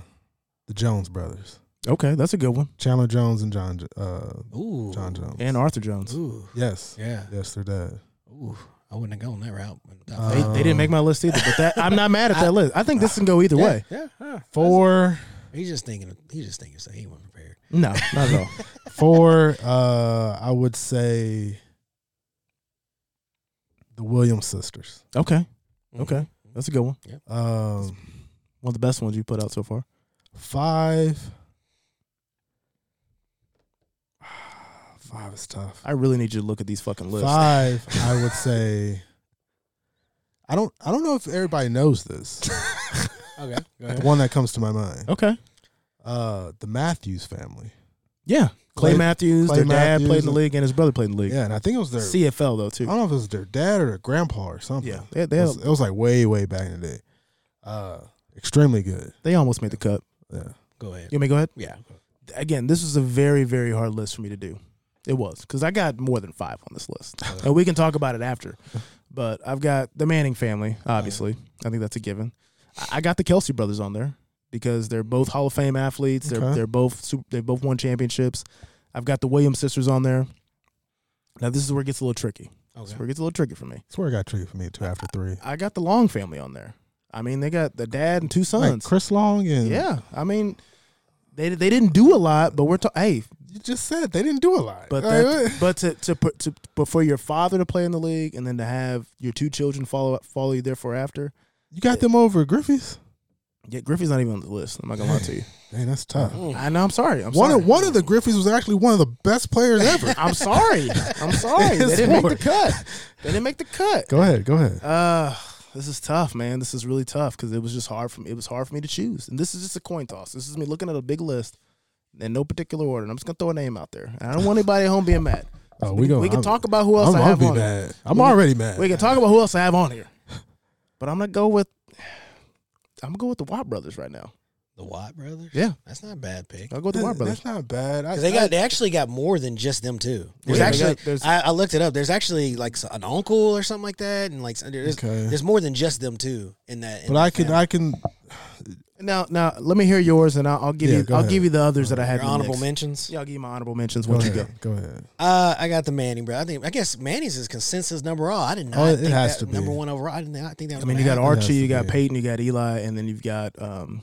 Speaker 1: the Jones brothers,
Speaker 3: Okay, that's a good one.
Speaker 1: Chandler Jones and John Jo- uh,
Speaker 4: Ooh,
Speaker 1: John Jones.
Speaker 3: And Arthur Jones.
Speaker 4: Ooh,
Speaker 1: yes,
Speaker 4: yeah.
Speaker 1: yes, they're dead.
Speaker 4: Ooh, I wouldn't have gone that route. but-
Speaker 1: Uh,
Speaker 3: They, they didn't make my list either, but that I'm not mad at that list. I think this can go either
Speaker 4: yeah,
Speaker 3: way.
Speaker 4: Yeah, yeah.
Speaker 1: Four,
Speaker 4: He's just thinking. He's just thinking. So he wasn't prepared.
Speaker 3: No, not at all.
Speaker 1: four. Uh, I would say the Williams sisters.
Speaker 3: Okay,
Speaker 4: Mhm.
Speaker 3: okay, that's a good one.
Speaker 1: Um,
Speaker 3: One of the best ones you put out so far.
Speaker 1: five. Five is tough.
Speaker 3: I really need you to look at these fucking lists.
Speaker 1: Five, I would say. I don't. I don't know if everybody knows this.
Speaker 4: Okay.
Speaker 1: the
Speaker 4: Go ahead.
Speaker 1: one that comes to my mind,
Speaker 3: Okay.
Speaker 1: uh, the Matthews family.
Speaker 3: Yeah, Clay,
Speaker 1: Clay-
Speaker 3: Matthews.
Speaker 1: Clay
Speaker 3: their dad
Speaker 1: Matthews
Speaker 3: played in the
Speaker 1: and-
Speaker 3: league, and his brother played in the league.
Speaker 1: Yeah, and I think it was their.
Speaker 3: CFL though
Speaker 1: I
Speaker 3: too.
Speaker 1: don't know if it was their dad or their grandpa or something.
Speaker 3: Yeah, they
Speaker 1: it
Speaker 3: they,
Speaker 1: was, it was like way, way back in the day. Uh, extremely good.
Speaker 3: they almost made the cut.
Speaker 1: Yeah.
Speaker 4: Go ahead.
Speaker 3: You may go ahead.
Speaker 4: Yeah.
Speaker 3: Again, this was a very very hard list for me to do. It was because I got more than five on this list, and we can talk about it after. But I've got the Manning family, obviously. I think that's a given. I- I got the Kelsey brothers on there because they're both Hall of Fame athletes. They're
Speaker 1: Okay.
Speaker 3: they're both super, they both won championships. I've got the Williams sisters on there. Now this is where it gets a little tricky. This is
Speaker 4: Okay.
Speaker 3: where it gets a little tricky for me.
Speaker 1: That's where it got tricky for me too. After three,
Speaker 3: I got the Long family on there. I mean, they got the dad and two
Speaker 1: like
Speaker 3: sons.
Speaker 1: Chris Long and
Speaker 3: yeah, I mean, they they didn't do a lot, but we're talking. Hey,
Speaker 1: you just said they didn't do a lot.
Speaker 3: but
Speaker 1: Like,
Speaker 3: that,
Speaker 1: what?
Speaker 3: but to, to put- to but for your father to play in the league and then to have your two children follow follow you therefore after.
Speaker 1: you got them over Griffey's.
Speaker 3: Yeah, Griffey's not even on the list. I'm not gonna lie to you.
Speaker 1: Dang, that's tough.
Speaker 3: I know. I'm sorry. I'm
Speaker 1: One
Speaker 3: sorry.
Speaker 1: of, one of the Griffey's was actually one of the best players ever.
Speaker 3: I'm sorry. I'm sorry. they didn't make
Speaker 1: Sport.
Speaker 3: the cut. They didn't make the cut.
Speaker 1: go ahead, go ahead.
Speaker 3: Uh, this is tough, man. This is really tough because it was just hard for me. It was hard for me to choose, and this is just a coin toss. This is me looking at a big list in no particular order. And I'm just gonna throw a name out there. And I don't want anybody at home being mad.
Speaker 1: Oh, we go.
Speaker 3: we can
Speaker 1: I'm-
Speaker 3: talk about who else
Speaker 1: I'm,
Speaker 3: i
Speaker 1: I'll
Speaker 3: have
Speaker 1: be
Speaker 3: on. here.
Speaker 1: mad. I'm
Speaker 3: We can-
Speaker 1: already mad.
Speaker 3: We can talk about who else I have on here, but I'm gonna go with I'm gonna go with the Watt brothers right now.
Speaker 4: The Watt brothers.
Speaker 3: Yeah.
Speaker 4: That's not a bad pick.
Speaker 3: I'll go with the
Speaker 1: That-
Speaker 3: Watt brothers.
Speaker 1: That's not bad. I,
Speaker 4: 'Cause they got
Speaker 1: I,
Speaker 4: they actually got more than just them two. There's
Speaker 3: Yeah, they
Speaker 4: actually
Speaker 3: got- there's-
Speaker 4: I, I looked it up. There's actually like s- an uncle or something like that, and like s- there's
Speaker 1: Okay.
Speaker 4: there's more than just them two in that. in
Speaker 1: but
Speaker 4: that
Speaker 1: I can.
Speaker 4: family.
Speaker 1: I can.
Speaker 3: Now, now let me hear yours, and I'll, I'll give
Speaker 1: Yeah,
Speaker 3: you
Speaker 1: go
Speaker 3: I'll
Speaker 1: ahead.
Speaker 3: give you the others that I had.
Speaker 4: your honorable
Speaker 3: mentions.
Speaker 4: mentions.
Speaker 3: Yeah, I'll give you my honorable mentions.
Speaker 1: Go
Speaker 3: Once
Speaker 1: ahead.
Speaker 3: you go.
Speaker 1: Go ahead.
Speaker 4: Uh, I got the Manning, bro. I think I guess Manny's is consensus number all. I did not.
Speaker 1: Oh, it
Speaker 4: think
Speaker 1: has to
Speaker 4: that,
Speaker 1: be.
Speaker 4: number one overall. I didn't I think that.
Speaker 3: I mean, you got Archie,
Speaker 1: has
Speaker 3: you
Speaker 1: to
Speaker 3: got
Speaker 1: be.
Speaker 3: Peyton, you got Eli, and then you've got um,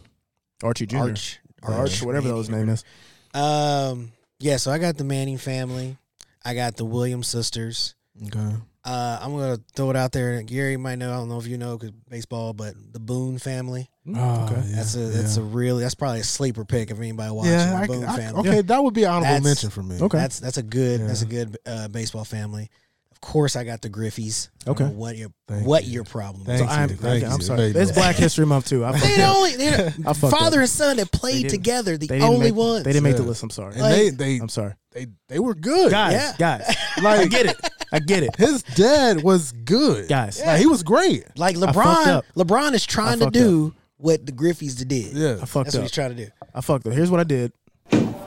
Speaker 3: Archie Jr.
Speaker 4: Arch,
Speaker 3: or Arch, whatever that
Speaker 4: Manning.
Speaker 3: his name is.
Speaker 4: Um, Yeah, so I got the Manning family. I got the Williams sisters.
Speaker 1: Okay.
Speaker 4: Uh, I'm gonna throw it out there. and Gary might know. I don't know if you know because baseball, but the Boone family.
Speaker 1: Mm,
Speaker 3: Ah,
Speaker 1: okay.
Speaker 4: that's a that's a really that's probably a sleeper pick if anybody watching
Speaker 1: yeah.
Speaker 4: the
Speaker 1: I,
Speaker 4: Boone
Speaker 1: I-
Speaker 4: family.
Speaker 1: okay, that would be an honorable
Speaker 4: That's-
Speaker 1: mention for me.
Speaker 3: Okay.
Speaker 4: That's that's a good that's a
Speaker 1: Yeah.
Speaker 4: good uh, baseball family. Of course, I got the Griffies. I don't
Speaker 3: Okay.
Speaker 4: know What your
Speaker 1: Thank
Speaker 4: what
Speaker 1: you.
Speaker 4: your problem?
Speaker 1: Thank
Speaker 4: is.
Speaker 3: So
Speaker 1: you,
Speaker 3: I'm,
Speaker 1: thank
Speaker 3: I'm
Speaker 1: you.
Speaker 3: sorry.
Speaker 1: There you
Speaker 3: It's
Speaker 1: go.
Speaker 3: Black History Month too. I fucked
Speaker 4: They the
Speaker 3: up.
Speaker 4: only they're
Speaker 3: I fucked
Speaker 4: father
Speaker 3: up.
Speaker 4: and son that played
Speaker 3: didn't-
Speaker 4: together. The
Speaker 3: They didn't
Speaker 4: only
Speaker 3: make,
Speaker 4: ones.
Speaker 3: They didn't make the
Speaker 1: Yeah.
Speaker 3: list. I'm sorry.
Speaker 1: And
Speaker 4: Like-
Speaker 1: they, they,
Speaker 3: I'm sorry.
Speaker 1: they, they were good.
Speaker 3: Guys,
Speaker 4: Yeah.
Speaker 3: guys, I
Speaker 1: Like
Speaker 3: get it. I get it,
Speaker 1: his dad was good.
Speaker 3: guys.
Speaker 1: Like he was great.
Speaker 4: like
Speaker 3: fucked
Speaker 4: LeBron.
Speaker 3: up.
Speaker 4: LeBron is trying to
Speaker 3: fucked
Speaker 4: do what the Griffies did.
Speaker 1: Yeah.
Speaker 3: I fucked
Speaker 4: That's what
Speaker 3: up.
Speaker 4: he's trying to do.
Speaker 3: I fucked up. Here's what I did.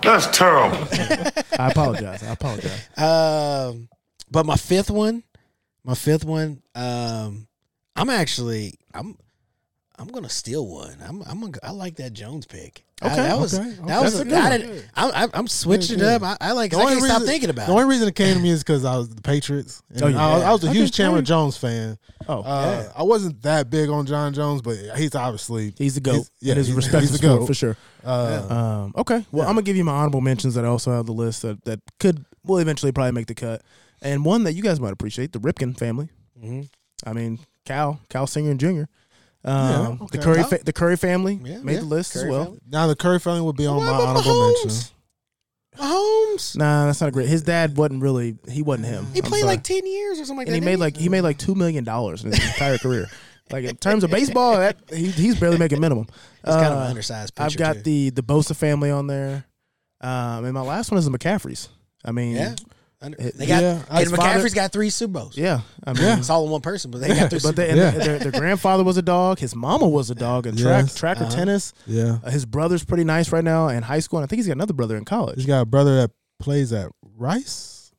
Speaker 2: That's terrible.
Speaker 3: I apologize. I apologize.
Speaker 4: Um, but my fifth one, my fifth one, um, I'm actually I'm I'm gonna steal one. I'm I'm gonna, I like that Jones pick. I-
Speaker 3: Okay,
Speaker 4: that was
Speaker 1: okay, okay.
Speaker 4: that was
Speaker 1: That's a
Speaker 4: a,
Speaker 1: good
Speaker 4: I
Speaker 1: one.
Speaker 4: didn't, I'm I'm- I'm switching
Speaker 1: Yeah,
Speaker 4: it up. I, I like. 'cause I
Speaker 1: only
Speaker 4: can't stop
Speaker 1: reason-
Speaker 4: thinking about
Speaker 1: The
Speaker 4: it.
Speaker 1: only reason it came to me is because I was the Patriots. And
Speaker 3: Oh, yeah.
Speaker 1: I, was, I was a
Speaker 3: I
Speaker 1: huge
Speaker 3: can-
Speaker 1: Chandler
Speaker 3: I-
Speaker 1: Jones fan.
Speaker 3: Oh,
Speaker 1: Uh, I wasn't that big on John Jones, but he's obviously
Speaker 3: he's the goat.
Speaker 1: he's- yeah,
Speaker 3: it is
Speaker 1: he's-
Speaker 3: respect
Speaker 1: he's
Speaker 3: for
Speaker 1: the
Speaker 3: sport
Speaker 1: GOAT.
Speaker 3: for sure.
Speaker 1: uh,
Speaker 3: Um, okay. Well, I'm gonna give you my honorable mentions that I also have the list that that could will eventually probably make the cut, and one that you guys might appreciate the Ripken family.
Speaker 4: Mhm.
Speaker 3: I mean, Cal, Cal Singer and Junior.
Speaker 1: Yeah,
Speaker 3: Um,
Speaker 1: okay.
Speaker 3: The Curry,
Speaker 1: Cal-
Speaker 3: fa- the Curry family
Speaker 4: Yeah,
Speaker 3: made
Speaker 4: yeah,
Speaker 3: the list
Speaker 4: Curry
Speaker 3: as well. um,
Speaker 4: family.
Speaker 1: Now the Curry family would be on
Speaker 4: What
Speaker 1: my
Speaker 4: about
Speaker 1: honorable
Speaker 4: Mahomes?
Speaker 1: mention.
Speaker 4: Mahomes.
Speaker 3: Nah, that's not a great. His dad wasn't really. He wasn't him.
Speaker 4: He
Speaker 3: I'm
Speaker 4: played
Speaker 3: sorry.
Speaker 4: like ten years or something like
Speaker 3: and
Speaker 4: that.
Speaker 3: he made
Speaker 4: didn't
Speaker 3: like he made like two million dollars in his entire career. Like in terms of baseball, that, he, he's barely making minimum.
Speaker 4: He's kind of
Speaker 3: Uh,
Speaker 4: an undersized pitcher.
Speaker 3: I've got
Speaker 4: too.
Speaker 3: the the Bosa family on there, um, and my last one is the McCaffrey's. I mean,
Speaker 4: yeah.
Speaker 3: yeah,
Speaker 4: Under-
Speaker 3: it-
Speaker 4: they got
Speaker 1: yeah, I-
Speaker 4: and
Speaker 3: uh, his father-
Speaker 4: McCaffrey's got three Super Bowls.
Speaker 3: I mean,
Speaker 4: It's all in one person, but they got three.
Speaker 3: but
Speaker 4: Super
Speaker 3: they, and
Speaker 1: Yeah.
Speaker 3: the- their, their grandfather was a dog. His mama was a dog. And track
Speaker 1: Yes.
Speaker 3: track or
Speaker 4: Uh-huh.
Speaker 3: tennis.
Speaker 1: Yeah,
Speaker 3: Uh, his brother's pretty nice right now in high school, and I think he's got another brother in college.
Speaker 1: he's got a brother that plays at Rice.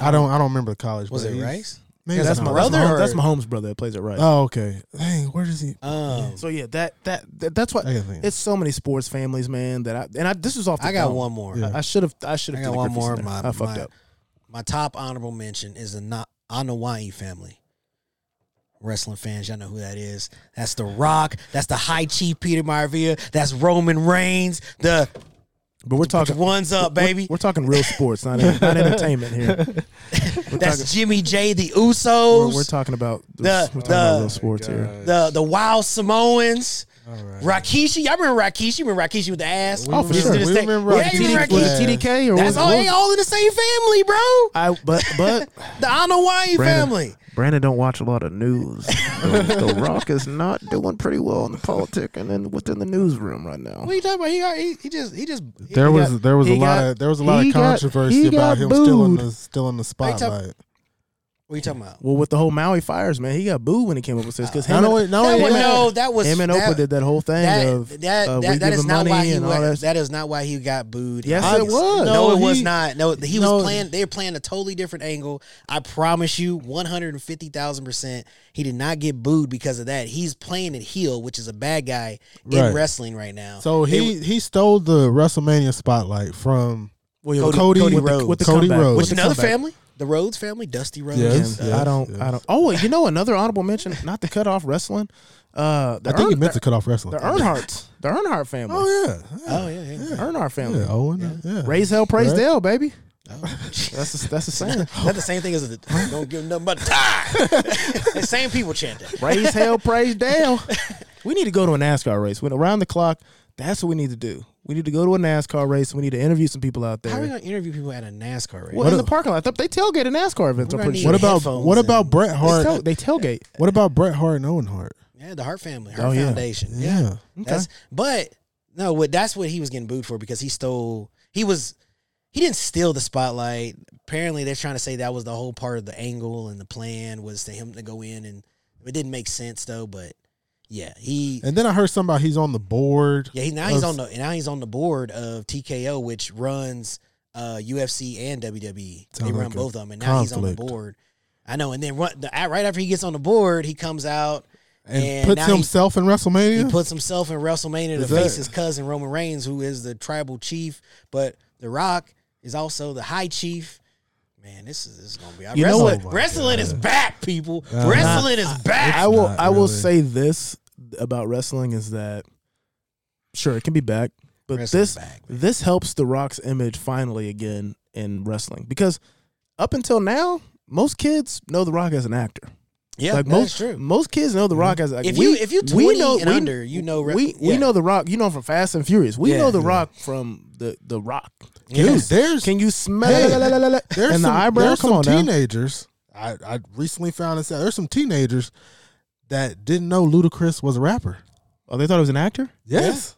Speaker 1: I don't. I don't remember the college.
Speaker 4: Was
Speaker 1: but
Speaker 4: it
Speaker 1: he's-
Speaker 4: Rice?
Speaker 1: Maybe
Speaker 3: that's,
Speaker 1: not
Speaker 3: my,
Speaker 1: Rice.
Speaker 3: that's, my,
Speaker 4: Brother or-
Speaker 3: that's my home's brother that plays it right.
Speaker 1: Oh, okay. Dang, where does he?
Speaker 4: Um,
Speaker 3: so yeah, that, that that that's what
Speaker 1: I gotta think.
Speaker 3: it's so many sports families, man. That I and I this is off. The
Speaker 4: I got
Speaker 3: dome.
Speaker 4: one more.
Speaker 1: Yeah.
Speaker 3: I should have. I should
Speaker 4: I
Speaker 3: have.
Speaker 4: got one more. My,
Speaker 3: I fucked
Speaker 4: my,
Speaker 3: up.
Speaker 4: My top honorable mention is the Na- Anawai family. Wrestling fans, y'all know who that is. That's The Rock. That's the High Chief Peter Maivia. That's Roman Reigns. The
Speaker 3: But we're
Speaker 4: put
Speaker 3: talking.
Speaker 4: your ones up, baby.
Speaker 3: We're, we're talking real sports, not not entertainment here.
Speaker 4: That's Jimmy J. The
Speaker 3: We're,
Speaker 4: Usos.
Speaker 3: we're talking about
Speaker 4: The-
Speaker 3: we're talking about
Speaker 4: the-
Speaker 3: real sports here.
Speaker 4: the the Wild Samoans.
Speaker 1: All right.
Speaker 4: Rakishi, y'all remember Rakishi? Remember Rakishi with the ass?
Speaker 1: Oh, for
Speaker 4: Used to
Speaker 1: sure.
Speaker 4: this
Speaker 1: We
Speaker 4: thing.
Speaker 1: remember
Speaker 4: yeah, you
Speaker 1: Rikishi
Speaker 4: remember
Speaker 1: with
Speaker 4: Rikishi?
Speaker 1: the ass.
Speaker 3: TDK or
Speaker 4: That's all. They all in the same family, bro.
Speaker 3: I but but
Speaker 4: The
Speaker 3: Brandon-
Speaker 4: Anawai family.
Speaker 3: Brandon don't watch a lot of news. the, the Rock is not doing pretty well in the politic and then within the newsroom right now.
Speaker 4: What are you talking about? He got- He, he just he just he-
Speaker 1: There
Speaker 3: He
Speaker 1: was
Speaker 3: got-
Speaker 1: there was a
Speaker 3: he
Speaker 1: lot
Speaker 3: got-
Speaker 1: of there was a lot
Speaker 3: he
Speaker 1: of
Speaker 3: got-
Speaker 1: controversy
Speaker 3: he
Speaker 1: about
Speaker 3: got
Speaker 1: him still in
Speaker 3: booed.
Speaker 1: the still in the
Speaker 4: talking-
Speaker 1: spotlight.
Speaker 4: What are you talking about?
Speaker 3: Well, with the whole Maui fires, man, he got booed when he came up with this because him,
Speaker 1: Not
Speaker 3: and-
Speaker 1: only, not
Speaker 4: That
Speaker 1: only
Speaker 4: was,
Speaker 1: that,
Speaker 4: no, that was
Speaker 3: him and
Speaker 4: that,
Speaker 3: Oprah did that whole thing
Speaker 4: that,
Speaker 3: of
Speaker 4: that,
Speaker 3: uh, we
Speaker 4: that, that
Speaker 3: give
Speaker 4: is
Speaker 3: him
Speaker 4: not
Speaker 3: money
Speaker 4: why he
Speaker 3: and all
Speaker 4: was,
Speaker 3: that.
Speaker 4: that is not why he got booed.
Speaker 3: Yes,
Speaker 4: I-
Speaker 3: it was.
Speaker 4: No,
Speaker 1: No,
Speaker 4: it was
Speaker 1: he-
Speaker 4: not. No, he
Speaker 1: no.
Speaker 4: was playing. They were playing a totally different angle. I promise you, one hundred and fifty thousand percent. He did not get booed because of that. He's playing at heel, which is a bad guy
Speaker 1: Right.
Speaker 4: in wrestling right now.
Speaker 1: so
Speaker 4: They-
Speaker 1: he he stole the WrestleMania spotlight from
Speaker 3: Well,
Speaker 1: Cody-
Speaker 3: Cody,
Speaker 1: Cody
Speaker 3: with
Speaker 1: Rhodes.
Speaker 3: The, with the
Speaker 1: Cody
Speaker 3: comeback.
Speaker 1: Rhodes.
Speaker 3: with
Speaker 4: which
Speaker 1: What's
Speaker 3: the
Speaker 4: another
Speaker 3: comeback.
Speaker 4: family, the Rhodes family, Dusty Rhodes.
Speaker 1: Yes,
Speaker 4: Uh,
Speaker 1: yes.
Speaker 3: I don't. I don't. Oh, wait, you know another honorable mention. Not to cut off wrestling. Uh, the
Speaker 1: I think he
Speaker 3: Earn-
Speaker 1: meant to
Speaker 3: the,
Speaker 1: cut off wrestling.
Speaker 3: the Earnharts. The Earnhart family.
Speaker 1: Oh yeah.
Speaker 4: Oh yeah, yeah.
Speaker 1: yeah.
Speaker 3: Earnhardt family.
Speaker 1: Yeah, Owen. uh, Yeah.
Speaker 3: Raise hell, praise
Speaker 1: Right.
Speaker 3: Dell, baby.
Speaker 4: Oh,
Speaker 3: That's the, that's the saying.
Speaker 4: That's the same thing as the don't give nothing but time. the same people chant that.
Speaker 3: Raise hell, praise Dale. We need to go to a NASCAR race. When around the clock, that's what we need to do. We need to go to a NASCAR race. We need to interview some people out
Speaker 4: How are we
Speaker 3: there.
Speaker 4: gonna interview people at a NASCAR race?
Speaker 3: Well, in the parking lot, they tailgate at NASCAR events.
Speaker 4: We're
Speaker 3: I'm
Speaker 4: gonna
Speaker 3: pretty
Speaker 4: need
Speaker 3: sure.
Speaker 1: What about
Speaker 4: headphones
Speaker 1: what
Speaker 4: and-
Speaker 1: about Bret
Speaker 3: They,
Speaker 1: Hart?
Speaker 3: tail- they tailgate.
Speaker 1: What about Bret Hart and Owen Hart?
Speaker 4: Yeah, the Hart family,
Speaker 3: Oh,
Speaker 4: Hart
Speaker 3: yeah.
Speaker 4: Foundation. Yeah,
Speaker 1: Yeah.
Speaker 4: that's but no, what that's what he was getting booed for because he stole. He was he didn't steal the spotlight. Apparently, they're trying to say that was the whole part of the angle and the plan was to him to go in and it didn't make sense though. But yeah, he
Speaker 1: And then I heard something about he's on the board.
Speaker 4: Yeah, he, now he's
Speaker 1: Of-
Speaker 4: on the now he's on the board of TKO, which runs uh, UFC and WWE.
Speaker 1: Sounds
Speaker 4: they run
Speaker 1: like a
Speaker 4: both of them, and now he's on the
Speaker 1: conflict.
Speaker 4: board. I know, and then run, the, right after he gets on the board, he comes out
Speaker 1: and,
Speaker 4: and
Speaker 1: puts
Speaker 4: now he-
Speaker 1: himself in
Speaker 4: he
Speaker 1: WrestleMania.
Speaker 4: puts himself in WrestleMania to
Speaker 1: Is that-
Speaker 4: face his cousin Roman Reigns, who is the tribal chief. But The Rock is also the high chief. Man, this is, this is gonna be.
Speaker 3: You know
Speaker 4: wrestling,
Speaker 3: what?
Speaker 1: Oh my
Speaker 4: Wrestling is
Speaker 1: God.
Speaker 4: back, people.
Speaker 1: Uh,
Speaker 4: wrestling is back.
Speaker 3: I will.
Speaker 1: Not
Speaker 3: I will
Speaker 1: really.
Speaker 3: say this about wrestling is that sure it can be back. But
Speaker 4: Wrestling
Speaker 3: this
Speaker 4: back, man.
Speaker 3: this helps The Rock's image finally again in wrestling because up until now, most kids know The Rock as an actor.
Speaker 4: yeah,
Speaker 3: like
Speaker 4: that's
Speaker 3: most
Speaker 4: true. Mm-hmm.
Speaker 3: most kids know The Rock as like
Speaker 4: If
Speaker 3: we-
Speaker 4: you- if you
Speaker 3: we
Speaker 4: 20
Speaker 3: know
Speaker 4: and
Speaker 3: we,
Speaker 4: under, you know re-
Speaker 3: we we
Speaker 4: yeah.
Speaker 3: know The Rock. You know him from Fast and Furious. We
Speaker 4: Yeah.
Speaker 3: know The
Speaker 4: Yeah.
Speaker 3: Rock from the the Rock.
Speaker 4: Yeah.
Speaker 3: Dude,
Speaker 1: There's
Speaker 3: Can you smell
Speaker 1: Hey,
Speaker 3: it?
Speaker 1: there's
Speaker 3: and the
Speaker 1: some,
Speaker 3: eyebrow?
Speaker 1: there's
Speaker 3: Come
Speaker 1: some
Speaker 3: on now.
Speaker 1: teenagers. I, I recently found this out. There's some teenagers that didn't know Ludacris was a rapper.
Speaker 3: Oh, they thought it was an actor.
Speaker 1: Yes.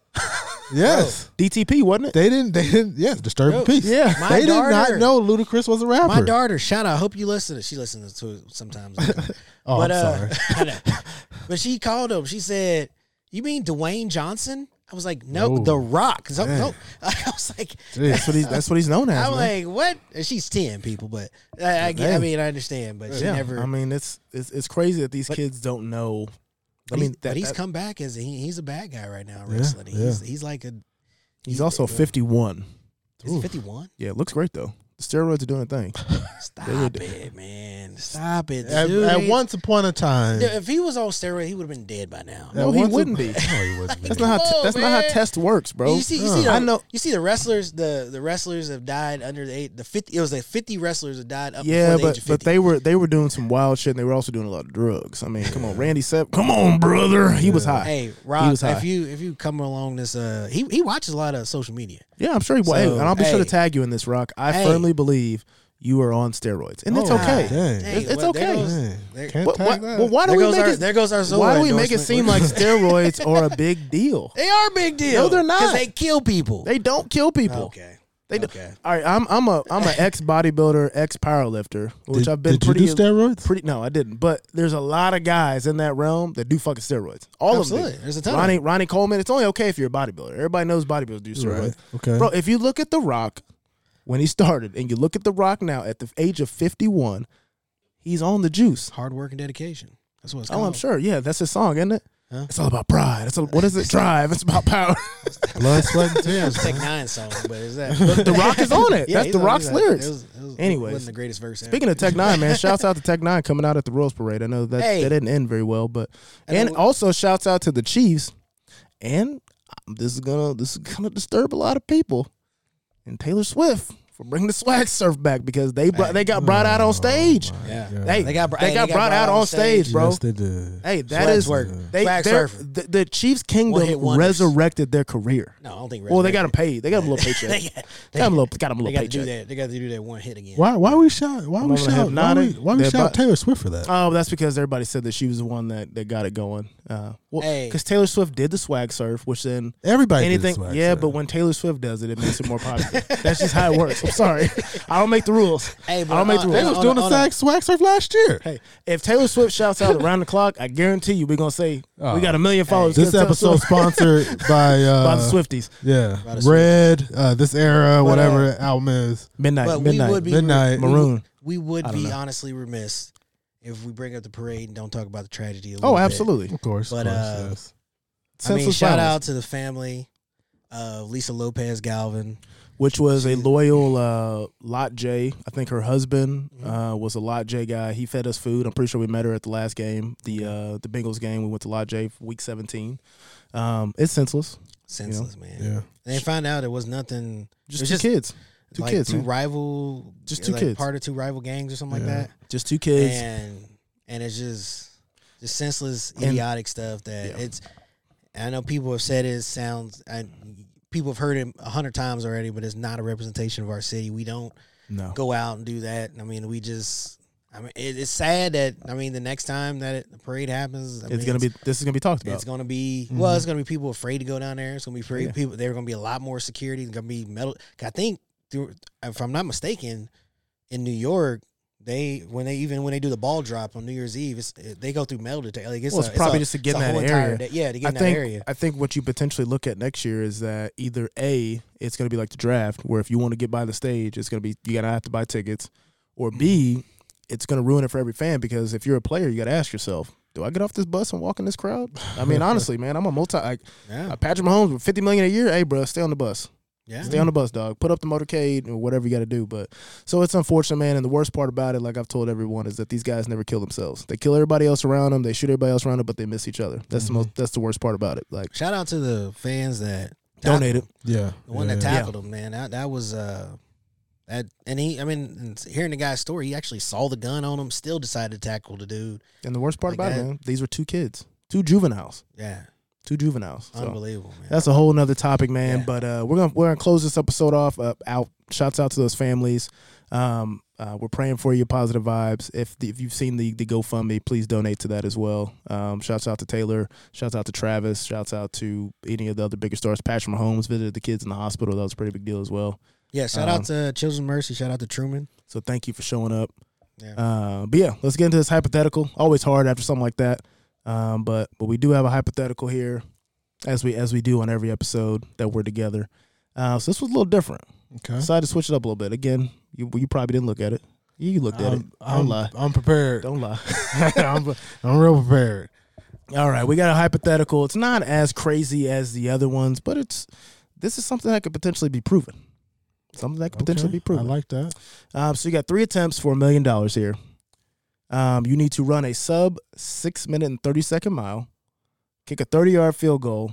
Speaker 1: yes.
Speaker 3: DTP wasn't it?
Speaker 1: They didn't they didn't yes, disturbing
Speaker 4: Bro,
Speaker 1: peace.
Speaker 3: yeah.
Speaker 4: My
Speaker 1: they did
Speaker 4: daughter-
Speaker 1: not know Ludacris was a rapper.
Speaker 4: My daughter, shout out. I hope you listen. She listens to it sometimes.
Speaker 1: oh,
Speaker 4: but,
Speaker 1: I'm
Speaker 4: uh,
Speaker 1: sorry.
Speaker 4: I know. but she called him. She said, "You mean Dwayne Johnson?" I was like, "No,
Speaker 1: Ooh.
Speaker 4: The Rock." So-
Speaker 1: Man.
Speaker 4: no. I was like,
Speaker 3: That's what he's that's what he's known as.
Speaker 4: "I'm
Speaker 3: man.
Speaker 4: like, what?" And she's ten people, but I, I, get- I
Speaker 3: Hey.
Speaker 4: mean, I understand, but she
Speaker 3: yeah,
Speaker 4: never.
Speaker 3: I mean, it's it's, it's crazy that these kids don't know. I
Speaker 4: but
Speaker 3: mean,
Speaker 4: he's- but
Speaker 3: that-
Speaker 4: he's
Speaker 3: that-
Speaker 4: come back as he, he's a bad guy right now in wrestling. he's, he's like a
Speaker 3: he's also fifty one.
Speaker 4: he's 51.
Speaker 3: Yeah, it looks great though. The steroids are doing a thing.
Speaker 4: Stop it, man! Stop it,
Speaker 1: at,
Speaker 4: dude.
Speaker 1: at
Speaker 4: He-
Speaker 1: once upon a time.
Speaker 4: dude, if he was on steroids, he would have been dead by now.
Speaker 1: at
Speaker 3: No, he
Speaker 1: once a-
Speaker 3: wouldn't be.
Speaker 1: No, he wouldn't be.
Speaker 3: That's not how
Speaker 4: Whoa,
Speaker 3: te- that's not how
Speaker 4: man.
Speaker 3: test works, bro.
Speaker 4: You see, you see the,
Speaker 3: I know.
Speaker 4: You see the wrestlers. The the wrestlers have died under the eight. The fifty. It was like fifty wrestlers have died up.
Speaker 3: Yeah,
Speaker 4: before the age
Speaker 3: but
Speaker 4: of
Speaker 3: but
Speaker 4: 50.
Speaker 3: they were they were doing some wild shit, and they were also doing a lot of drugs. I mean, come on, Randy Sepp, come on, brother, he was high.
Speaker 4: Hey, Rob,
Speaker 3: was high.
Speaker 4: if you if you come along this, uh, he he watches a lot of social media.
Speaker 3: Yeah, I'm sure he was, Hey,
Speaker 4: So,
Speaker 3: and I'll be sure to
Speaker 4: hey.
Speaker 3: tag you in this, Rock. I
Speaker 4: Hey.
Speaker 3: firmly believe you are on steroids, and it's
Speaker 1: Oh,
Speaker 3: okay.
Speaker 1: God. Dang.
Speaker 4: Dang,
Speaker 3: It's- it's
Speaker 4: well, there
Speaker 3: okay.
Speaker 4: goes-
Speaker 1: Man,
Speaker 4: there-
Speaker 1: can't
Speaker 3: But
Speaker 1: tag
Speaker 3: why,
Speaker 1: that.
Speaker 3: well, why do
Speaker 4: there
Speaker 3: we
Speaker 4: goes
Speaker 3: make
Speaker 4: our-
Speaker 3: it?
Speaker 4: there goes our
Speaker 3: why
Speaker 4: Zola
Speaker 3: do we make it
Speaker 4: endorsement.
Speaker 3: seem like steroids are a big deal?
Speaker 4: They are a big deal.
Speaker 3: No, they're not.
Speaker 4: Because they kill people. Oh,
Speaker 3: They don't kill people.
Speaker 4: okay.
Speaker 3: They do.
Speaker 4: Okay.
Speaker 3: All right, I'm I'm a I'm an ex bodybuilder, ex powerlifter, which
Speaker 1: Did-
Speaker 3: I've been
Speaker 1: did
Speaker 3: pretty
Speaker 1: you do steroids?
Speaker 3: pretty no, I didn't. But there's a lot of guys in that realm that do fucking steroids. All of
Speaker 4: Absolutely.
Speaker 3: them. do.
Speaker 4: There's a ton of
Speaker 3: Ronnie Ronnie Coleman. It's only okay if you're a bodybuilder. Everybody knows bodybuilders do steroids.
Speaker 1: Right, okay.
Speaker 3: Bro, if you look at The Rock when he started, and you look at The Rock now at the age of 51, he's on the juice.
Speaker 4: Hard work and dedication. That's what it's called.
Speaker 3: Oh, I'm sure. Yeah, that's his song, isn't it?
Speaker 4: Huh?
Speaker 3: It's all about pride. It's all, what is it? Drive. It's about power.
Speaker 1: Blood, sweat, and tears.
Speaker 4: It's
Speaker 1: man.
Speaker 4: like nine song, but is that
Speaker 3: The Rock is on it.
Speaker 4: Yeah,
Speaker 3: that's
Speaker 4: he's
Speaker 3: The
Speaker 4: on- he's
Speaker 3: Rock's
Speaker 4: on-
Speaker 3: lyrics.
Speaker 4: It was, it was,
Speaker 3: Anyways.
Speaker 4: wasn't the greatest verse. ever.
Speaker 3: Speaking of Tech Nine, man, shouts out to Tech Nine coming out at the Royals Parade. I know that
Speaker 4: Hey.
Speaker 3: that didn't end very well, but
Speaker 4: And
Speaker 3: and
Speaker 4: it-
Speaker 3: also shouts out to the Chiefs. And um, this is gonna this is gonna disturb a lot of people. And Taylor Swift for bringing the swag surf back because they brought, they got brought out on stage.
Speaker 4: yeah,
Speaker 3: Hey,
Speaker 4: They got br-
Speaker 3: they
Speaker 4: hey,
Speaker 3: got brought out on stage, bro.
Speaker 1: Yes, they did.
Speaker 3: Hey, that
Speaker 4: Swag
Speaker 3: is
Speaker 4: work.
Speaker 3: they
Speaker 4: Swag
Speaker 3: they're-
Speaker 4: surfer.
Speaker 3: the, the Chiefs
Speaker 4: One-hit
Speaker 3: kingdom
Speaker 4: wonders.
Speaker 3: resurrected their career.
Speaker 4: no, I don't think.
Speaker 3: Well, they
Speaker 4: Resurrected-
Speaker 3: got them paid. They got them a little paycheck.
Speaker 4: They got-
Speaker 3: got them a little got them a
Speaker 4: They
Speaker 3: little
Speaker 4: got to do
Speaker 3: paycheck.
Speaker 4: that. They got to do that one hit again.
Speaker 1: Why why we shout why
Speaker 3: I'm
Speaker 1: we
Speaker 3: over here
Speaker 1: shout why we,
Speaker 3: nodding.
Speaker 1: why we
Speaker 3: They're
Speaker 1: shout
Speaker 3: bu-
Speaker 1: Taylor Swift for that?
Speaker 3: Oh, that's because everybody said that she was the one that, that got it going. Uh, well,
Speaker 4: Hey.
Speaker 3: because Taylor Swift did the swag surf, which then
Speaker 1: Everybody did
Speaker 3: anything,
Speaker 1: swag
Speaker 3: yeah.
Speaker 1: surf.
Speaker 3: But when Taylor Swift does it, it makes it more popular. that's just how it works. I'm sorry, I don't make the rules.
Speaker 4: Hey, but
Speaker 3: I don't make the
Speaker 4: on-
Speaker 3: rules.
Speaker 1: They was
Speaker 4: on
Speaker 1: doing
Speaker 4: a-
Speaker 1: the
Speaker 4: on a-
Speaker 1: swag, swag surf last year.
Speaker 3: Hey, if Taylor Swift shouts out around the clock, I guarantee you we're gonna say we got a million followers.
Speaker 1: Oh. This
Speaker 3: Taylor
Speaker 1: episode
Speaker 3: Swift-
Speaker 1: sponsored by uh,
Speaker 3: by the Swifties.
Speaker 1: Yeah,
Speaker 4: the Swifties.
Speaker 1: Red. Uh, this era,
Speaker 3: uh,
Speaker 1: whatever album is.
Speaker 3: Midnight,
Speaker 4: But
Speaker 3: midnight,
Speaker 4: we would be
Speaker 1: Midnight.
Speaker 3: maroon.
Speaker 4: We would be honestly remiss if we bring up the parade and don't talk about the tragedy. A little
Speaker 3: Oh,
Speaker 4: bit.
Speaker 3: absolutely.
Speaker 1: Of course,
Speaker 4: But,
Speaker 1: of course,
Speaker 4: uh,
Speaker 1: yes.
Speaker 4: I mean,
Speaker 3: Senseless
Speaker 4: shout
Speaker 3: violence.
Speaker 4: out to the family of Lisa Lopez Galvin.
Speaker 3: which was a loyal uh, Lot J. I think her husband uh, was a Lot J guy. He fed us food. I'm pretty sure we met her at the last game, the uh, the Bengals game. We went to Lot J for week 17. Um, it's senseless.
Speaker 4: Senseless man.
Speaker 1: yeah.
Speaker 4: And they found out it was nothing.
Speaker 3: Just
Speaker 4: it was
Speaker 3: two kids, two
Speaker 4: like
Speaker 3: kids,
Speaker 4: two
Speaker 3: man.
Speaker 4: rival,
Speaker 3: Just two
Speaker 4: like
Speaker 3: kids.
Speaker 4: part of two rival gangs or something like
Speaker 3: just two
Speaker 4: that.
Speaker 3: kids.
Speaker 4: And and it's just just senseless,
Speaker 3: And-
Speaker 4: idiotic stuff that
Speaker 3: Yeah.
Speaker 4: it's. I know people have said it sounds. I, people have heard it a hundred times already, but it's not a representation of our city. We don't
Speaker 3: no,
Speaker 4: go out and do that. I mean, we just. I mean, it, it's sad that I mean the next time that it, the parade happens, I
Speaker 3: it's
Speaker 4: mean,
Speaker 3: gonna be. This is gonna be talked about.
Speaker 4: It's gonna be
Speaker 3: Mm-hmm.
Speaker 4: well. It's gonna be people afraid to go down there. It's gonna be afraid people. There's gonna be a lot more security. There's gonna be metal. 'cause I think, through, if I'm not mistaken, in New York, they when they even when they do the ball drop on New Year's Eve, it's, they go through metal detector. Like it's,
Speaker 3: Well,
Speaker 4: a-
Speaker 3: it's probably
Speaker 4: a-
Speaker 3: just to get
Speaker 4: it's a
Speaker 3: in that
Speaker 4: whole entire
Speaker 3: area.
Speaker 4: day- yeah, to get
Speaker 3: I
Speaker 4: in that
Speaker 3: think
Speaker 4: area.
Speaker 3: I think what you potentially look at next year is that either a it's going to be like the draft where if you want to get by the stage it's going to be you got to have to buy tickets, or b it's going to ruin it for every fan because if you're a player you got to ask yourself do I get off this bus and walk in this crowd? I mean honestly man I'm a multi like
Speaker 4: Yeah.
Speaker 3: uh, Patrick Mahomes with 50 million a year hey bro stay on the bus
Speaker 4: Yeah,
Speaker 3: stay on the bus dog put up the motorcade or whatever you got to do but so it's unfortunate man and the worst part about it like I've told everyone is that these guys never kill themselves they kill everybody else around
Speaker 4: Mm-hmm.
Speaker 3: them they shoot everybody else around them but they miss each other that's the most that's the worst part about it like
Speaker 4: shout out to the fans that
Speaker 3: Donated.
Speaker 1: Yeah.
Speaker 4: The one
Speaker 1: yeah,
Speaker 4: that
Speaker 1: yeah.
Speaker 4: tackled him, man. That that was uh that and he I mean, and hearing the guy's story, he actually saw the gun on him, still decided to tackle the dude.
Speaker 3: And the worst part
Speaker 4: Like
Speaker 3: about it,
Speaker 4: that.
Speaker 3: man, these were two kids, two juveniles,
Speaker 4: Yeah.
Speaker 3: two juveniles. So
Speaker 4: Unbelievable, man.
Speaker 3: that's a whole nother topic, man.
Speaker 4: Yeah.
Speaker 3: But uh, we're gonna we're gonna close this episode off. Uh, out. Shouts out to those families. Um, uh, we're praying for you. Positive vibes. If the, if you've seen the the GoFundMe, please donate to that as well. Um, shouts out to Taylor. Shouts out to Travis. Shouts out to any of the other bigger stars. Patrick Mahomes visited the kids in the hospital. That was a pretty big deal as well.
Speaker 4: yeah, shout
Speaker 3: um,
Speaker 4: out to Children's Mercy, shout out to Truman.
Speaker 3: So thank you for showing up.
Speaker 4: Yeah.
Speaker 3: Uh, but yeah, let's get into this hypothetical. Always hard after something like that. Um, but but we do have a hypothetical here, as we as we do on every episode that we're together. Uh, so this was a little different.
Speaker 1: Okay.
Speaker 3: Decided to switch it up a little bit. Again, you you probably didn't look at it. You looked at it.
Speaker 1: I'm,
Speaker 3: Don't
Speaker 1: I'm,
Speaker 3: lie.
Speaker 1: I'm prepared.
Speaker 3: Don't lie.
Speaker 1: I'm, I'm real prepared.
Speaker 3: All right, we got a hypothetical. It's not as crazy as the other ones, but it's this is something that could potentially be proven. Something that could potentially
Speaker 1: Okay,
Speaker 3: be proven.
Speaker 1: I like that.
Speaker 3: Um, so you got three attempts for a million dollars here. Um, you need to run a sub six minute and thirty second mile, kick a thirty yard field goal,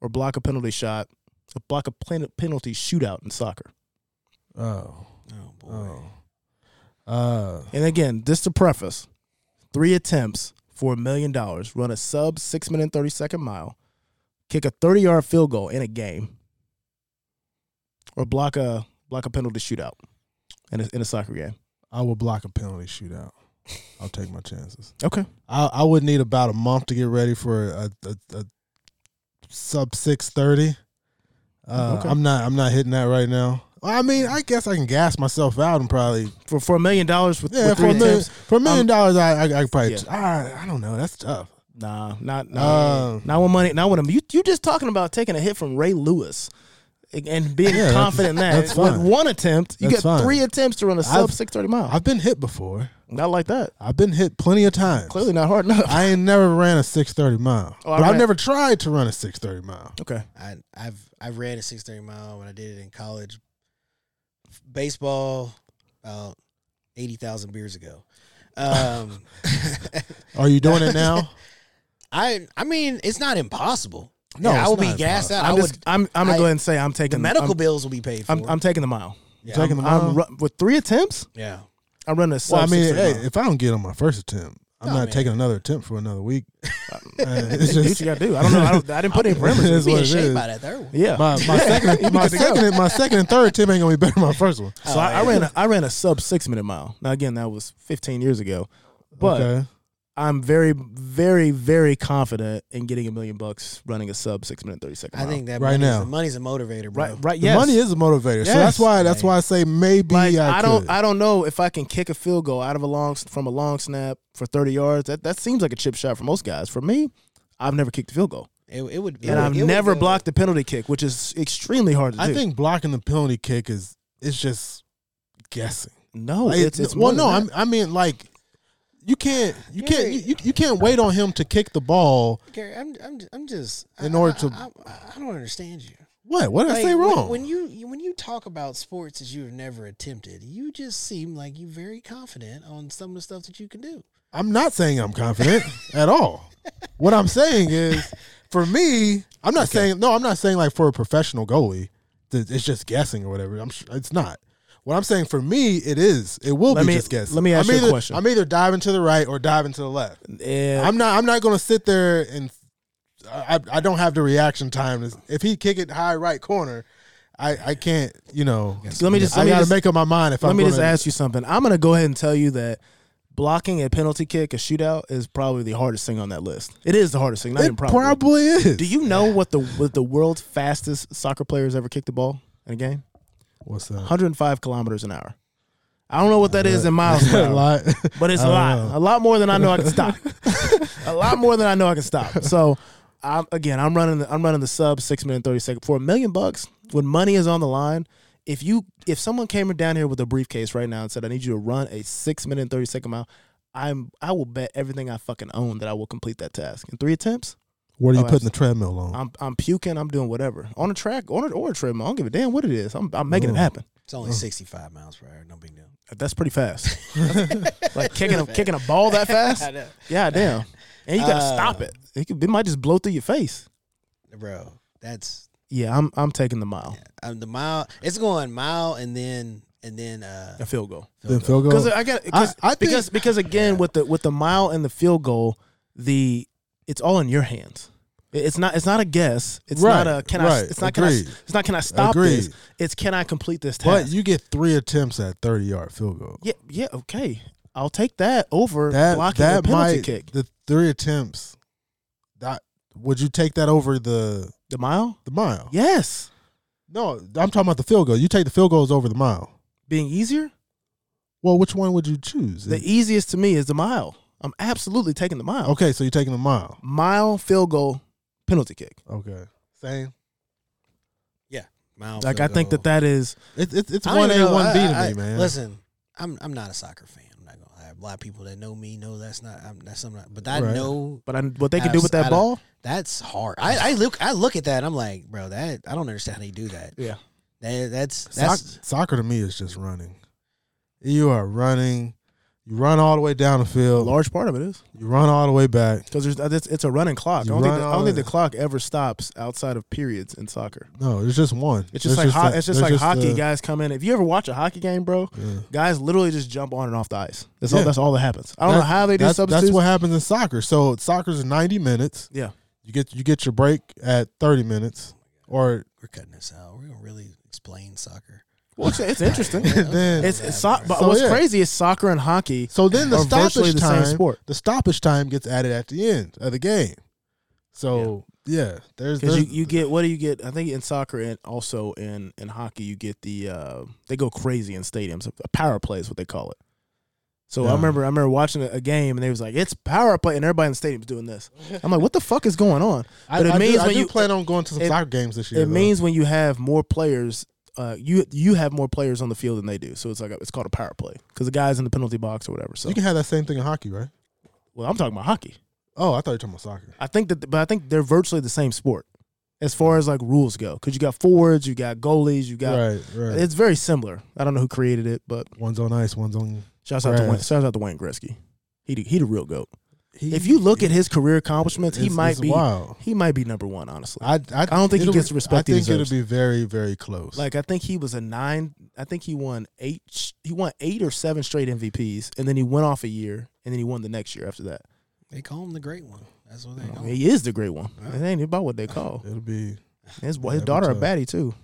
Speaker 3: or block a penalty shot, or block a pen- penalty shootout in soccer.
Speaker 1: Oh.
Speaker 4: oh boy.
Speaker 1: Oh. Uh,
Speaker 3: And again, just to preface, three attempts for a million dollars, run a sub six minute and thirty second mile, kick a thirty yard field goal in a game, or block a block a penalty shootout in a, in a soccer game.
Speaker 1: I will block a penalty shootout. I'll take my chances.
Speaker 3: Okay.
Speaker 1: I, I would need about a month to get ready for a, a, a sub six thirty. Uh,
Speaker 3: Okay. Mm.
Speaker 1: I'm not. I'm not hitting that right now. Well, I mean, I guess I can gas myself out and probably
Speaker 3: For for a million dollars with,
Speaker 1: yeah for
Speaker 3: with three
Speaker 1: a million
Speaker 3: attempts. Um,
Speaker 1: for a million dollars. I I, I could probably
Speaker 3: Yeah.
Speaker 1: I, I don't know. That's tough.
Speaker 3: Nah, not not,
Speaker 1: Um,
Speaker 3: not when money. Not when you you just talking about taking a hit from Ray Lewis and- and being
Speaker 1: Yeah, that's-
Speaker 3: confident in that.
Speaker 1: that's
Speaker 3: With
Speaker 1: fine.
Speaker 3: one attempt, you
Speaker 1: That's
Speaker 3: got
Speaker 1: fine.
Speaker 3: three attempts to run a sub
Speaker 1: I've-
Speaker 3: six thirty mile.
Speaker 1: I've been hit before.
Speaker 3: not like that.
Speaker 1: I've been hit plenty of times.
Speaker 3: Clearly not hard enough.
Speaker 1: I ain't never ran a six thirty mile,
Speaker 3: Oh, I
Speaker 1: but I've
Speaker 3: ran-
Speaker 1: never tried to run a six thirty mile.
Speaker 3: okay.
Speaker 4: I I've I ran a six thirty mile when I did it in college. Baseball about eighty thousand beers ago. Um
Speaker 1: Are you doing it now?
Speaker 4: I I mean it's not impossible.
Speaker 1: No,
Speaker 4: Yeah, I
Speaker 1: it's
Speaker 4: will be
Speaker 1: not
Speaker 4: gassed out.
Speaker 3: I'm
Speaker 4: I
Speaker 3: just.
Speaker 4: would
Speaker 3: I'm. I'm gonna
Speaker 4: I-
Speaker 3: go ahead and say I'm
Speaker 4: the
Speaker 3: taking
Speaker 4: medical
Speaker 3: I'm,
Speaker 4: bills will be paid for.
Speaker 3: I'm, I'm taking the mile.
Speaker 4: yeah,
Speaker 1: Taking the mile?
Speaker 3: I'm ru- with three attempts.
Speaker 4: yeah.
Speaker 3: I'm running a sub.
Speaker 1: Well, I mean,
Speaker 3: 630
Speaker 1: hey,
Speaker 3: mile.
Speaker 1: if I don't get on my first attempt, I'm
Speaker 3: Oh,
Speaker 4: Nah,
Speaker 1: not
Speaker 4: man.
Speaker 1: taking another attempt for another week. Uh, it's
Speaker 3: do what
Speaker 1: just
Speaker 3: you gotta do. I don't know. I, don't, I didn't put any
Speaker 1: It
Speaker 3: parameters.
Speaker 1: is
Speaker 4: Be
Speaker 1: what
Speaker 4: in
Speaker 1: it
Speaker 4: shape
Speaker 1: is.
Speaker 4: by that third one.
Speaker 3: Yeah.
Speaker 1: My, my second, my second, my second and third attempt ain't gonna be better than my first one.
Speaker 3: so I, I ran. A, I ran a sub six minute mile. Now again, that was 15 years ago, but.
Speaker 1: okay.
Speaker 3: I'm very, very, very confident in getting a million bucks running a sub six minute thirty second.
Speaker 4: I
Speaker 3: mile.
Speaker 4: think that
Speaker 1: Right
Speaker 4: money's,
Speaker 1: now.
Speaker 4: the money's a motivator, bro.
Speaker 3: right, right.
Speaker 1: The
Speaker 3: Yes.
Speaker 1: money is a motivator, so
Speaker 3: Yes.
Speaker 1: that's why that's why I say maybe
Speaker 3: Like,
Speaker 1: I,
Speaker 3: I, don't,
Speaker 1: could.
Speaker 3: I don't know if I can kick a field goal out of a long from a long snap for thirty yards. That that seems like a chip shot for most guys. For me, I've never kicked a field goal,
Speaker 4: It, it would, it
Speaker 3: and
Speaker 4: would-
Speaker 3: I've
Speaker 4: it would
Speaker 3: never
Speaker 4: go-
Speaker 3: blocked a penalty kick, which is extremely hard to
Speaker 1: I
Speaker 3: do.
Speaker 1: think blocking the penalty kick is it's just guessing.
Speaker 3: no,
Speaker 1: Like,
Speaker 3: Oh, it's, it's
Speaker 1: well,
Speaker 3: more
Speaker 1: no,
Speaker 3: than
Speaker 1: I'm, I mean like you can't you can't
Speaker 4: Yeah.
Speaker 1: you, you, you can't wait on him to kick the ball.
Speaker 4: Gary, I'm, I'm, I'm just
Speaker 1: In
Speaker 4: I,
Speaker 1: order
Speaker 4: I-
Speaker 1: to-
Speaker 4: I, I, I don't understand you.
Speaker 1: What? What did I
Speaker 4: Like,
Speaker 1: say
Speaker 4: when-
Speaker 1: wrong?
Speaker 4: When, you when you talk about sports that you have never attempted, you just seem like you're very confident on some of the stuff that you can do.
Speaker 1: I'm not saying I'm confident at all. What I'm saying is, for me, I'm not saying no. I'm not saying like for a professional goalie, that it's just guessing or whatever. I'm sure it's not. What I'm saying for me, it is. It will
Speaker 3: Let
Speaker 1: be
Speaker 3: me-
Speaker 1: just guessing.
Speaker 3: let me ask
Speaker 1: I'm
Speaker 3: you a
Speaker 1: either,
Speaker 3: question.
Speaker 1: I'm either diving to the right or diving to the left.
Speaker 3: that. Yeah.
Speaker 1: I'm not. I'm not going to sit there and I, I- I don't have the reaction time. If he kick it high right corner, I, I can't. You know,
Speaker 3: Let me just.
Speaker 1: I
Speaker 3: let me
Speaker 1: got to
Speaker 3: just-
Speaker 1: make up my mind if
Speaker 3: Let
Speaker 1: I'm.
Speaker 3: me
Speaker 1: gonna,
Speaker 3: just ask you something. I'm going to go ahead and tell you that blocking a penalty kick, a shootout, is probably the hardest thing on that list. It is the hardest thing. Not even
Speaker 1: It
Speaker 3: probably.
Speaker 1: probably
Speaker 3: Do
Speaker 1: is.
Speaker 3: you know what the what the world's fastest soccer players ever kicked the ball in a game?
Speaker 1: What's that?
Speaker 3: 105 kilometers an hour. I don't know what that is in miles per
Speaker 1: A
Speaker 3: hour,
Speaker 1: lot.
Speaker 3: but it's
Speaker 1: I
Speaker 3: a
Speaker 1: don't
Speaker 3: lot.
Speaker 1: know.
Speaker 3: A lot more than I know I can stop. a lot more than I know I can stop. So, I'm, again, I'm running. The, I'm running the sub six minute thirty second for a million bucks when money is on the line. If you if someone came down here with a briefcase right now and said I need you to run a six minute and thirty second mile, I'm I will bet everything I fucking own that I will complete that task in three attempts.
Speaker 1: What are you
Speaker 3: Oh,
Speaker 1: putting the treadmill on?
Speaker 3: I'm I'm puking. I'm doing whatever on a track or or a treadmill. I don't give a damn what it is. I'm I'm making it happen.
Speaker 4: It's only 65 miles per hour. No big deal.
Speaker 3: That's pretty fast. like kicking a, kicking a ball that fast.
Speaker 4: know.
Speaker 3: Yeah, damn. And you gotta
Speaker 4: Uh,
Speaker 3: stop it. It, could, it might just blow through your face.
Speaker 4: Bro, that's
Speaker 3: yeah, I'm I'm taking the mile,
Speaker 4: Um, the mile, it's going mile and then and then uh,
Speaker 3: a field goal.
Speaker 1: Then field goal.
Speaker 3: Because I got cause,
Speaker 1: I think-
Speaker 3: because because again with the with the mile and the field goal, the it's all in your hands. It- It's not it's not a guess. It's
Speaker 1: Right,
Speaker 3: not a can I
Speaker 1: right,
Speaker 3: it's not can I
Speaker 1: agreed.
Speaker 3: it's not can I stop this.
Speaker 1: Agreed.
Speaker 3: It's can I complete this task?
Speaker 1: but you get three attempts at thirty yard field goal.
Speaker 3: yeah, yeah, okay. I'll take that over
Speaker 1: that
Speaker 3: blocking
Speaker 1: that
Speaker 3: a penalty
Speaker 1: might
Speaker 3: kick.
Speaker 1: the three attempts. That would you take that over the
Speaker 3: The mile?
Speaker 1: the mile?
Speaker 3: Yes.
Speaker 1: No, I'm talking about the field goal. You take the field goals over the mile.
Speaker 3: Being easier?
Speaker 1: Well, which one would you choose?
Speaker 3: The easiest to me is the mile. I'm absolutely taking the mile.
Speaker 1: okay, so you're taking the mile.
Speaker 3: Mile, field goal, penalty kick.
Speaker 1: Okay, same.
Speaker 4: mile.
Speaker 3: Like I
Speaker 4: field
Speaker 3: think
Speaker 4: goal.
Speaker 3: that that is
Speaker 1: It, it, it's
Speaker 4: I don't
Speaker 1: one
Speaker 4: even
Speaker 1: A,
Speaker 4: know.
Speaker 1: one B
Speaker 4: I-
Speaker 1: to
Speaker 4: I-
Speaker 1: me, man.
Speaker 4: Listen, I'm I'm not a soccer fan. I'm not gonna lie. A lot of people that know me know that's not I'm, that's something. I- But I
Speaker 1: Right.
Speaker 4: know
Speaker 3: but I, what they can do
Speaker 4: Abs-
Speaker 3: with
Speaker 4: I
Speaker 3: that
Speaker 4: don't-
Speaker 3: ball?
Speaker 4: that's hard. I, I look I look at that. and I'm like, bro, that I don't understand how they do that.
Speaker 3: Yeah.
Speaker 4: That, that's that's
Speaker 1: Soc- soccer to me is just running. You are running. You run all the way down the
Speaker 3: A
Speaker 1: field.
Speaker 3: large part of it is.
Speaker 1: You run all the way back.
Speaker 3: Because there's uh, it's, it's a running clock. I
Speaker 1: You
Speaker 3: don't, think
Speaker 1: run
Speaker 3: the, I
Speaker 1: all
Speaker 3: don't think
Speaker 1: the-
Speaker 3: the clock ever stops outside of periods in soccer.
Speaker 1: No, it's just one.
Speaker 3: It's just
Speaker 1: There's
Speaker 3: like ho-
Speaker 1: a-
Speaker 3: it's just
Speaker 1: there's
Speaker 3: like hockey.
Speaker 1: a-
Speaker 3: guys come in. If you ever watch a hockey game, bro,
Speaker 1: Yeah.
Speaker 3: guys literally just jump on and off the ice. That's all.
Speaker 1: Yeah.
Speaker 3: That's all that happens. I don't know
Speaker 1: That-
Speaker 3: how they do
Speaker 1: that's,
Speaker 3: substitutes.
Speaker 1: That's what happens in soccer. So soccer's ninety minutes.
Speaker 3: yeah,
Speaker 1: You get you get your break at thirty minutes, or
Speaker 4: we're cutting this out. We're gonna really explain soccer.
Speaker 3: well, it's, it's interesting.
Speaker 1: then
Speaker 3: it's it's so- but
Speaker 1: So,
Speaker 3: what's
Speaker 1: yeah.
Speaker 3: crazy is soccer and hockey.
Speaker 1: so then the
Speaker 3: are virtually
Speaker 1: stoppage
Speaker 3: the
Speaker 1: time.
Speaker 3: same sport.
Speaker 1: The stoppage time gets added at the end of the game. So yeah, there's,
Speaker 3: Because you,
Speaker 1: there's-
Speaker 3: you get what do you get? I think in soccer and also in, in hockey you get the uh, they go crazy in stadiums. A power play is what they call it. So I
Speaker 1: Yeah.
Speaker 3: remember I remember watching a- a game and they was like it's power play and everybody in the stadium's doing this. I'm like what the fuck is going on?
Speaker 1: I,
Speaker 3: but
Speaker 1: I
Speaker 3: it
Speaker 1: do-
Speaker 3: means
Speaker 1: I
Speaker 3: when
Speaker 1: do
Speaker 3: you-
Speaker 1: plan on going to some
Speaker 3: it-
Speaker 1: soccer games this year.
Speaker 3: it
Speaker 1: though.
Speaker 3: means when you have more players, uh, you you have more players on the field than they do. So it's like a, it's called a power play because the guy's in the penalty box or whatever. So
Speaker 1: you can have that same thing in hockey, right?
Speaker 3: well, I'm talking about hockey.
Speaker 1: Oh, I thought you were talking about soccer.
Speaker 3: I think that, but I think they're virtually the same sport as far as like rules go because you got forwards, you got goalies, you got.
Speaker 1: Right, right.
Speaker 3: It's very similar. I don't know who created it, but
Speaker 1: one's on ice, one's on.
Speaker 3: shouts out to Wayne,
Speaker 1: Grass.
Speaker 3: shouts out to Wayne Gretzky. He the, he the real goat.
Speaker 1: He,
Speaker 3: If you look at his career accomplishments, he
Speaker 1: it's-
Speaker 3: might
Speaker 1: it's
Speaker 3: be
Speaker 1: wild.
Speaker 3: he might be number one. Honestly,
Speaker 1: I, I,
Speaker 3: don't think he
Speaker 1: it'll-
Speaker 3: gets the respect he
Speaker 1: I think
Speaker 3: deserves.
Speaker 1: it'll be very, very close.
Speaker 3: Like I think he was a nine. I think he won eight. sh- He won eight or seven straight MVPs, and then he went off a year, and then he won the next year after that.
Speaker 4: They call him the great one. That's what they
Speaker 3: I
Speaker 1: Oh.
Speaker 4: call.
Speaker 3: mean,
Speaker 4: him.
Speaker 3: Oh, he is the great one. It ain't about what they call
Speaker 1: it'll be.
Speaker 3: his.
Speaker 1: Yeah,
Speaker 3: His
Speaker 1: but,
Speaker 3: daughter a
Speaker 1: uh,
Speaker 3: baddie too.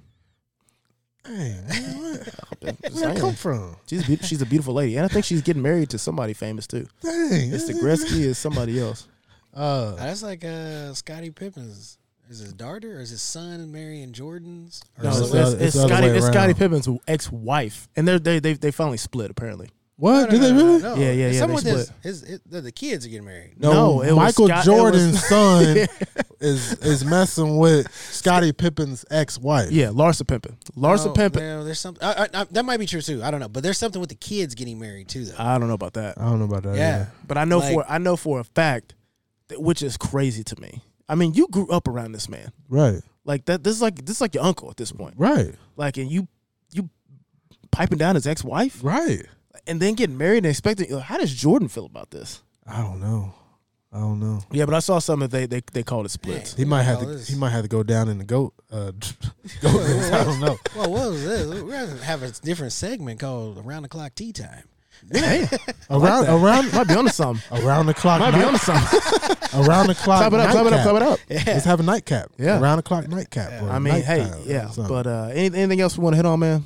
Speaker 1: Hey, man, where
Speaker 3: Just
Speaker 1: where that come
Speaker 3: saying.
Speaker 1: from?
Speaker 3: She's a beau- she's a beautiful lady, and I think she's getting married to somebody famous too.
Speaker 1: Dang,
Speaker 3: It's the Gretzky is somebody else.
Speaker 1: Uh,
Speaker 4: That's like uh, Scottie Pippen's. Is his daughter or is his son marrying Jordan's? Or
Speaker 3: No,
Speaker 1: It's
Speaker 3: it's,
Speaker 1: the
Speaker 3: it's,
Speaker 1: other- it's the other
Speaker 3: Scotty.
Speaker 1: way
Speaker 3: It's Scotty
Speaker 1: around.
Speaker 3: Pippen's ex wife, and they're, they they they finally split apparently.
Speaker 1: what?
Speaker 4: No,
Speaker 1: Did
Speaker 4: no,
Speaker 1: they
Speaker 4: no, no,
Speaker 1: really?
Speaker 4: no.
Speaker 3: Yeah, yeah,
Speaker 4: It's
Speaker 3: yeah,
Speaker 4: Someone
Speaker 3: they
Speaker 4: that's- his, his, the, the kids are getting married.
Speaker 3: No, it was
Speaker 1: Michael
Speaker 3: Scott- it was-
Speaker 1: Jordan's son is is messing with Scottie Pippen's ex wife.
Speaker 3: Yeah, Larsa Pippen. Larsa
Speaker 4: No,
Speaker 3: Pippen.
Speaker 4: No, there's something I, I, I, that might be true too. I don't know, but there's something with the kids getting married too, though.
Speaker 3: I don't know about that.
Speaker 1: I don't know about that.
Speaker 4: yeah,
Speaker 1: either.
Speaker 3: But I know
Speaker 4: Like-
Speaker 3: for I know for a fact, that, which is crazy to me. I mean, you grew up around this man,
Speaker 1: right,
Speaker 3: like that. This is like this is like your uncle at this point,
Speaker 1: right,
Speaker 3: like, and you you piping down his ex wife,
Speaker 1: right.
Speaker 3: and then getting married and expecting. like, How does Jordan feel about this?
Speaker 1: I don't know. I don't know.
Speaker 3: Yeah, but I saw something that they they they called it splits.
Speaker 1: He might have
Speaker 4: Hell,
Speaker 1: to.
Speaker 4: this-
Speaker 1: He might have to go down in the goat. Uh, goat race. I don't know.
Speaker 4: Well, what was this? We're gonna have a different segment called "Around the Clock Tea Time."
Speaker 3: Yeah,
Speaker 1: Around around
Speaker 3: might be onto something.
Speaker 1: around the clock.
Speaker 3: Might be
Speaker 1: night-
Speaker 3: onto something.
Speaker 1: around the clock.
Speaker 3: clap it up, clap it up,
Speaker 1: nightcap.
Speaker 3: clap it up.
Speaker 1: Let's have a nightcap.
Speaker 3: Yeah.
Speaker 1: around the clock nightcap. or
Speaker 3: I mean, hey,
Speaker 1: nighttime or
Speaker 3: yeah.
Speaker 1: something.
Speaker 3: But uh, any- anything else we want to hit on, man?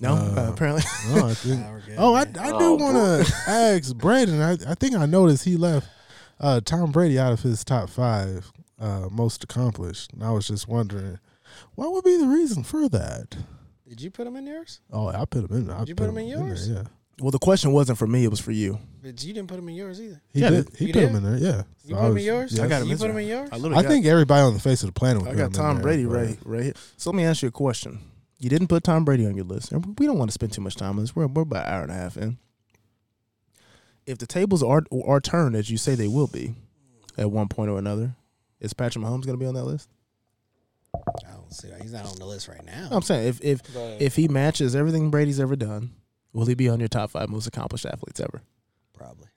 Speaker 3: No,
Speaker 1: Uh,
Speaker 3: Uh, apparently.
Speaker 1: No, I think.
Speaker 4: Nah, we're good,
Speaker 1: oh, I,
Speaker 4: man.
Speaker 1: I do want to ask Braden. I, I think I noticed he left uh, Tom Brady out of his top five uh, most accomplished, and I was just wondering what would be the reason for that.
Speaker 4: Did you put them in yours?
Speaker 1: Oh, I put him in. I
Speaker 4: Did you put him in yours?
Speaker 1: there, yeah,
Speaker 3: Well, the question wasn't for me; it was for you.
Speaker 4: But you didn't put them in yours either.
Speaker 1: he
Speaker 3: Yeah,
Speaker 1: did. He
Speaker 4: you
Speaker 1: put him
Speaker 4: did?
Speaker 1: in there. Yeah, So
Speaker 4: You put them in
Speaker 1: was-
Speaker 4: yours.
Speaker 1: yeah.
Speaker 3: I got him
Speaker 4: You
Speaker 3: in
Speaker 4: put them
Speaker 3: there.
Speaker 4: in yours.
Speaker 3: I literally
Speaker 1: I
Speaker 3: got-
Speaker 1: think everybody on the face of the planet. Would
Speaker 3: I
Speaker 1: put him
Speaker 3: got
Speaker 1: in
Speaker 3: Tom
Speaker 1: there,
Speaker 3: Brady
Speaker 1: but-
Speaker 3: right right here. So let me ask you a question. You didn't put Tom Brady on your list, and we don't want to spend too much time on this. We're, we're about an hour and a half in. If the tables are are turned as you say they will be, at one point or another, is Patrick Mahomes going to be on that list?
Speaker 4: I don't see. why He's not on the list right now.
Speaker 3: I'm saying if if
Speaker 4: But-
Speaker 3: if he matches everything Brady's ever done, will he be on your top five most accomplished athletes ever?
Speaker 4: Probably.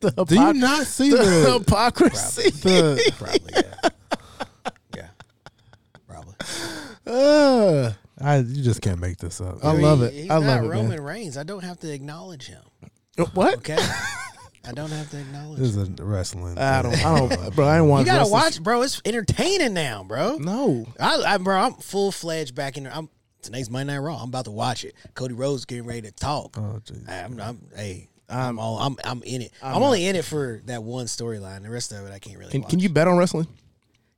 Speaker 3: The
Speaker 1: Do you not see the
Speaker 3: hypocrisy.
Speaker 1: the
Speaker 4: Probably. Yeah.
Speaker 3: Uh,
Speaker 1: I you just can't make this up.
Speaker 3: I love it.
Speaker 4: He's
Speaker 3: I love
Speaker 4: not
Speaker 3: it, man.
Speaker 4: Roman Reigns. I don't have to acknowledge him.
Speaker 3: what?
Speaker 4: Okay. I don't have to acknowledge.
Speaker 1: This
Speaker 4: him.
Speaker 1: is a wrestling.
Speaker 3: I don't.
Speaker 1: thing.
Speaker 3: I don't, bro. I don't
Speaker 4: You
Speaker 3: want.
Speaker 4: gotta watch, bro. It's entertaining now, bro.
Speaker 3: No.
Speaker 4: I, I bro, I'm full fledged back in. there. I'm tonight's Monday Night Raw. I'm about to watch it. Cody Rhodes getting ready to talk.
Speaker 1: Oh, jeez.
Speaker 4: I'm, I'm, hey, I'm all, I'm, I'm in it. I'm, only in it for that one storyline. The rest of it, I can't really.
Speaker 3: Can,
Speaker 4: watch.
Speaker 3: can you bet on wrestling?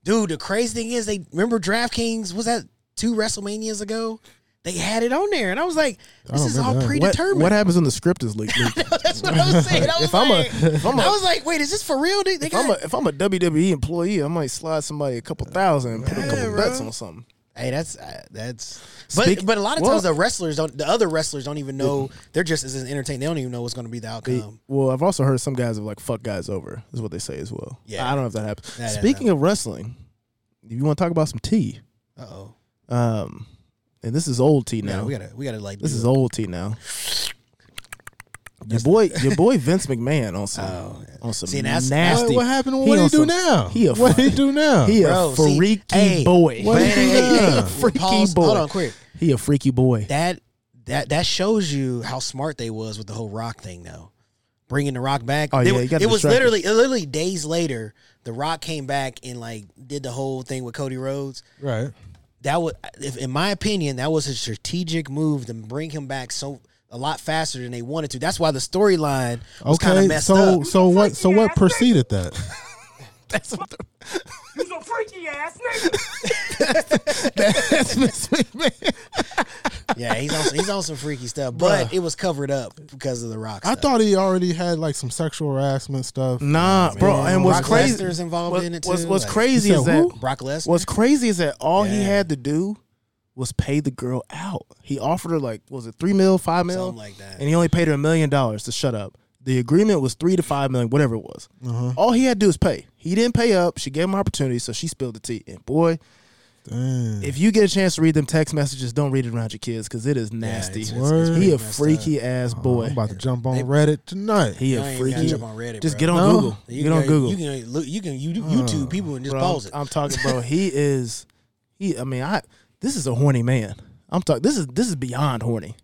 Speaker 4: dude? The crazy thing is, they remember DraftKings was that two WrestleManias ago. They had it on there, and I was like, "This
Speaker 1: don't
Speaker 4: is all
Speaker 1: remember that.
Speaker 3: What,
Speaker 4: predetermined."
Speaker 3: what happens when the script is leaked? leaked?
Speaker 4: That's what I was saying. I was
Speaker 3: If I'm a-
Speaker 4: like,
Speaker 3: if I'm a-
Speaker 4: I was like, "Wait, is this for real?" They, they
Speaker 3: if
Speaker 4: got,
Speaker 3: I'm a if I'm a WWE employee, I might slide somebody a couple thousand and put a couple
Speaker 4: bro.
Speaker 3: bets on something.
Speaker 4: Hey, that's uh, that's. But
Speaker 3: Speak-
Speaker 4: but a lot of
Speaker 3: well-
Speaker 4: times the wrestlers don't. The other wrestlers don't even know. They're just as entertained. They don't even know what's going to be the
Speaker 3: They-
Speaker 4: outcome.
Speaker 3: well, I've also heard some guys have like fuck guys over is what they say as well.
Speaker 4: Yeah.
Speaker 3: I don't know if that happens.
Speaker 4: That- that-
Speaker 3: Speaking of wrestling, if you want to talk about some tea,
Speaker 4: Uh oh.
Speaker 3: um, and this is old tea now.
Speaker 4: No, we gotta we gotta like.
Speaker 3: this
Speaker 4: do
Speaker 3: is
Speaker 4: a-
Speaker 3: old tea now. Your boy, your boy Vince McMahon on some
Speaker 4: Oh,
Speaker 3: on some
Speaker 4: See, that's-
Speaker 3: nasty.
Speaker 1: What, what happened?
Speaker 3: He
Speaker 1: What do
Speaker 3: on
Speaker 1: you do
Speaker 3: some-
Speaker 1: now?
Speaker 3: He a
Speaker 1: what do you
Speaker 3: fuck-
Speaker 1: do now?
Speaker 3: He a
Speaker 4: Bro, see,
Speaker 3: freaky
Speaker 4: hey,
Speaker 3: boy.
Speaker 1: what
Speaker 4: But
Speaker 1: is
Speaker 4: hey,
Speaker 1: he
Speaker 4: hey, hey,
Speaker 1: doing?
Speaker 4: hey,
Speaker 3: Freaky
Speaker 4: pause.
Speaker 3: boy.
Speaker 4: Hold on, quick.
Speaker 3: He a freaky boy.
Speaker 4: That that that shows you how smart they was with the whole Rock thing, though. Bringing the Rock back.
Speaker 3: Oh,
Speaker 4: They
Speaker 3: yeah,
Speaker 4: were-
Speaker 3: you gotta
Speaker 4: it was
Speaker 3: distract
Speaker 4: literally literally days later. The Rock came back and like did the whole thing with Cody Rhodes.
Speaker 1: Right.
Speaker 4: that would, if, in my opinion, that was a strategic move to bring him back so a lot faster than they wanted to. That's why the storyline was kind of
Speaker 1: Okay.
Speaker 4: messed
Speaker 1: So
Speaker 4: up.
Speaker 1: so what so what preceded that?
Speaker 3: That's what the-
Speaker 5: You's a freaky ass nigga.
Speaker 3: that's Vince McMahon.
Speaker 4: yeah, he's on he's on some freaky stuff, but it was covered up because of the rock.
Speaker 1: I
Speaker 4: stuff.
Speaker 1: thought he already had like some sexual harassment stuff.
Speaker 3: Nah, bro. And what's
Speaker 4: Brock
Speaker 3: crazy?
Speaker 4: Lesnar's involved
Speaker 3: what-
Speaker 4: in it
Speaker 3: What's,
Speaker 4: too,
Speaker 3: what's
Speaker 4: like-
Speaker 3: crazy
Speaker 1: You said
Speaker 3: is that
Speaker 1: who?
Speaker 4: Brock Lesnar.
Speaker 3: what's crazy is that all he
Speaker 4: Yeah.
Speaker 3: had to do was pay the girl out. He offered her like was it three mil, five mil,
Speaker 4: Something like that.
Speaker 3: and he only paid her a million dollars to shut up. The agreement was three to five million, whatever it was.
Speaker 4: Uh-huh.
Speaker 3: All he had to do is pay. He didn't pay up. She gave him opportunity, so she spilled the tea. And boy,
Speaker 1: Damn.
Speaker 3: if you get a chance to read them text messages, don't read it around your kids because it is nasty.
Speaker 4: it's-
Speaker 1: it's Word.
Speaker 3: he
Speaker 1: pretty
Speaker 3: a
Speaker 4: messed Oh,
Speaker 3: freaky ass boy.
Speaker 1: I'm about to jump on
Speaker 4: They-
Speaker 1: Reddit tonight.
Speaker 3: he
Speaker 4: You
Speaker 3: a
Speaker 4: ain't gotta
Speaker 3: freaky.
Speaker 4: jump on Reddit,
Speaker 3: Just
Speaker 4: bro.
Speaker 3: get on
Speaker 1: No.
Speaker 3: Google.
Speaker 4: You
Speaker 3: get on
Speaker 4: can-
Speaker 3: Google.
Speaker 4: You can look. You can you do- YouTube people and just
Speaker 3: Bro,
Speaker 4: pause it.
Speaker 3: I'm talking, bro. He is. He. I mean, I. This is a horny man. I'm talking. This is this is beyond horny.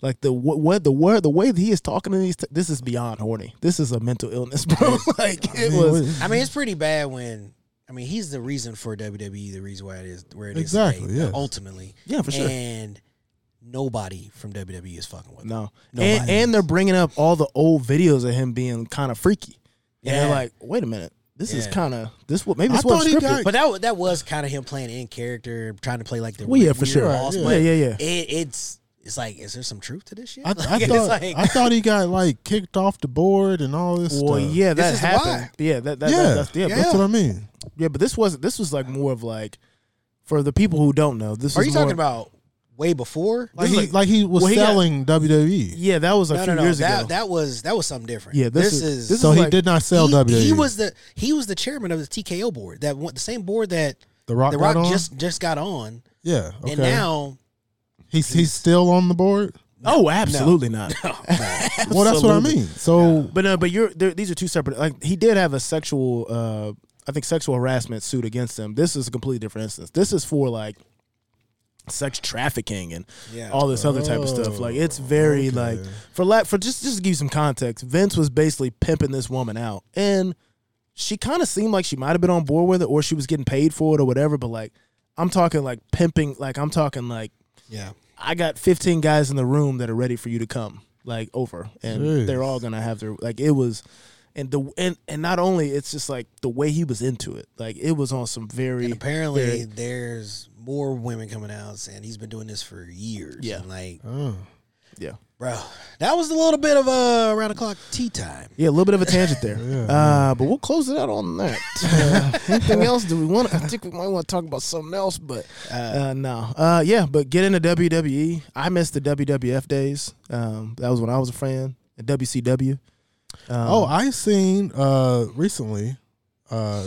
Speaker 3: Like the what, what the word the way that he is talking to these. T- this is beyond horny. This is a mental illness, bro. like it
Speaker 1: Man,
Speaker 3: was.
Speaker 1: what-
Speaker 4: I mean, it's pretty bad when. I mean, he's the reason for WWE. The reason why it is where it is
Speaker 1: Exactly,
Speaker 4: today,
Speaker 1: yes.
Speaker 4: Ultimately,
Speaker 3: Yeah, for sure.
Speaker 4: And nobody from WWE is fucking with him.
Speaker 3: No, and,
Speaker 4: Nobody
Speaker 3: and they're
Speaker 4: is.
Speaker 3: bringing up all the old videos of him being kind of freaky. And
Speaker 4: Yeah.
Speaker 3: they're like, wait a minute, this is
Speaker 4: Yeah.
Speaker 3: kind of this. What maybe
Speaker 1: I
Speaker 3: this was
Speaker 1: thought he
Speaker 3: scripted.
Speaker 1: got-
Speaker 4: But that wa- that was kind of him playing in character, trying to play like the
Speaker 3: Well, yeah, for
Speaker 4: weird
Speaker 3: sure.
Speaker 4: boss,
Speaker 3: Yeah,
Speaker 4: but
Speaker 3: yeah, yeah.
Speaker 4: It, it's it's like, is there some truth to this shit?
Speaker 1: I,
Speaker 4: Like,
Speaker 1: I
Speaker 4: it's
Speaker 1: thought
Speaker 4: like-
Speaker 1: I thought he got like kicked off the board and all this
Speaker 3: well,
Speaker 1: stuff.
Speaker 3: yeah, that
Speaker 4: is why.
Speaker 3: happened. Yeah, that, that,
Speaker 1: yeah,
Speaker 3: that that's yeah, but-
Speaker 1: That's what I mean.
Speaker 3: yeah. But this was this was like more of like for the people who don't know. This
Speaker 4: are
Speaker 3: was
Speaker 4: you
Speaker 3: more-
Speaker 4: talking about way before?
Speaker 1: Like
Speaker 3: This
Speaker 1: he, like,
Speaker 3: is like-
Speaker 1: he was
Speaker 3: well, he got-
Speaker 1: selling E. WWE,
Speaker 3: Yeah, that was a
Speaker 4: no,
Speaker 3: few
Speaker 4: no, no.
Speaker 3: years
Speaker 4: that
Speaker 3: ago.
Speaker 4: that was that was something different.
Speaker 3: Yeah, this is-
Speaker 4: is,
Speaker 3: this
Speaker 1: so
Speaker 3: is
Speaker 1: he
Speaker 3: like-
Speaker 1: did not sell E.
Speaker 4: he,
Speaker 1: WWE.
Speaker 4: He was the he was the chairman of the TKO board that one, the same board that
Speaker 1: The Rock
Speaker 4: the
Speaker 1: got
Speaker 4: Rock
Speaker 1: on?
Speaker 4: just just got on,
Speaker 1: yeah. Okay.
Speaker 4: and now
Speaker 1: he's he's still on the board.
Speaker 3: oh, absolutely not.
Speaker 1: Well, that's what I
Speaker 3: Absolutely.
Speaker 1: mean. So
Speaker 3: But no, but you're there, these are two separate. Like he did have a sexual, uh, I think sexual harassment suit against him. This is a completely different instance. This is for like sex trafficking and
Speaker 4: Yeah.
Speaker 3: all this other type of stuff. Like it's very like for la- for just just to give you some context, Vince was basically pimping this woman out, and she kind of seemed like she might have been on board with it, or she was getting paid for it, or whatever. But like I'm talking like pimping, like I'm talking like
Speaker 4: yeah,
Speaker 3: I got 15 guys in the room that are ready for you to come like over and
Speaker 1: Jeez.
Speaker 3: they're all going to have their like it was and the and, and not only it's just like the way he was into it like it was on some very
Speaker 4: and apparently
Speaker 3: very-
Speaker 4: there's more women coming out, and he's been doing this for years.
Speaker 3: Yeah.
Speaker 4: and like
Speaker 3: yeah
Speaker 4: bro, that was a little bit of a around the clock tea time.
Speaker 3: yeah a little bit of a tangent there uh, but we'll close it out on that uh, anything else do we want I think we might want to talk about something else but uh, no uh, yeah but get into WWE I miss the WWF days um, that was when I was a fan and WCW
Speaker 1: oh,
Speaker 3: Um,
Speaker 1: I seen uh recently uh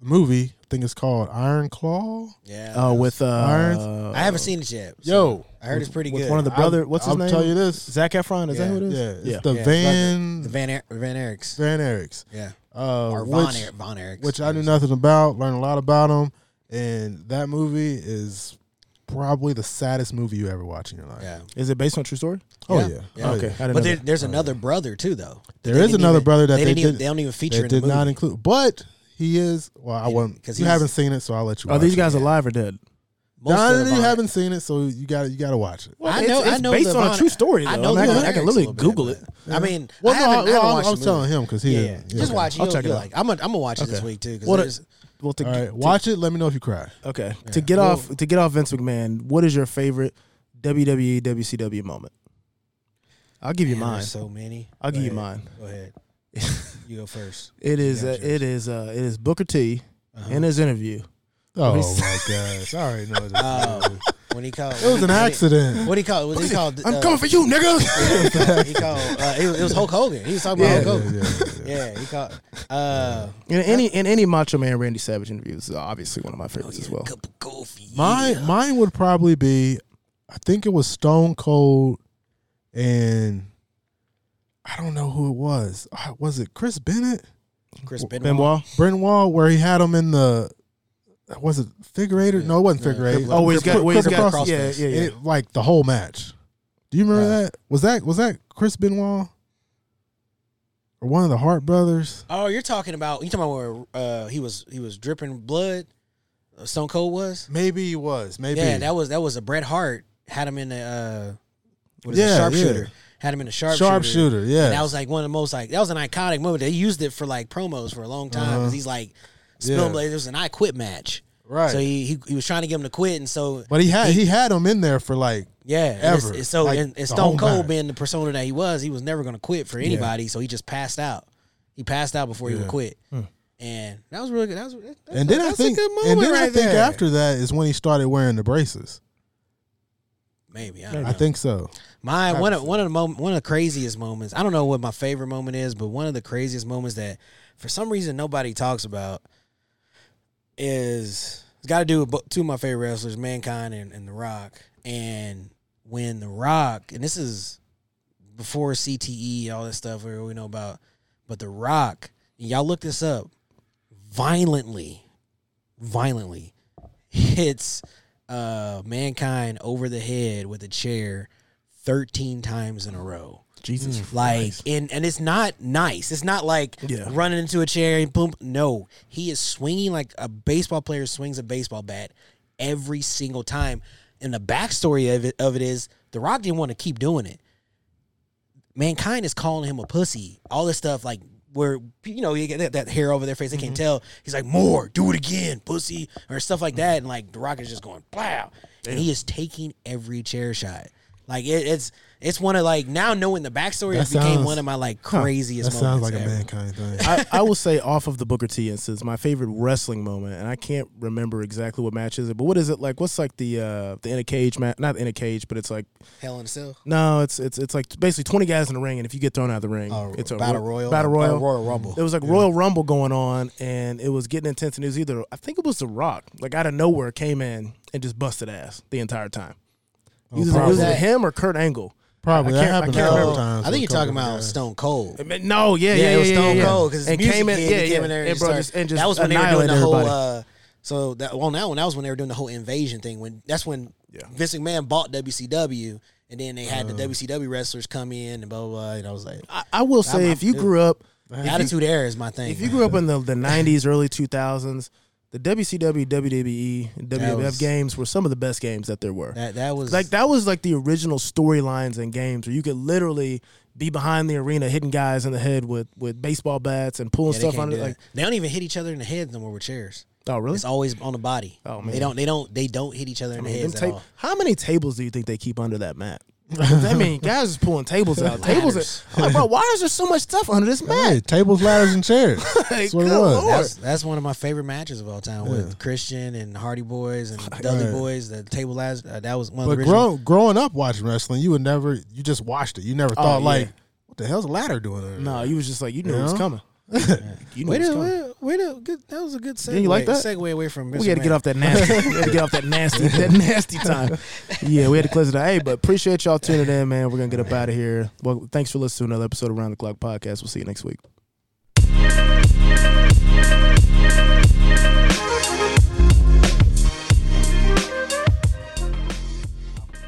Speaker 1: the movie. I think it's called Iron Claw.
Speaker 4: Yeah,
Speaker 3: uh, with uh,
Speaker 1: Irons?
Speaker 4: I haven't seen it yet. so
Speaker 1: Yo,
Speaker 4: I heard it's pretty
Speaker 3: with
Speaker 4: good.
Speaker 3: one of the brother. what's his
Speaker 1: I'll
Speaker 3: name?
Speaker 1: tell you this.
Speaker 3: Zach Efron. Is
Speaker 4: Yeah.
Speaker 3: that who it is?
Speaker 1: Yeah, it's
Speaker 3: yeah.
Speaker 1: the
Speaker 4: Yeah,
Speaker 1: Van
Speaker 4: the Van er- Van Erics.
Speaker 1: Van Erics.
Speaker 4: Yeah,
Speaker 1: Uh,
Speaker 4: or Von
Speaker 1: which,
Speaker 4: er- Von Erics.
Speaker 1: which I knew nothing about. Learned a lot about him, and that movie is probably the saddest movie you ever watch in your life.
Speaker 4: Yeah.
Speaker 3: Is it based on a true story?
Speaker 1: Oh
Speaker 4: Yeah.
Speaker 1: yeah.
Speaker 4: Yeah.
Speaker 1: Oh, yeah.
Speaker 3: Okay, I didn't know
Speaker 4: But there,
Speaker 3: that.
Speaker 4: there's another brother too, though.
Speaker 1: There
Speaker 4: They
Speaker 1: is
Speaker 4: didn't
Speaker 1: another
Speaker 4: even-
Speaker 1: brother that
Speaker 4: they
Speaker 1: they
Speaker 4: didn't even,
Speaker 1: did-
Speaker 4: they don't even
Speaker 1: They
Speaker 4: feature in
Speaker 1: did
Speaker 4: the movie.
Speaker 1: not include, but he is. Well, I
Speaker 4: Yeah,
Speaker 1: wasn't
Speaker 4: 'cause
Speaker 1: because you
Speaker 4: he's- Oh,
Speaker 1: haven't seen it, so I'll let you.
Speaker 3: Are these
Speaker 1: watch it.
Speaker 3: guys alive or dead?
Speaker 4: Most
Speaker 1: Nah,
Speaker 4: of them
Speaker 1: you
Speaker 4: aren't.
Speaker 1: haven't seen it, so you got to you got to watch it.
Speaker 3: Well,
Speaker 4: I
Speaker 3: it's-
Speaker 4: know.
Speaker 3: it's
Speaker 4: I know
Speaker 3: based
Speaker 4: the
Speaker 3: on a
Speaker 4: Von-
Speaker 3: true story,
Speaker 4: I
Speaker 3: though.
Speaker 4: know.
Speaker 3: I mean,
Speaker 4: the
Speaker 3: I can- I can
Speaker 4: lyrics
Speaker 3: literally
Speaker 4: a little
Speaker 3: Google
Speaker 4: bit,
Speaker 3: it.
Speaker 4: but- I mean,
Speaker 1: Well,
Speaker 4: I
Speaker 1: no,
Speaker 4: haven't. I,
Speaker 1: I,
Speaker 4: haven't
Speaker 1: I,
Speaker 4: watched
Speaker 1: I
Speaker 4: the
Speaker 1: was
Speaker 4: movie.
Speaker 1: telling him because he
Speaker 4: Yeah,
Speaker 1: didn't.
Speaker 4: yeah. just
Speaker 1: okay.
Speaker 4: watch it.
Speaker 3: I'll
Speaker 4: You'll
Speaker 3: check
Speaker 4: be
Speaker 3: it out.
Speaker 4: like, I'm gonna, I'm gonna watch this week too.
Speaker 3: Well,
Speaker 4: Because
Speaker 3: to- well, to,
Speaker 1: All right,
Speaker 3: to-
Speaker 1: watch it. Let me know if you cry.
Speaker 3: Okay, to get off to get off Vince McMahon, what is your favorite E, WWE WCW moment? I'll give you mine.
Speaker 4: there's so many.
Speaker 3: I'll
Speaker 4: Go
Speaker 3: give you
Speaker 4: ahead.
Speaker 3: mine.
Speaker 4: Go ahead. you go first.
Speaker 3: It is
Speaker 4: Yeah,
Speaker 3: uh,
Speaker 4: sure.
Speaker 3: it is uh, it is Booker T
Speaker 4: Uh-huh.
Speaker 3: in his interview.
Speaker 1: Oh
Speaker 3: Please.
Speaker 1: my gosh! I already know this.
Speaker 4: Um, when he called,
Speaker 1: it was an accident.
Speaker 4: What he called? Was he called?
Speaker 3: I'm
Speaker 4: uh,
Speaker 3: coming for you, nigga.
Speaker 4: he called. Uh, it, was, it was Hulk Hogan. He was talking about
Speaker 1: Yeah,
Speaker 4: Hulk
Speaker 1: yeah,
Speaker 4: Hogan.
Speaker 1: yeah, yeah, yeah.
Speaker 4: Yeah, he called. Uh,
Speaker 3: in any in any Macho Man Randy Savage interview is obviously one of my
Speaker 4: Oh,
Speaker 3: favorites as well.
Speaker 4: cup of coffee.
Speaker 1: Mine mine would probably be, I think it was Stone Cold, and I don't know who it was. Uh, Was it Chris Bennett?
Speaker 4: Chris Benoit.
Speaker 3: Benoit.
Speaker 1: Brenwall, where he had him in the was it figure eight? or No, it wasn't
Speaker 4: No,
Speaker 1: figure eight.
Speaker 4: cripple-
Speaker 3: Oh, he's got, well, he's
Speaker 1: Cripple
Speaker 3: got
Speaker 1: cross
Speaker 3: yeah,
Speaker 4: face.
Speaker 3: yeah,
Speaker 1: And
Speaker 3: yeah.
Speaker 1: it- like the whole match. Do you remember
Speaker 4: Uh,
Speaker 1: that? Was that was that Chris Benoit or one of the Hart brothers?
Speaker 4: Oh, you're talking about you talking about where uh, he was he was dripping blood. uh, Stone Cold was.
Speaker 1: Maybe he was. Maybe
Speaker 4: Yeah, that was that was a Bret Hart had him in the uh, what is
Speaker 1: Yeah,
Speaker 4: it,
Speaker 1: yeah.
Speaker 4: sharpshooter. Had him in a sharpshooter.
Speaker 1: Sharpshooter, yeah.
Speaker 4: And that was like one of the most like that was an iconic moment. They used it for like promos for a long time 'cause he's like
Speaker 1: Uh-huh. Yeah.
Speaker 4: Spillblade. It was an I Quit match.
Speaker 1: Right.
Speaker 4: So he, he he was trying to get him to quit, and so
Speaker 1: but he had he, had him in there for like
Speaker 4: yeah, and it's-
Speaker 1: Ever.
Speaker 4: it's so
Speaker 1: Like,
Speaker 4: and, and
Speaker 1: the
Speaker 4: Stone
Speaker 1: whole
Speaker 4: Cold
Speaker 1: match.
Speaker 4: being the persona that he was, he was never going to quit for anybody. So he just passed out. He passed out before he would quit, and that was really good. That was that, that's
Speaker 1: Hmm. and then
Speaker 4: a,
Speaker 1: I
Speaker 4: that's
Speaker 1: think
Speaker 4: a good moment
Speaker 1: and then
Speaker 4: right
Speaker 1: I think
Speaker 4: there.
Speaker 1: after that is when he started wearing the braces.
Speaker 4: maybe I, don't know.
Speaker 1: I think so.
Speaker 4: my one of one of the moment one of the craziest moments. I don't know what my favorite moment is, but one of the craziest moments that for some reason nobody talks about is it's got to do with bo- two of my favorite wrestlers, Mankind and, and The Rock. And when The Rock, and this is before CTE, all that stuff where we know about, but The Rock, and y'all look this up, violently, violently hits uh, Mankind over the head with a chair 13 times in a row.
Speaker 3: Jesus,
Speaker 4: Like and and it's not nice. It's not like
Speaker 3: Yeah.
Speaker 4: running into a chair and boom. No, he is swinging like a baseball player swings a baseball bat every single time. And the backstory of it of it is The Rock didn't want to keep doing it. Mankind is calling him a pussy. All this stuff like where you know you get that, that hair over their face. They can't
Speaker 1: Mm-hmm.
Speaker 4: tell. He's like more, do it again, pussy, or stuff like that. And like The Rock is just going wow, and he is taking every chair shot. Like it, it's it's one of like now knowing the backstory,
Speaker 1: That
Speaker 4: it became
Speaker 1: sounds-
Speaker 4: one of my like
Speaker 1: Huh.
Speaker 4: craziest.
Speaker 1: That sounds like
Speaker 4: moments
Speaker 1: a
Speaker 4: ever.
Speaker 1: mankind thing.
Speaker 3: I, I will say off of the Booker T instance, my favorite wrestling moment, and I can't remember exactly what match is it, but what is it like? What's like the uh the in a cage match? Not in a cage, but it's like
Speaker 4: Hell in a Cell.
Speaker 3: no, it's it's it's like basically twenty guys in the ring, and if you get thrown out of the ring,
Speaker 4: Oh,
Speaker 3: it's a
Speaker 4: Battle
Speaker 3: ro-
Speaker 4: Royal.
Speaker 3: battle
Speaker 4: Or
Speaker 3: royal,
Speaker 4: Royal Rumble.
Speaker 3: There was like Royal Rumble going on, and it was getting intense, and it was either I think it was The Rock, like out of nowhere, came in and just busted ass the entire time.
Speaker 4: Oh,
Speaker 3: It was, it was
Speaker 1: probably.
Speaker 3: him or Kurt Angle?
Speaker 1: Probably
Speaker 3: I can't-
Speaker 1: that
Speaker 3: I
Speaker 1: happened a
Speaker 3: can't
Speaker 1: couple
Speaker 3: remember.
Speaker 1: times.
Speaker 4: I think
Speaker 1: with a
Speaker 4: you're talking
Speaker 1: couple
Speaker 4: about
Speaker 1: guys.
Speaker 4: Stone Cold.
Speaker 3: I mean, No, yeah, yeah,
Speaker 4: Yeah, it was
Speaker 3: yeah,
Speaker 4: Stone
Speaker 3: yeah.
Speaker 4: Cold because
Speaker 3: And came in, yeah,
Speaker 4: he
Speaker 3: yeah,
Speaker 4: came in there and,
Speaker 3: and bro,
Speaker 4: started-
Speaker 3: just, and just
Speaker 4: that was when they were doing
Speaker 3: annihilated
Speaker 4: the whole.
Speaker 3: everybody.
Speaker 4: Uh, so that well now that was when they were doing the whole invasion thing. When that's when
Speaker 3: Yeah.
Speaker 4: Vince McMahon bought WCW, and then they
Speaker 3: Uh.
Speaker 4: had the WCW wrestlers come in and blah blah. blah and I was like,
Speaker 3: I, I will say,
Speaker 4: I'm-
Speaker 3: if you
Speaker 4: dude.
Speaker 3: grew up,
Speaker 4: the attitude era is my thing.
Speaker 3: if you grew up in the, the 90s, early 2000s, the WCW, WWE, E, and WWF
Speaker 4: was-
Speaker 3: games were some of the best games that there were.
Speaker 4: that that was
Speaker 3: like that was like the original storylines and games where you could literally be behind the arena hitting guys in the head with, with baseball bats and pulling
Speaker 4: yeah, they,
Speaker 3: stuff
Speaker 4: can't
Speaker 3: on it.
Speaker 4: do
Speaker 3: Like,
Speaker 4: that. they don't even hit each other in the head no more with chairs.
Speaker 3: oh really?
Speaker 4: It's always on the body.
Speaker 3: Oh, man.
Speaker 4: They don't. They don't. They don't hit each other in the
Speaker 3: Them
Speaker 4: heads
Speaker 3: ta-
Speaker 4: at all.
Speaker 3: How many tables do you think they keep under that mat? I mean, guys is pulling tables out. tables,
Speaker 4: Ladders.
Speaker 3: are, I'm like, bro, why is there so much stuff under this
Speaker 1: Hey,
Speaker 3: mat?
Speaker 1: tables, ladders, and chairs. That's what it
Speaker 3: good
Speaker 1: was.
Speaker 3: Lord.
Speaker 4: That's that's one of my favorite matches of all time with Christian and Hardy Boys and Dudley
Speaker 1: Right.
Speaker 4: Boys. The table last uh, that was one of
Speaker 1: But
Speaker 4: the
Speaker 1: grow,
Speaker 4: original.
Speaker 1: growing up watching wrestling, you would never, you just watched it. You
Speaker 4: Oh,
Speaker 1: never thought,
Speaker 3: yeah.
Speaker 1: like, what the hell's a ladder doing? Under
Speaker 3: No,
Speaker 1: there?
Speaker 3: you was just like you knew it was
Speaker 1: Yeah.
Speaker 3: coming. you knew
Speaker 4: Wait
Speaker 3: it was
Speaker 4: a
Speaker 3: coming.
Speaker 4: wait, wait a good. That was a good segue.
Speaker 3: Yeah, you like that?
Speaker 4: segue away from. Mr.
Speaker 3: We had to get
Speaker 4: Man.
Speaker 3: off that nasty. we had to get off that nasty. That nasty time. Yeah, we had to close it out. Hey, but appreciate y'all tuning in, man. We're gonna get up out of here. Well, thanks for listening to another episode of Round the Clock Podcast. We'll see you next week.
Speaker 6: Thank you.